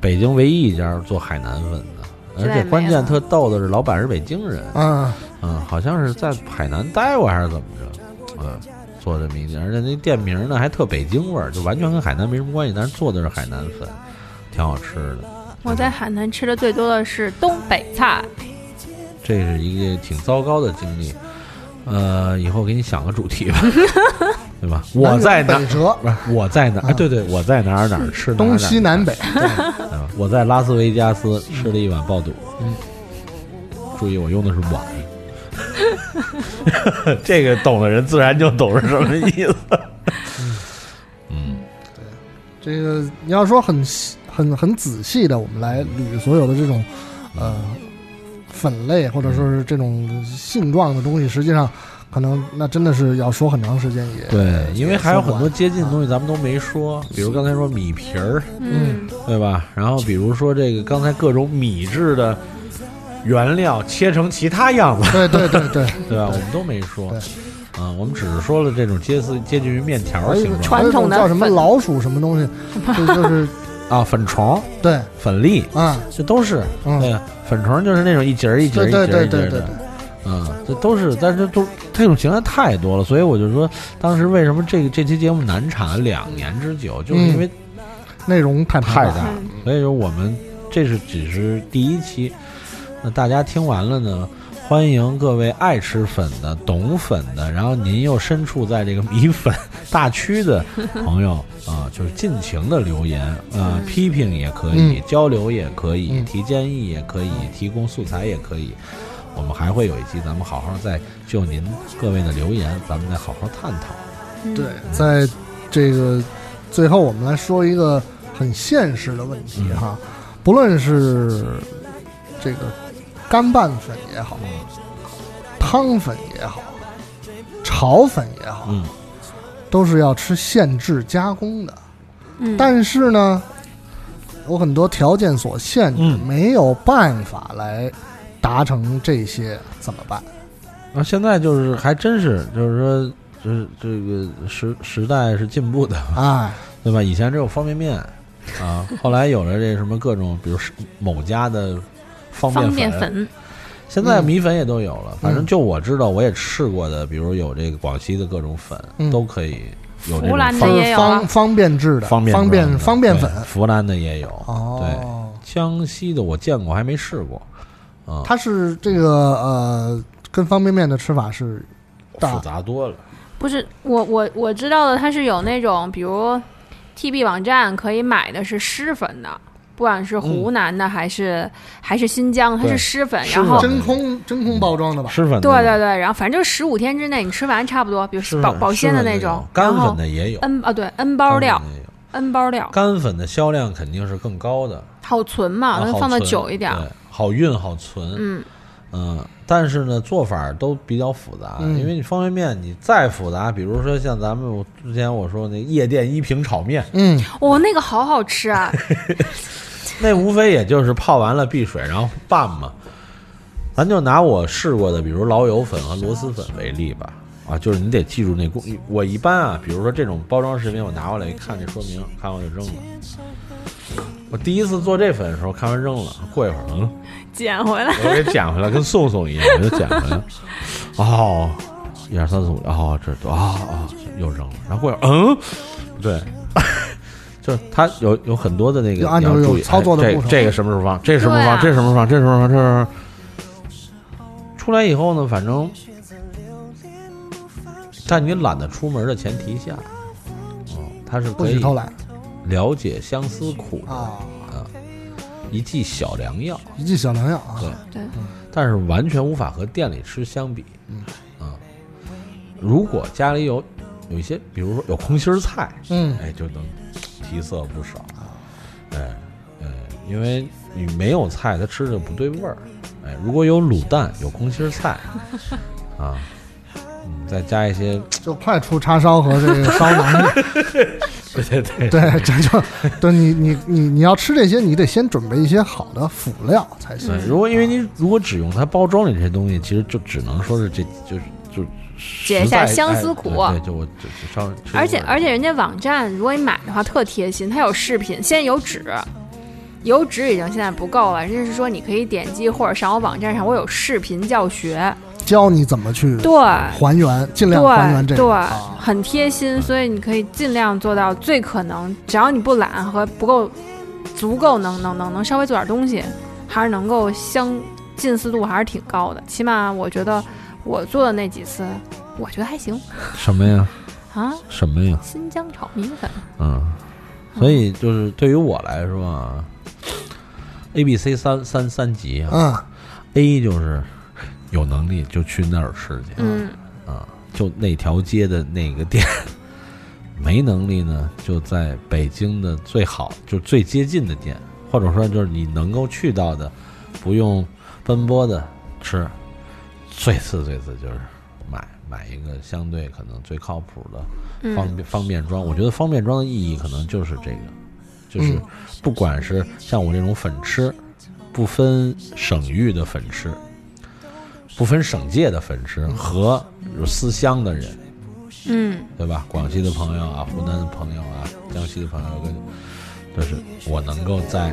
北京唯一一家做海南粉的，而且关键特逗的是，老板是北京人，啊，嗯，好像是在海南待过还是怎么着，嗯，做这么一店，而且那店名呢还特北京味儿，就完全跟海南没什么关系，但是做的是海南粉，挺好吃的。我在海南吃的最多的是东北菜，这是一个挺糟糕的经历。呃，以后给你想个主题吧， 对吧？我在哪南辕北辙？不是我在哪？哎，对对，我在哪儿哪儿吃啊哪儿哪儿东西南北，对吧我在拉斯维加斯吃了一碗爆肚。嗯注意，我用的是 碗。这个懂的人自然就懂是什么意 思。这个你要说很细很很仔细的，我们来捋所有的这种呃粉类或者说是这种性状的东西，实际上可能那真的是要说很长时间也对，因为还有很多也说接近的东西咱们都没说，比如刚才说米皮儿，嗯，对吧？然后比如说这个刚才各种米制的原料切成其他样子。对对对 嗯对，对吧？我们都没说，啊，我们只是说了这种接似接近于面条还儿有形一个状，还有一种叫什么老鼠什么东西，就就是啊，粉虫，对，粉粒，啊，嗯这都是，对，粉虫就是那种一节儿一节儿一节对儿对一节对儿对的，嗯，这都是，但是都这种形态太多了，所以我就说，当时为什么这这期节目难产两年之久，就是嗯因为内容太庞太大了了，所以说我们这是只是第一期，那大家听完了呢。欢迎各位爱吃粉的、懂粉的，然后您又身处在这个米粉大区的朋友啊、就是尽情的留言，呃，批评也可以，嗯交流也可以，嗯提建议也可以，提供素材也可以。我们还会有一期，咱们好好再就您各位的留言，咱们再好好探讨。嗯对，在这个最后，我们来说一个很现实的问题哈，不论是这个干拌粉也好，汤粉也好，炒粉也好，嗯都是要吃现制加工的。嗯但是呢，有很多条件所限制，嗯没有办法来达成这些，怎么办？那现在就是还真是，就是说，这这个时时代是进步的啊，对吧？以前只有方便面啊，后来有了这什么各种，比如是某家的方方便便粉，嗯现在米粉也都有了。嗯反正就我知道，我也试过的，比如有这个广西的各种粉，嗯都可以有湖这种南的方也有啊方方便制的，嗯方便方粉便方便粉对，湖南的也有，哦对，江西的我见过，还没试过。啊，它是这个呃，跟方便面的吃法是大复杂多了。不是我我我知道的，它是有那种比如 TB 网站可以买的是湿粉的。不管是嗯湖南的还是、还是新疆，它对是湿粉，然后真空真空包装的吧？湿粉对对对，然后反正十五天之内你吃完差不多，比嗯是如保保鲜的是那那种，干然后粉的也有， N 啊对 N 包料干粉的也有，N 包料干粉的销量肯定是更高的，好存嘛，那能啊好啊放的存久一点儿。对好运好存。嗯嗯但是呢，做法都比较复杂，嗯因为你方便面你再复杂，比如说像咱们我之前我说那夜店一瓶炒面，嗯，我、那个好好吃 啊！那无非也就是泡完了避水，然后拌嘛。咱就拿我试过的，比如老友粉和螺蛳粉为例吧。啊，就是你得记住那工。我一般啊，比如说这种包装食品，我拿过来一看这说明，看完就扔了。我第一次做这粉的时候，看完扔了，过一会儿，嗯，捡回 来。我给捡回来，跟宋宋一样，我就捡回来。哦，一二三四五，哦，这都啊啊，又扔了。然后过一会儿，嗯，对， 就是它有有很多的那个就按你照要注意有操作的哎步骤这这个什么时候放，这什么时候放，这对啊什么时候放，这什么时候放，这什么时候放出来以后呢，反正在你懒得出门的前提下，哦，它是不可许以偷懒了解相思苦的啊，啊一剂小良药。一剂小良药啊。对对，但是完全无法和店里吃相比。嗯啊，如果家里有有一些，比如说有空心儿菜，嗯哎，就能提色不少。哎，哎，因为你没有菜，它吃着不对味儿。哎，如果有卤蛋，有空心儿菜， 啊，嗯，再加一些，就快出叉烧和这个 烧腩，对对 对对，这就对你你你你要吃这些，你得先准备一些好的辅料才行对，。嗯如果因为你如果只用它包装里这些东西，其实就只能说是这就是就解一下相思苦哎对，对就我就就稍微吃而且一会儿而且人家网站如果你买的话特贴心，它有视频，现在有纸，有纸已经现在不够了，人家是说你可以点击或者上我网站上，我有视频教学，教你怎么去对还原，尽量还原这嗯对对个。，很贴心，所以你可以尽量做到最可能，只要你不懒和不够足够能能能能稍微做点东西，还是能够相近似度还是挺高的，起码我觉得我做的那几次，我觉得还行什么呀？啊，什么呀？新疆炒米粉。嗯，所以就是对于我来说啊，A、B、C 三三三级嗯啊，a 就是有能力就去那儿吃去，嗯啊，就那条街的那个店，没能力呢就在北京的最好就最接近的店，或者说就是你能够去到的，不用奔波的吃，最次最次就是买买一个相对可能最靠谱的嗯方便方便装。我觉得方便装的意义可能就是这个，就是嗯不管是像我这种粉吃，不分省域的粉吃，不分省界的粉吃和有思乡的人，嗯，对吧？广西的朋友啊，湖南的朋友啊，江西的朋友跟，就是我能够在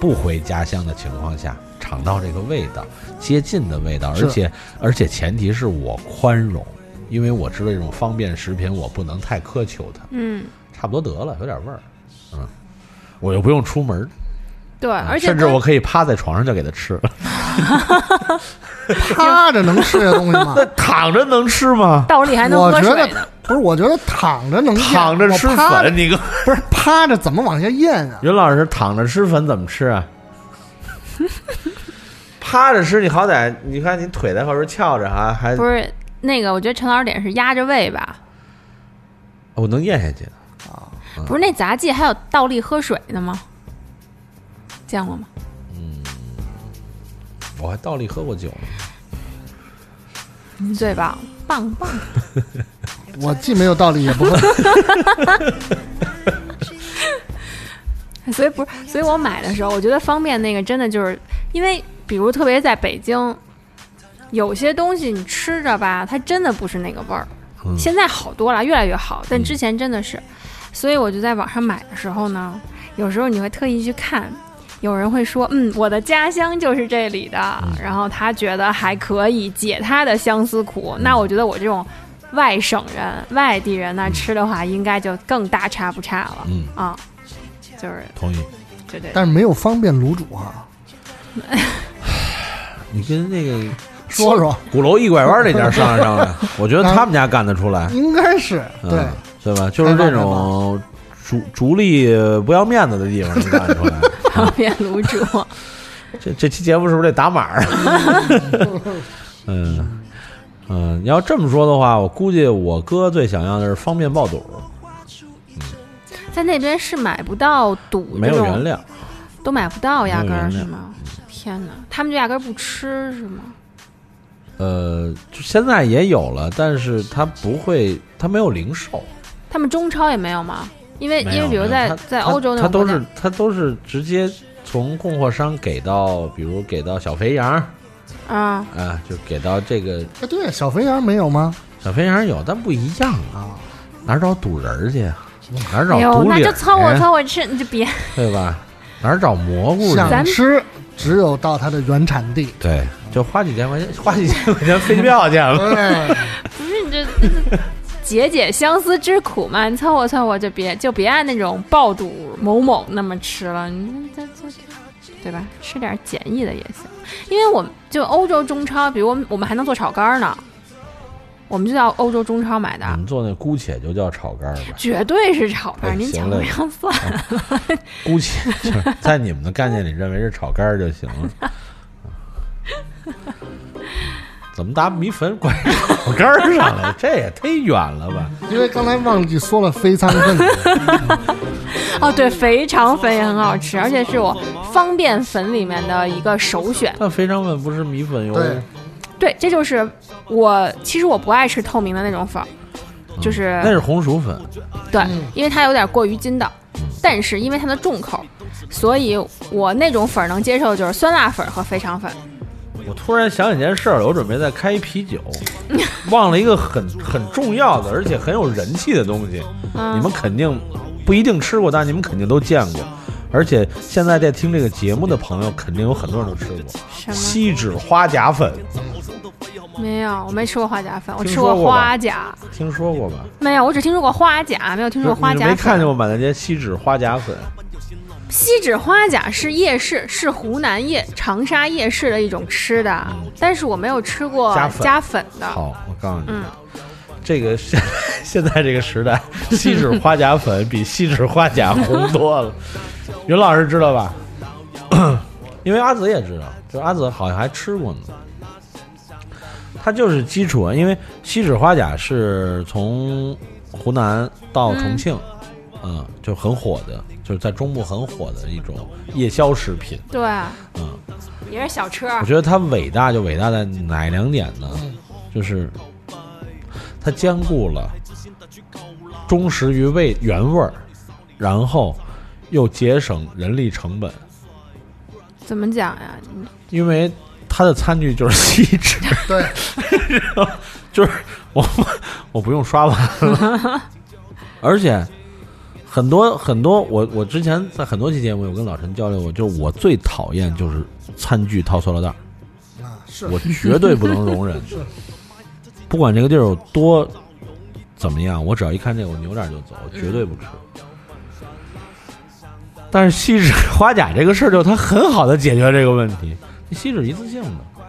不回家乡的情况下尝到这个味道，接近的味道，是而且而且前提是我宽容，因为我知道这种方便食品我不能太苛求它，嗯，差不多得了，有点味儿，嗯，我又不用出门，对，嗯啊而且甚至它我可以趴在床上就给它吃，趴着能吃这东西吗？躺着能吃吗？道 理还能我喝觉得水呢。不是，我觉得躺着能咽躺着我吃趴着粉，你个不是趴着怎么往下咽啊？云老师躺着吃粉怎么吃 啊？趴着吃，你好歹你看你腿在后边翘着啊，还不是那个，我觉得陈老师脸是压着胃吧？我能咽下去的。嗯不是那杂技还有倒立喝水的吗？见过吗？我还倒立喝过酒呢。嗯你最棒，棒棒！我既没有道理，也不会。 所以不是，所以我买的时候，我觉得方便那个真的就是，因为比如特别在北京，有些东西你吃着吧，它真的不是那个味儿。嗯现在好多了，越来越好，但之前真的是，所以我就在网上买的时候呢，有时候你会特意去看。有人会说，嗯，我的家乡就是这里的，然后他觉得还可以解他的相思苦。那我觉得我这种外省人、外地人呢，吃的话应该就更大差不差了。嗯啊，就是同意。对对，但是没有方便卤煮啊。你跟那个说 说，鼓楼一拐弯那家商量商 量，我觉得他们家干得出来，应该是嗯对，对吧？就是这种逐逐利不要面子的地方能干得出来。方便卤 煮。这这期节目是不是得打码儿？啊 嗯嗯，你要这么说的话，我估计我哥最想要的是方便爆肚，在那边是买不到肚这种，没有原料，都买不到，压根儿没有原料是吗？天哪，他们就压根儿不吃是吗？呃，就现在也有了，但是它不会，它没有零售，他们中超也没有吗？因为没因有为比如没在有它在欧洲那它它种国都家是它都是直接从供货商给到，比如给到小肥羊啊，啊，就给到这个哎，对，小肥羊没有吗？小肥羊有，但不一样啊，哪儿找肚仁儿去啊？哪儿哎找呦，肚哦那里就凑合凑合吃，你就别对吧？哪儿找蘑菇去？想吃只有到它的原产地。对，就花几千块钱， 花几千块钱飞机票去了。对，不是你这这 这解解相思之苦嘛，你凑合凑合就别就别按那种爆肚某某那么吃了，你这这这对吧？吃点简易的也行，因为我们就欧洲中超，比如我们我们还能做炒肝儿呢，我们就到欧洲中超买的我，们做那姑且就叫炒肝儿吧，绝对是炒肝儿，嗯哎您行讲不嘞要 算了。姑且就是 在你们的概念里认为是炒肝儿就行了。 怎么搭米粉拐炒肝儿上来？这也忒远了吧？因为刚才忘记说了非常分 子，哦，对，肥肠粉也很好吃，而且是我方便粉里面的一个首选。但肥肠粉不是米粉哟。对对，这就是我其实我不爱吃透明的那种粉儿，就是嗯那是红薯粉，对，嗯因为它有点过于筋道，但是因为它的重口，所以我那种粉儿能接受，就是酸辣粉儿和肥肠粉。我突然想起件事儿了，我准备再开一啤 酒，忘了一个很很重要的，而且很有人气的东西。嗯你们肯定不一定吃过，但你们肯定都见过。而且现在在听这个节目的朋友，肯定有很多人都吃过么锡纸花甲粉，没有，我没吃过花甲粉，我听吃说过过吧花甲，听说过吧？没有，我只听说过花甲，没有听说过嗯花你甲没粉。看见过满大街锡纸花甲粉？锡纸花甲是夜市，是湖南夜长沙夜市的一种吃的，但是我没有吃过加粉加粉的。好，我告诉你，嗯，这个现现在这个时代，锡纸花甲粉比锡纸花甲红多了。云老师知道吧？因为阿紫也知道，就阿紫好像还吃过呢。它就是基础啊，因为锡纸花甲是从湖南到重庆，嗯就很火的，就是在中部很火的一种夜宵食品。对，嗯，也是小吃。我觉得它伟大就伟大在哪两点呢？就是它兼顾了忠实于味原味儿，然后又节省人力成本。怎么讲呀？因为它的餐具就是锡纸，对， 就是我我不用刷碗了，而且很多很多，我我之前在很多期节目有跟老陈交流过，就是我最讨厌就是餐具套塑料袋儿，啊，是我绝对不能容忍 是不管这个地儿有多怎么样，我只要一看这个，我扭脸就走，我绝对不吃。嗯但是锡纸花甲这个事儿，就它很好的解决这个问题。锡纸一次性的，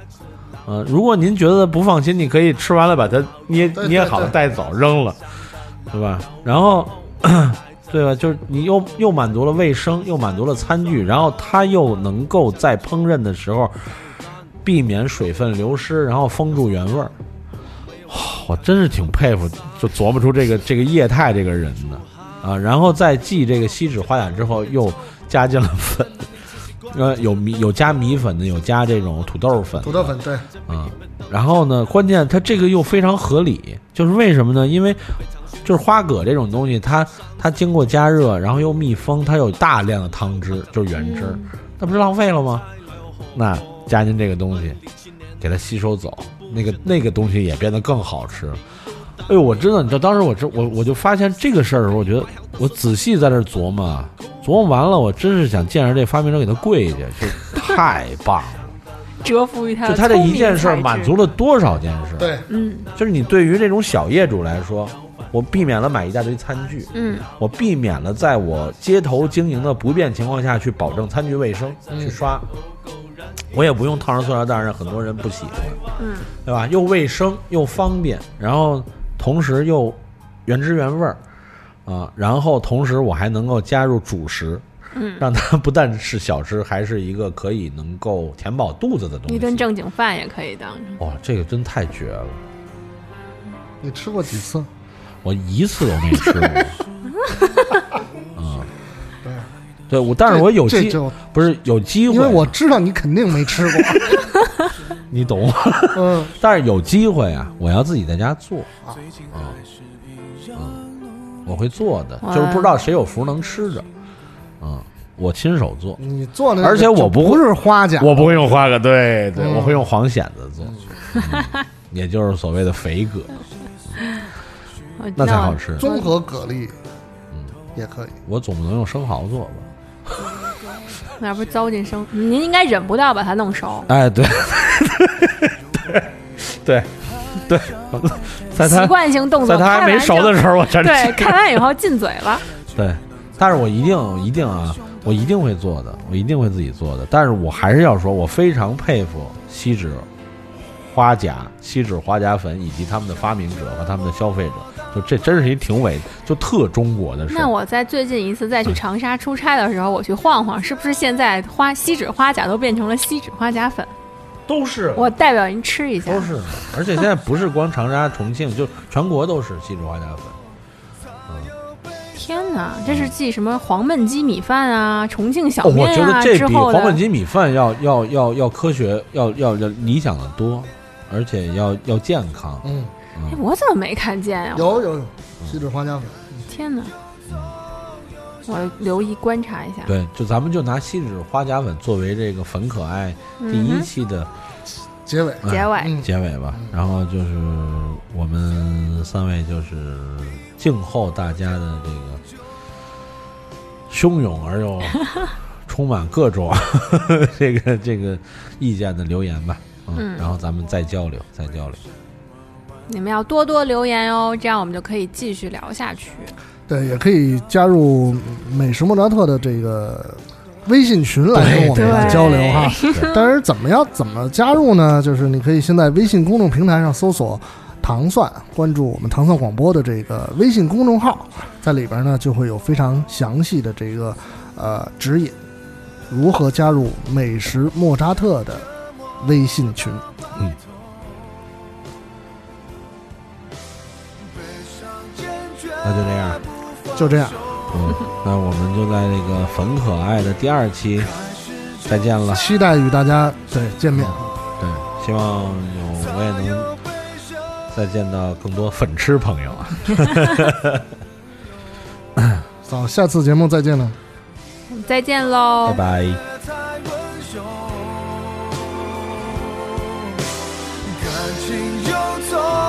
呃，如果您觉得不放心，你可以吃完了把它捏对对捏好了对带走扔了，对吧？然后， 对吧？就是你又又满足了卫生，又满足了餐具，然后它又能够在烹饪的时候避免水分流失，然后封住原味儿。我真是挺佩服，就琢磨出这个这个业态这个人的啊。然后在继这个锡纸花甲之后，又加进了粉，呃，有米有加米粉的，有加这种土豆粉的，土豆粉对，啊。然后呢，关键它这个又非常合理，就是为什么呢？因为就是花蛤这种东西，它它经过加热，然后又密封，它有大量的汤汁，就是原汁儿，那不是浪费了吗？那加进这个东西，给它吸收走，那个那个东西也变得更好吃了。哎呦，我真的，你知道，当时我这我我就发现这个事儿的时候，我觉得我仔细在这儿琢磨啊，琢磨完了，我真是想见着这发明者给他跪下，就太棒了。折服于他就的他这聪一明件事儿才智满足了多少件事？对，嗯就是你对于这种小业主来说，我避免了买一大堆餐具，嗯我避免了在我街头经营的不便情况下去保证餐具卫生，嗯去刷，我也不用烫成塑料袋，让很多人不喜欢，嗯对吧？又卫生又方便，然后同时又原汁原味儿啊，然后同时我还能够加入主食，嗯，让它不但是小吃，还是一个可以能够填饱肚子的东一西。顿正经饭也可以当。哇，这个真太绝了！你吃过几次？我一次都没吃过。嗯，对对，我但是我有这机就不是有机会，因为我知道你肯定没 吃过，你懂吗？嗯，但是有机会啊，我要自己在家做啊，嗯，我会做的，哇就是不知道谁有福能吃着，嗯，我亲手做，你做的那个而且我就不不是花甲，我不会用花蛤，对对，嗯我会用黄蚬子做，嗯也就是所谓的肥蛤，我那才好吃。综合蛤蜊，也可以。我总不能用生蚝做吧？那不是糟践生？您应该忍不到把它弄熟。哎，对， 对，对，在他习惯性动作，在他还没熟的时候，我真看完是之后对，看完以后进嘴了。 对，但是我一定一定啊，我一定会做的，我一定会自己做的。但是我还是要说，我非常佩服锡纸花甲、锡纸花甲粉以及他们的发明者和他们的消费者，就这真是一挺伟，就特中国的事。那我在最近一次再去长沙出差的时候，我去晃晃，是不是现在花锡纸花甲都变成了锡纸花甲粉？都是我代表您吃一下都。是，而且现在不是光长沙、重庆，就全国都是锡纸花甲粉。天哪，这是继什么黄焖鸡米饭啊、重庆小哦面我觉得啊这之比后黄焖的。鸡米饭要要要要科学，要要要理想的多，而且要要健康。嗯，哎，我怎么没看见呀、有有有，锡纸花甲粉，天哪！我留意观察一下。嗯对，就咱们就拿锡纸花甲粉作为这个粉可爱第嗯一哼期的结尾嗯结尾嗯结尾吧。然后就是我们三位就是静候大家的这个汹涌 而又充满各种 这个这个意见的留言吧。嗯，嗯然后咱们再交流，再交流。你们要多多留言哦，这样我们就可以继续聊下去。对，也可以加入美食莫扎特的这个微信群来跟我们来交流哈。但是怎么样怎么加入呢？就是你可以先在微信公众平台上搜索“糖蒜”，关注我们“糖蒜广播”的这个微信公众号，在里边呢就会有非常详细的这个呃指引，如何加入美食莫扎特的微信群。那就这样，就这样，嗯，那我们就在这个粉可爱的第二期再见了。期待与大家对见面。对，希望有我也能再见到更多粉吃朋友啊！好，下次节目再见了。再见喽，拜拜。我胸。感情游走。